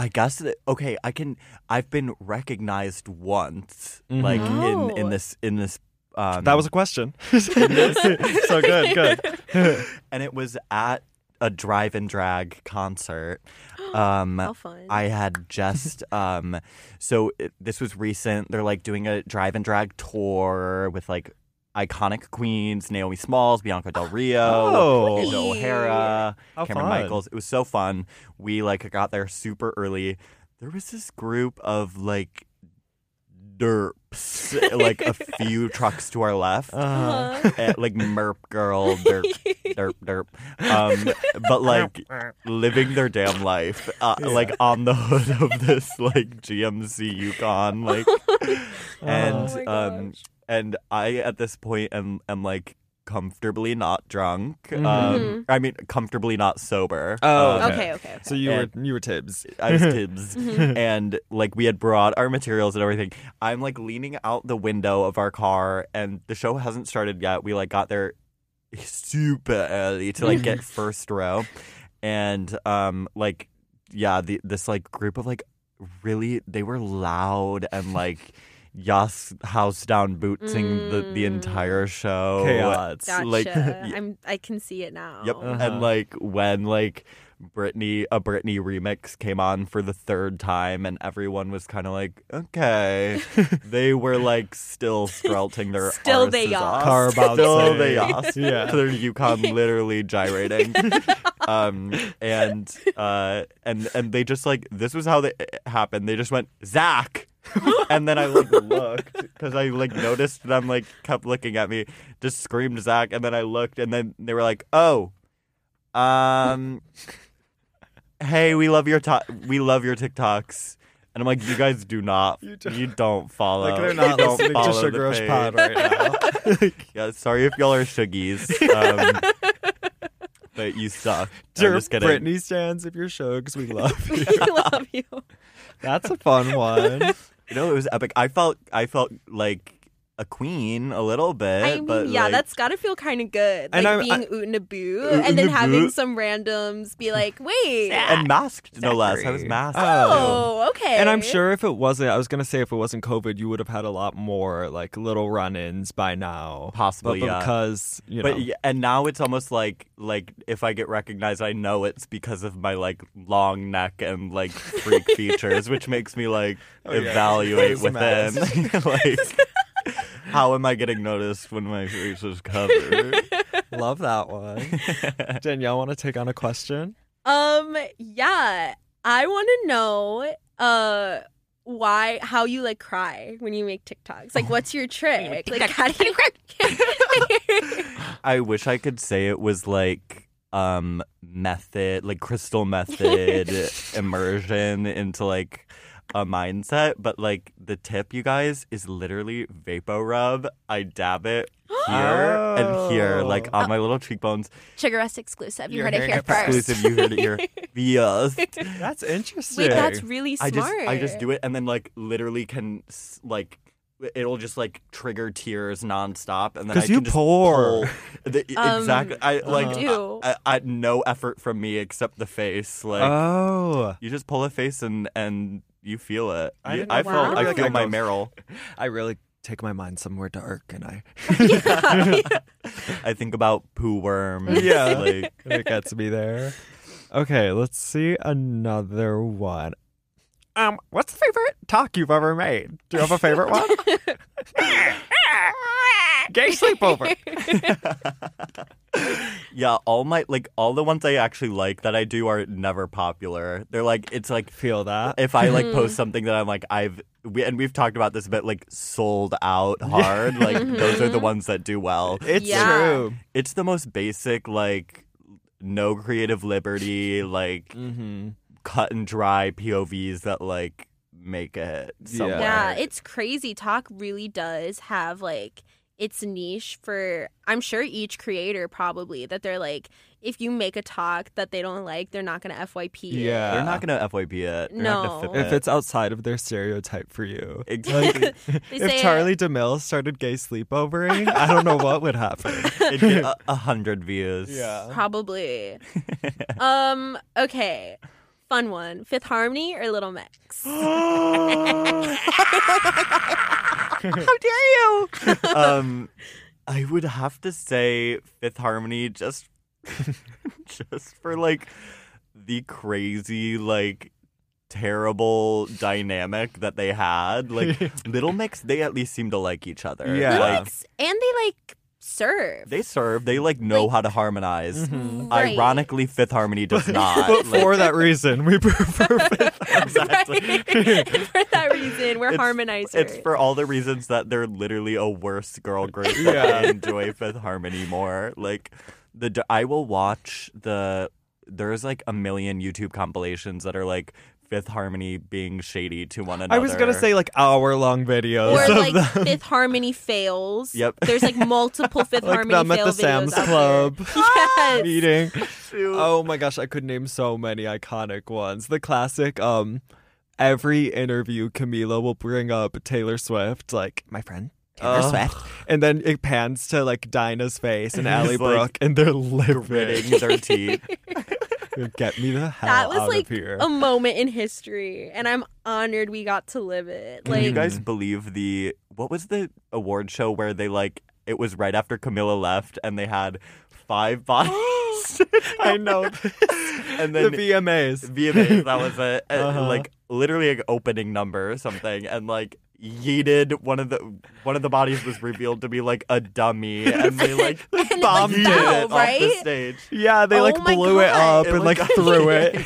[SPEAKER 5] I guess that okay, I can. I've been recognized once, like in
[SPEAKER 4] Oh.
[SPEAKER 5] in this in this. Um,
[SPEAKER 3] Mm-hmm. That was a question. so good, good.
[SPEAKER 5] and it was at a drive and drag concert. Um,
[SPEAKER 4] How fun.
[SPEAKER 5] I had just um so it, this was recent. They're like doing a drive and drag tour with like iconic queens, Naomi Smalls, Bianca Del Rio,
[SPEAKER 3] Oh.
[SPEAKER 5] Angel O'Hara,
[SPEAKER 3] How
[SPEAKER 5] Cameron
[SPEAKER 3] fun.
[SPEAKER 5] Michaels. It was so fun. We like got there super early. There was this group of like derps, like a few trucks to our left.
[SPEAKER 3] Oh. Uh,
[SPEAKER 4] Uh-huh.
[SPEAKER 5] Eh, like merp girl, derp, derp, derp. Um, but like living their damn life, uh, like on the hood of this like GMC Yukon, like, and
[SPEAKER 4] Oh my
[SPEAKER 5] um,
[SPEAKER 4] gosh.
[SPEAKER 5] and I at this point am am like comfortably not drunk.
[SPEAKER 3] Mhm.
[SPEAKER 5] Um, I mean comfortably not sober.
[SPEAKER 3] Oh,
[SPEAKER 5] Um,
[SPEAKER 3] Okay.
[SPEAKER 4] okay, okay. Mm-hmm. okay.
[SPEAKER 3] So you
[SPEAKER 5] And-
[SPEAKER 3] were you were Tibbs.
[SPEAKER 5] I was Tibbs, and like we had brought our materials and everything. I'm like leaning out the window of our car, and the show hasn't started yet. We like got there super early to like get first row, and um like yeah, the, this like group of like really they were loud and like yas house down bootsing the the entire show
[SPEAKER 3] Chaos.
[SPEAKER 4] Gotcha.
[SPEAKER 5] like
[SPEAKER 4] I'm, I can see it now.
[SPEAKER 5] Yep.
[SPEAKER 3] Uh-huh.
[SPEAKER 5] And like when like Britney a Britney remix came on for the third time and everyone was kind of like, okay. they were like still strelting their
[SPEAKER 4] Still they
[SPEAKER 5] arses off.
[SPEAKER 4] yas.
[SPEAKER 3] Car
[SPEAKER 5] Still
[SPEAKER 3] bouncing.
[SPEAKER 5] they yas.
[SPEAKER 3] Yeah.
[SPEAKER 5] To their Yukon literally gyrating. um and uh and and they just like this was how they, it happened. They just went, Zach and then I like looked because I like noticed them like kept looking at me, just screamed Zach, and then I looked, and then they were like, "Oh, um, hey, we love your to- we love your TikToks," and I'm like, "You guys do not, you,
[SPEAKER 3] You don't-
[SPEAKER 5] don't follow,
[SPEAKER 3] Like they're
[SPEAKER 5] you
[SPEAKER 3] not
[SPEAKER 5] don't
[SPEAKER 3] listening to
[SPEAKER 5] follow
[SPEAKER 3] Sugar
[SPEAKER 5] the
[SPEAKER 3] Rush
[SPEAKER 5] page."
[SPEAKER 3] Pod right now.
[SPEAKER 5] Yeah, sorry if y'all are sugies, um, but you suck. I'm just kidding.
[SPEAKER 3] Brittany stands if you're show because we love you.
[SPEAKER 4] I love you.
[SPEAKER 3] That's a fun one.
[SPEAKER 5] You know, it was epic. I felt, I felt like. A queen, a little bit,
[SPEAKER 4] I mean,
[SPEAKER 5] but
[SPEAKER 4] yeah,
[SPEAKER 5] like,
[SPEAKER 4] that's gotta feel kind of good.
[SPEAKER 3] And
[SPEAKER 4] Like
[SPEAKER 3] I'm-
[SPEAKER 4] being
[SPEAKER 3] I-
[SPEAKER 4] oot and a boo,
[SPEAKER 5] Oot
[SPEAKER 4] and then
[SPEAKER 5] and a
[SPEAKER 4] having
[SPEAKER 5] boo.
[SPEAKER 4] some randoms be like, wait.
[SPEAKER 5] and masked no less. I was
[SPEAKER 3] Zachary.
[SPEAKER 5] masked.
[SPEAKER 4] Oh, okay.
[SPEAKER 3] And I'm sure if it wasn't, I was gonna say if it wasn't COVID, you would have had a lot more like little run-ins by now,
[SPEAKER 5] Possibly,
[SPEAKER 3] But
[SPEAKER 5] yeah.
[SPEAKER 3] because you know,
[SPEAKER 5] But yeah, and now it's almost like like if I get recognized, I know it's because of my like long neck and like freak features, which makes me like
[SPEAKER 3] Oh, yeah.
[SPEAKER 5] evaluate
[SPEAKER 3] Face
[SPEAKER 5] within like how am I getting noticed when my face is covered?
[SPEAKER 3] love that one. Danielle, want to take on a question?
[SPEAKER 4] Um, yeah, I want to know, uh, why how you like cry when you make TikToks?
[SPEAKER 7] Oh,
[SPEAKER 4] Like, what's your trick? Like, how do you?
[SPEAKER 5] I wish I could say it was like um method, like crystal method immersion into like a mindset, but like the tip, you guys, is literally vapor rub. I dab it here and here, like on my little cheekbones.
[SPEAKER 7] Sugar Rush exclusive. You
[SPEAKER 3] You're
[SPEAKER 7] heard it
[SPEAKER 3] hearing
[SPEAKER 7] here
[SPEAKER 3] it
[SPEAKER 7] first.
[SPEAKER 5] Exclusive, you heard it here. Yes.
[SPEAKER 3] That's interesting.
[SPEAKER 4] Wait, that's really
[SPEAKER 5] I
[SPEAKER 4] smart.
[SPEAKER 5] just, I just do it, and then like literally can s- like. It'll just like trigger tears nonstop, and then I
[SPEAKER 3] because you
[SPEAKER 5] can just
[SPEAKER 3] pour.
[SPEAKER 5] pull the-
[SPEAKER 4] Um,
[SPEAKER 5] exactly. I like
[SPEAKER 4] do.
[SPEAKER 5] I, I, no effort from me except the face. Like
[SPEAKER 3] oh,
[SPEAKER 5] you just pull a face and and you feel it.
[SPEAKER 3] I
[SPEAKER 5] You-
[SPEAKER 3] didn't know
[SPEAKER 5] I
[SPEAKER 3] that.
[SPEAKER 5] felt
[SPEAKER 4] Wow.
[SPEAKER 5] I feel
[SPEAKER 3] Like
[SPEAKER 5] my
[SPEAKER 3] I go-
[SPEAKER 5] Meryl.
[SPEAKER 3] I really take my mind somewhere dark, and I
[SPEAKER 5] I think about poo worms.
[SPEAKER 3] Yeah.
[SPEAKER 5] like,
[SPEAKER 3] it gets me there. Okay, let's see another one. Um, what's the favorite talk you've ever made? Do you have a favorite one? Gay sleepover.
[SPEAKER 5] yeah. All my like all the ones I actually like that I do are never popular. They're like it's like
[SPEAKER 3] Feel that.
[SPEAKER 5] if I like post something that I'm like I've we, and we've talked about this a bit like sold out hard. Like those
[SPEAKER 3] Mm-hmm.
[SPEAKER 5] are the ones that do well.
[SPEAKER 3] It's
[SPEAKER 4] Yeah.
[SPEAKER 3] true.
[SPEAKER 5] It's the most basic like no creative liberty like
[SPEAKER 3] Mm-hmm.
[SPEAKER 5] cut and dry POVs that like make it somewhere.
[SPEAKER 4] Yeah, it's crazy. Talk really does have like its niche for I'm sure each creator probably that they're like if you make a talk that they don't like, they're not gonna FYP. it.
[SPEAKER 6] Yeah.
[SPEAKER 5] They're not gonna FYP it. They're not gonna
[SPEAKER 4] No.
[SPEAKER 5] FIP
[SPEAKER 3] If
[SPEAKER 5] it.
[SPEAKER 3] it's outside of their stereotype for you.
[SPEAKER 5] exactly,
[SPEAKER 4] They say
[SPEAKER 3] If
[SPEAKER 4] it-
[SPEAKER 3] Charlie DeMille started gay sleepovering, I don't know what would happen.
[SPEAKER 5] it'd get a, a hundred views.
[SPEAKER 4] probably. um, okay. Fun one. Fifth Harmony or Little Mix?
[SPEAKER 5] How dare you? um, I would have to say Fifth Harmony just, just for like the crazy like terrible dynamic that they had. Like Little Mix, they at least seem to like each other.
[SPEAKER 3] Yeah.
[SPEAKER 4] Little
[SPEAKER 5] Like,
[SPEAKER 4] Mix and they like serve.
[SPEAKER 5] they hmm, serve. They like know
[SPEAKER 4] Like-
[SPEAKER 5] how to harmonize.
[SPEAKER 4] Right.
[SPEAKER 5] Ironically, Fifth Harmony does not.
[SPEAKER 3] But
[SPEAKER 5] Like,
[SPEAKER 3] for that reason, we prefer Fifth
[SPEAKER 5] exactly.
[SPEAKER 4] Right? for that reason, we're
[SPEAKER 5] It's-
[SPEAKER 4] harmonizers.
[SPEAKER 5] It's for all the reasons that they're literally a worse girl group. but
[SPEAKER 3] Yeah.
[SPEAKER 5] I enjoy Fifth Harmony more. Like the d- I will watch the there's like a million YouTube compilations that are like Fifth Harmony being shady to one another.
[SPEAKER 3] I was gonna say like hour long videos.
[SPEAKER 4] or
[SPEAKER 3] of
[SPEAKER 4] like
[SPEAKER 3] them.
[SPEAKER 4] Fifth Harmony fails.
[SPEAKER 5] Yep.
[SPEAKER 4] There's like multiple Fifth
[SPEAKER 3] like
[SPEAKER 4] Harmony
[SPEAKER 3] them at
[SPEAKER 4] fail
[SPEAKER 3] the
[SPEAKER 4] videos
[SPEAKER 3] Sam's
[SPEAKER 4] out there.
[SPEAKER 3] Club
[SPEAKER 4] Yes.
[SPEAKER 3] meeting. Oh my gosh, I could name so many iconic ones. The classic, um, every interview Camila will bring up Taylor Swift, like my friend. Taylor
[SPEAKER 5] Ugh.
[SPEAKER 3] Swift. And then it pans to like Dinah's face and
[SPEAKER 5] like,
[SPEAKER 3] Allie Brooke, and they're living.
[SPEAKER 5] gritting their teeth.
[SPEAKER 3] Get me the hell
[SPEAKER 4] That was
[SPEAKER 3] out
[SPEAKER 4] like oh
[SPEAKER 3] of here.
[SPEAKER 4] a moment in history, and I'm honored we got to live it.
[SPEAKER 5] Can you
[SPEAKER 4] Like,
[SPEAKER 5] guys believe the what was the award show where they like it was right after Camilla left and they had five bodies
[SPEAKER 3] I know.
[SPEAKER 5] and
[SPEAKER 3] the
[SPEAKER 5] then
[SPEAKER 3] VMAs.
[SPEAKER 5] VMAs, that was it. And,
[SPEAKER 3] Uh-huh.
[SPEAKER 5] Like literally an opening number or something, and like yeeted one of the one of the bodies was revealed to be like a dummy, and they like
[SPEAKER 4] it, like,
[SPEAKER 5] bombed
[SPEAKER 4] fell,
[SPEAKER 5] it off the
[SPEAKER 4] right?
[SPEAKER 5] stage.
[SPEAKER 3] Yeah, they
[SPEAKER 4] Oh
[SPEAKER 3] like
[SPEAKER 4] my
[SPEAKER 3] blew it
[SPEAKER 4] God.
[SPEAKER 3] up and like threw it.
[SPEAKER 4] and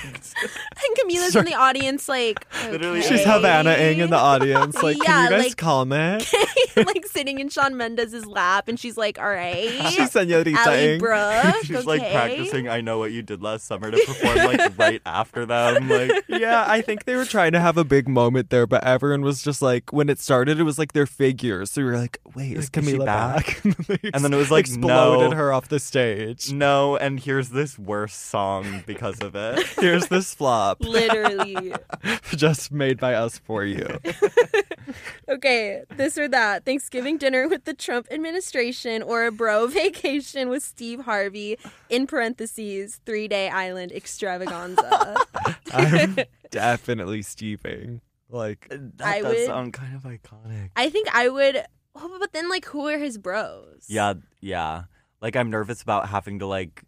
[SPEAKER 4] Camila's in the audience, like,
[SPEAKER 5] Literally,
[SPEAKER 4] okay.
[SPEAKER 3] She's Havana Ing in the audience. Like, can
[SPEAKER 4] Yeah,
[SPEAKER 3] you guys
[SPEAKER 4] like-
[SPEAKER 3] comment?
[SPEAKER 4] like sitting in Sean Mendes's lap, and she's like, "All right,
[SPEAKER 3] She's Senorita
[SPEAKER 4] Ali
[SPEAKER 3] Ing.
[SPEAKER 4] Brooke,
[SPEAKER 5] She's like
[SPEAKER 4] okay."
[SPEAKER 5] practicing I know what you did last summer to perform like right after them. Like
[SPEAKER 3] yeah, I think they were trying to have a big moment there, but everyone was just like, when it started, it was like their figures. So we were like, wait, is
[SPEAKER 5] Like, is she
[SPEAKER 3] Camila back?
[SPEAKER 5] And then it was like,
[SPEAKER 3] exploded
[SPEAKER 5] no.
[SPEAKER 3] her off the stage.
[SPEAKER 5] no, and here's this worse song because of it.
[SPEAKER 3] Here's this flop
[SPEAKER 4] Literally,
[SPEAKER 3] just made by us for you.
[SPEAKER 4] okay, this or that. Thanksgiving dinner with the Trump administration or a bro vacation with Steve Harvey in parentheses three day island extravaganza.
[SPEAKER 3] I'm definitely Steving. Like,
[SPEAKER 5] That
[SPEAKER 4] I
[SPEAKER 5] does
[SPEAKER 4] would-
[SPEAKER 5] sound kind of iconic.
[SPEAKER 4] I think I would. Oh, but then like, who are his bros?
[SPEAKER 5] Yeah, yeah. Like I'm nervous about having to like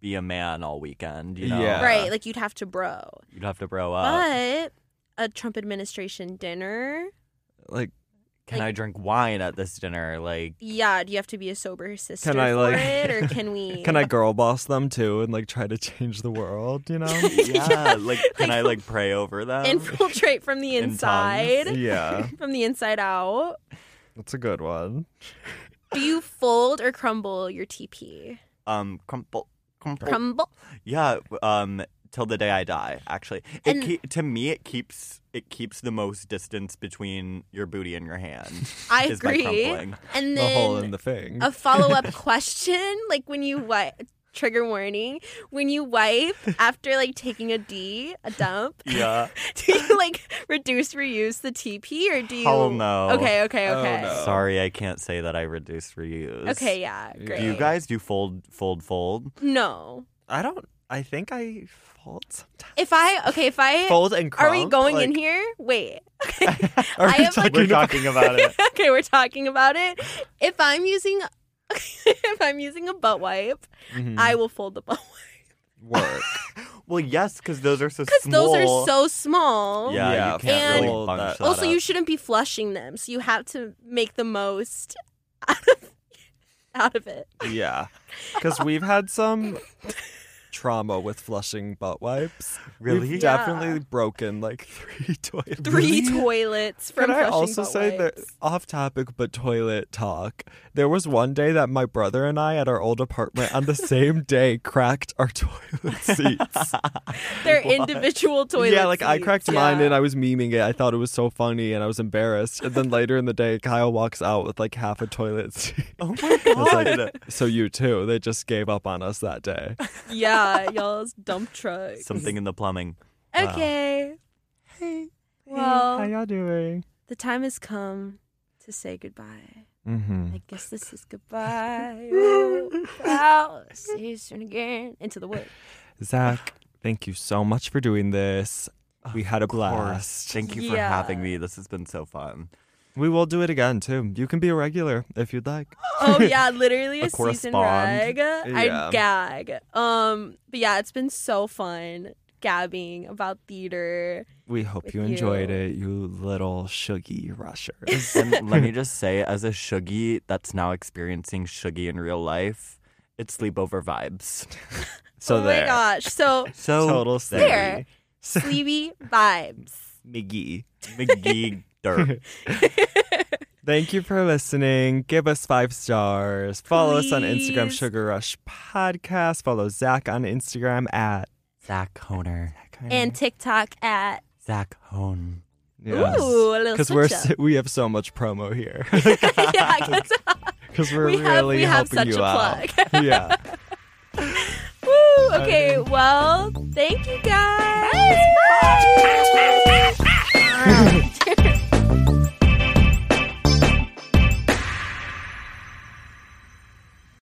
[SPEAKER 5] be a man all weekend, you know.
[SPEAKER 3] Yeah.
[SPEAKER 4] right. Like you'd have to bro,
[SPEAKER 5] You'd have to bro up.
[SPEAKER 4] but a Trump administration dinner.
[SPEAKER 3] like,
[SPEAKER 5] Can I drink wine at this dinner? Like
[SPEAKER 4] Yeah, do you have to be a sober sister
[SPEAKER 3] I,
[SPEAKER 4] for
[SPEAKER 3] like-
[SPEAKER 4] it, or can we?
[SPEAKER 3] can I girl boss them too and like try to change the world, you know?
[SPEAKER 5] yeah, like can
[SPEAKER 4] Like-
[SPEAKER 5] I like pray over them?
[SPEAKER 4] infiltrate from the
[SPEAKER 5] uh, In tongues.
[SPEAKER 4] inside,
[SPEAKER 3] yeah,
[SPEAKER 4] from the inside out?
[SPEAKER 3] that's a good one.
[SPEAKER 4] Do you fold or crumble your TP?
[SPEAKER 5] um crumple crumple.
[SPEAKER 4] Crumble.
[SPEAKER 5] yeah, um till the day I die actually. It
[SPEAKER 4] And-
[SPEAKER 5] ke- to me it keeps it keeps the most distance between your booty and your hand.
[SPEAKER 4] I
[SPEAKER 5] is by
[SPEAKER 4] agree.
[SPEAKER 5] crumpling.
[SPEAKER 4] And
[SPEAKER 3] the hole in
[SPEAKER 4] then
[SPEAKER 3] the thing.
[SPEAKER 4] a follow up question, like when you wipe. Trigger warning: When you wipe after like taking a D, a dump,
[SPEAKER 5] Yeah.
[SPEAKER 4] do you like reduce, reuse the TP, or do you?
[SPEAKER 5] Hell no.
[SPEAKER 4] Okay, okay,
[SPEAKER 3] Oh,
[SPEAKER 4] okay.
[SPEAKER 3] no.
[SPEAKER 5] Sorry, I can't say that I reduced reuse.
[SPEAKER 4] Okay, yeah, great.
[SPEAKER 5] Do you guys do fold fold fold?
[SPEAKER 4] No.
[SPEAKER 3] I don't. I think I fold sometimes.
[SPEAKER 4] If I okay, if I
[SPEAKER 3] Fold and
[SPEAKER 4] are we
[SPEAKER 3] crump,
[SPEAKER 4] going in
[SPEAKER 3] like-
[SPEAKER 4] here? Wait. Okay.
[SPEAKER 3] Are
[SPEAKER 4] I
[SPEAKER 3] we
[SPEAKER 4] have, like-
[SPEAKER 3] talking
[SPEAKER 5] We're
[SPEAKER 3] about-
[SPEAKER 5] talking about it.
[SPEAKER 4] okay, we're talking about it. If I'm using if I'm using a butt wipe,
[SPEAKER 3] Mm.
[SPEAKER 5] mm-hmm.
[SPEAKER 4] I will fold the butt wipe.
[SPEAKER 3] work.
[SPEAKER 5] Well, yes, because those are so
[SPEAKER 4] Because
[SPEAKER 5] small.
[SPEAKER 4] those are so small.
[SPEAKER 5] Yeah,
[SPEAKER 3] Yeah,
[SPEAKER 5] you can't
[SPEAKER 4] and-
[SPEAKER 5] really bunch that
[SPEAKER 4] Also,
[SPEAKER 5] up.
[SPEAKER 4] you shouldn't be flushing them, so you have to make the most out of out of it.
[SPEAKER 3] yeah, because we've had some trauma with flushing butt wipes.
[SPEAKER 5] Really?
[SPEAKER 3] We've
[SPEAKER 4] Yeah.
[SPEAKER 3] definitely broken like three toilets.
[SPEAKER 4] Three toilets from
[SPEAKER 3] Can I
[SPEAKER 4] flushing
[SPEAKER 3] also
[SPEAKER 4] butt
[SPEAKER 3] say that
[SPEAKER 4] wipes.
[SPEAKER 3] off topic but toilet talk? There was one day that my brother and I at our old apartment on the same day cracked our toilet seats.
[SPEAKER 4] they're individual toilets?
[SPEAKER 3] yeah, like I cracked mine
[SPEAKER 2] Yeah.
[SPEAKER 3] and I was memeing it. I thought it was so funny and I was embarrassed. And then later in the day, Kyle walks out with like half a toilet seat.
[SPEAKER 5] Oh my god.
[SPEAKER 3] so you too. They just gave up on us that day.
[SPEAKER 4] Yeah, y'all's dump truck.
[SPEAKER 5] Something in the plumbing.
[SPEAKER 4] Okay.
[SPEAKER 3] Hey.
[SPEAKER 4] Well,
[SPEAKER 3] how y'all doing?
[SPEAKER 4] the time has come to say goodbye.
[SPEAKER 3] Mm-hmm.
[SPEAKER 4] I guess this is goodbye. Oh, wow. See you soon again. Into the wood.
[SPEAKER 3] Zach, thank you so much for doing this. We had a blast.
[SPEAKER 5] Thank you for
[SPEAKER 4] Yeah.
[SPEAKER 5] having me. This has been so fun.
[SPEAKER 3] We will do it again too. You can be a regular if you'd like.
[SPEAKER 4] Oh yeah, literally a,
[SPEAKER 5] A
[SPEAKER 4] season
[SPEAKER 5] correspond.
[SPEAKER 4] rag. I
[SPEAKER 3] Yeah.
[SPEAKER 4] gag. Um, but yeah, it's been so fun gabbing about theater.
[SPEAKER 3] We hope
[SPEAKER 4] With
[SPEAKER 3] you enjoyed
[SPEAKER 4] you.
[SPEAKER 3] it, you little shuggy rushers.
[SPEAKER 5] And let me just say, as a Shuggy that's now experiencing Shuggy in real life, it's sleepover vibes. So
[SPEAKER 4] oh
[SPEAKER 5] there.
[SPEAKER 4] my gosh. So
[SPEAKER 5] So
[SPEAKER 3] Total
[SPEAKER 4] there. sleepy vibes.
[SPEAKER 3] Miggy.
[SPEAKER 5] McGee dirt.
[SPEAKER 3] Thank you for listening. Give us five stars. Follow us on Instagram,
[SPEAKER 4] Please.
[SPEAKER 3] Sugar Rush Podcast. Follow Zach on Instagram at
[SPEAKER 5] Zach Honer. Mm.
[SPEAKER 4] And TikTok at
[SPEAKER 5] Zach Hone.
[SPEAKER 4] Ooh, a little
[SPEAKER 3] Because we're
[SPEAKER 4] switch
[SPEAKER 3] s-
[SPEAKER 4] up.
[SPEAKER 3] we have so much promo here.
[SPEAKER 4] yeah, 'cause
[SPEAKER 3] Because we're
[SPEAKER 4] We
[SPEAKER 3] really
[SPEAKER 4] have- we have
[SPEAKER 3] helping you
[SPEAKER 4] such a
[SPEAKER 3] out. yeah.
[SPEAKER 4] Woo! Okay, well, thank you guys. Bye.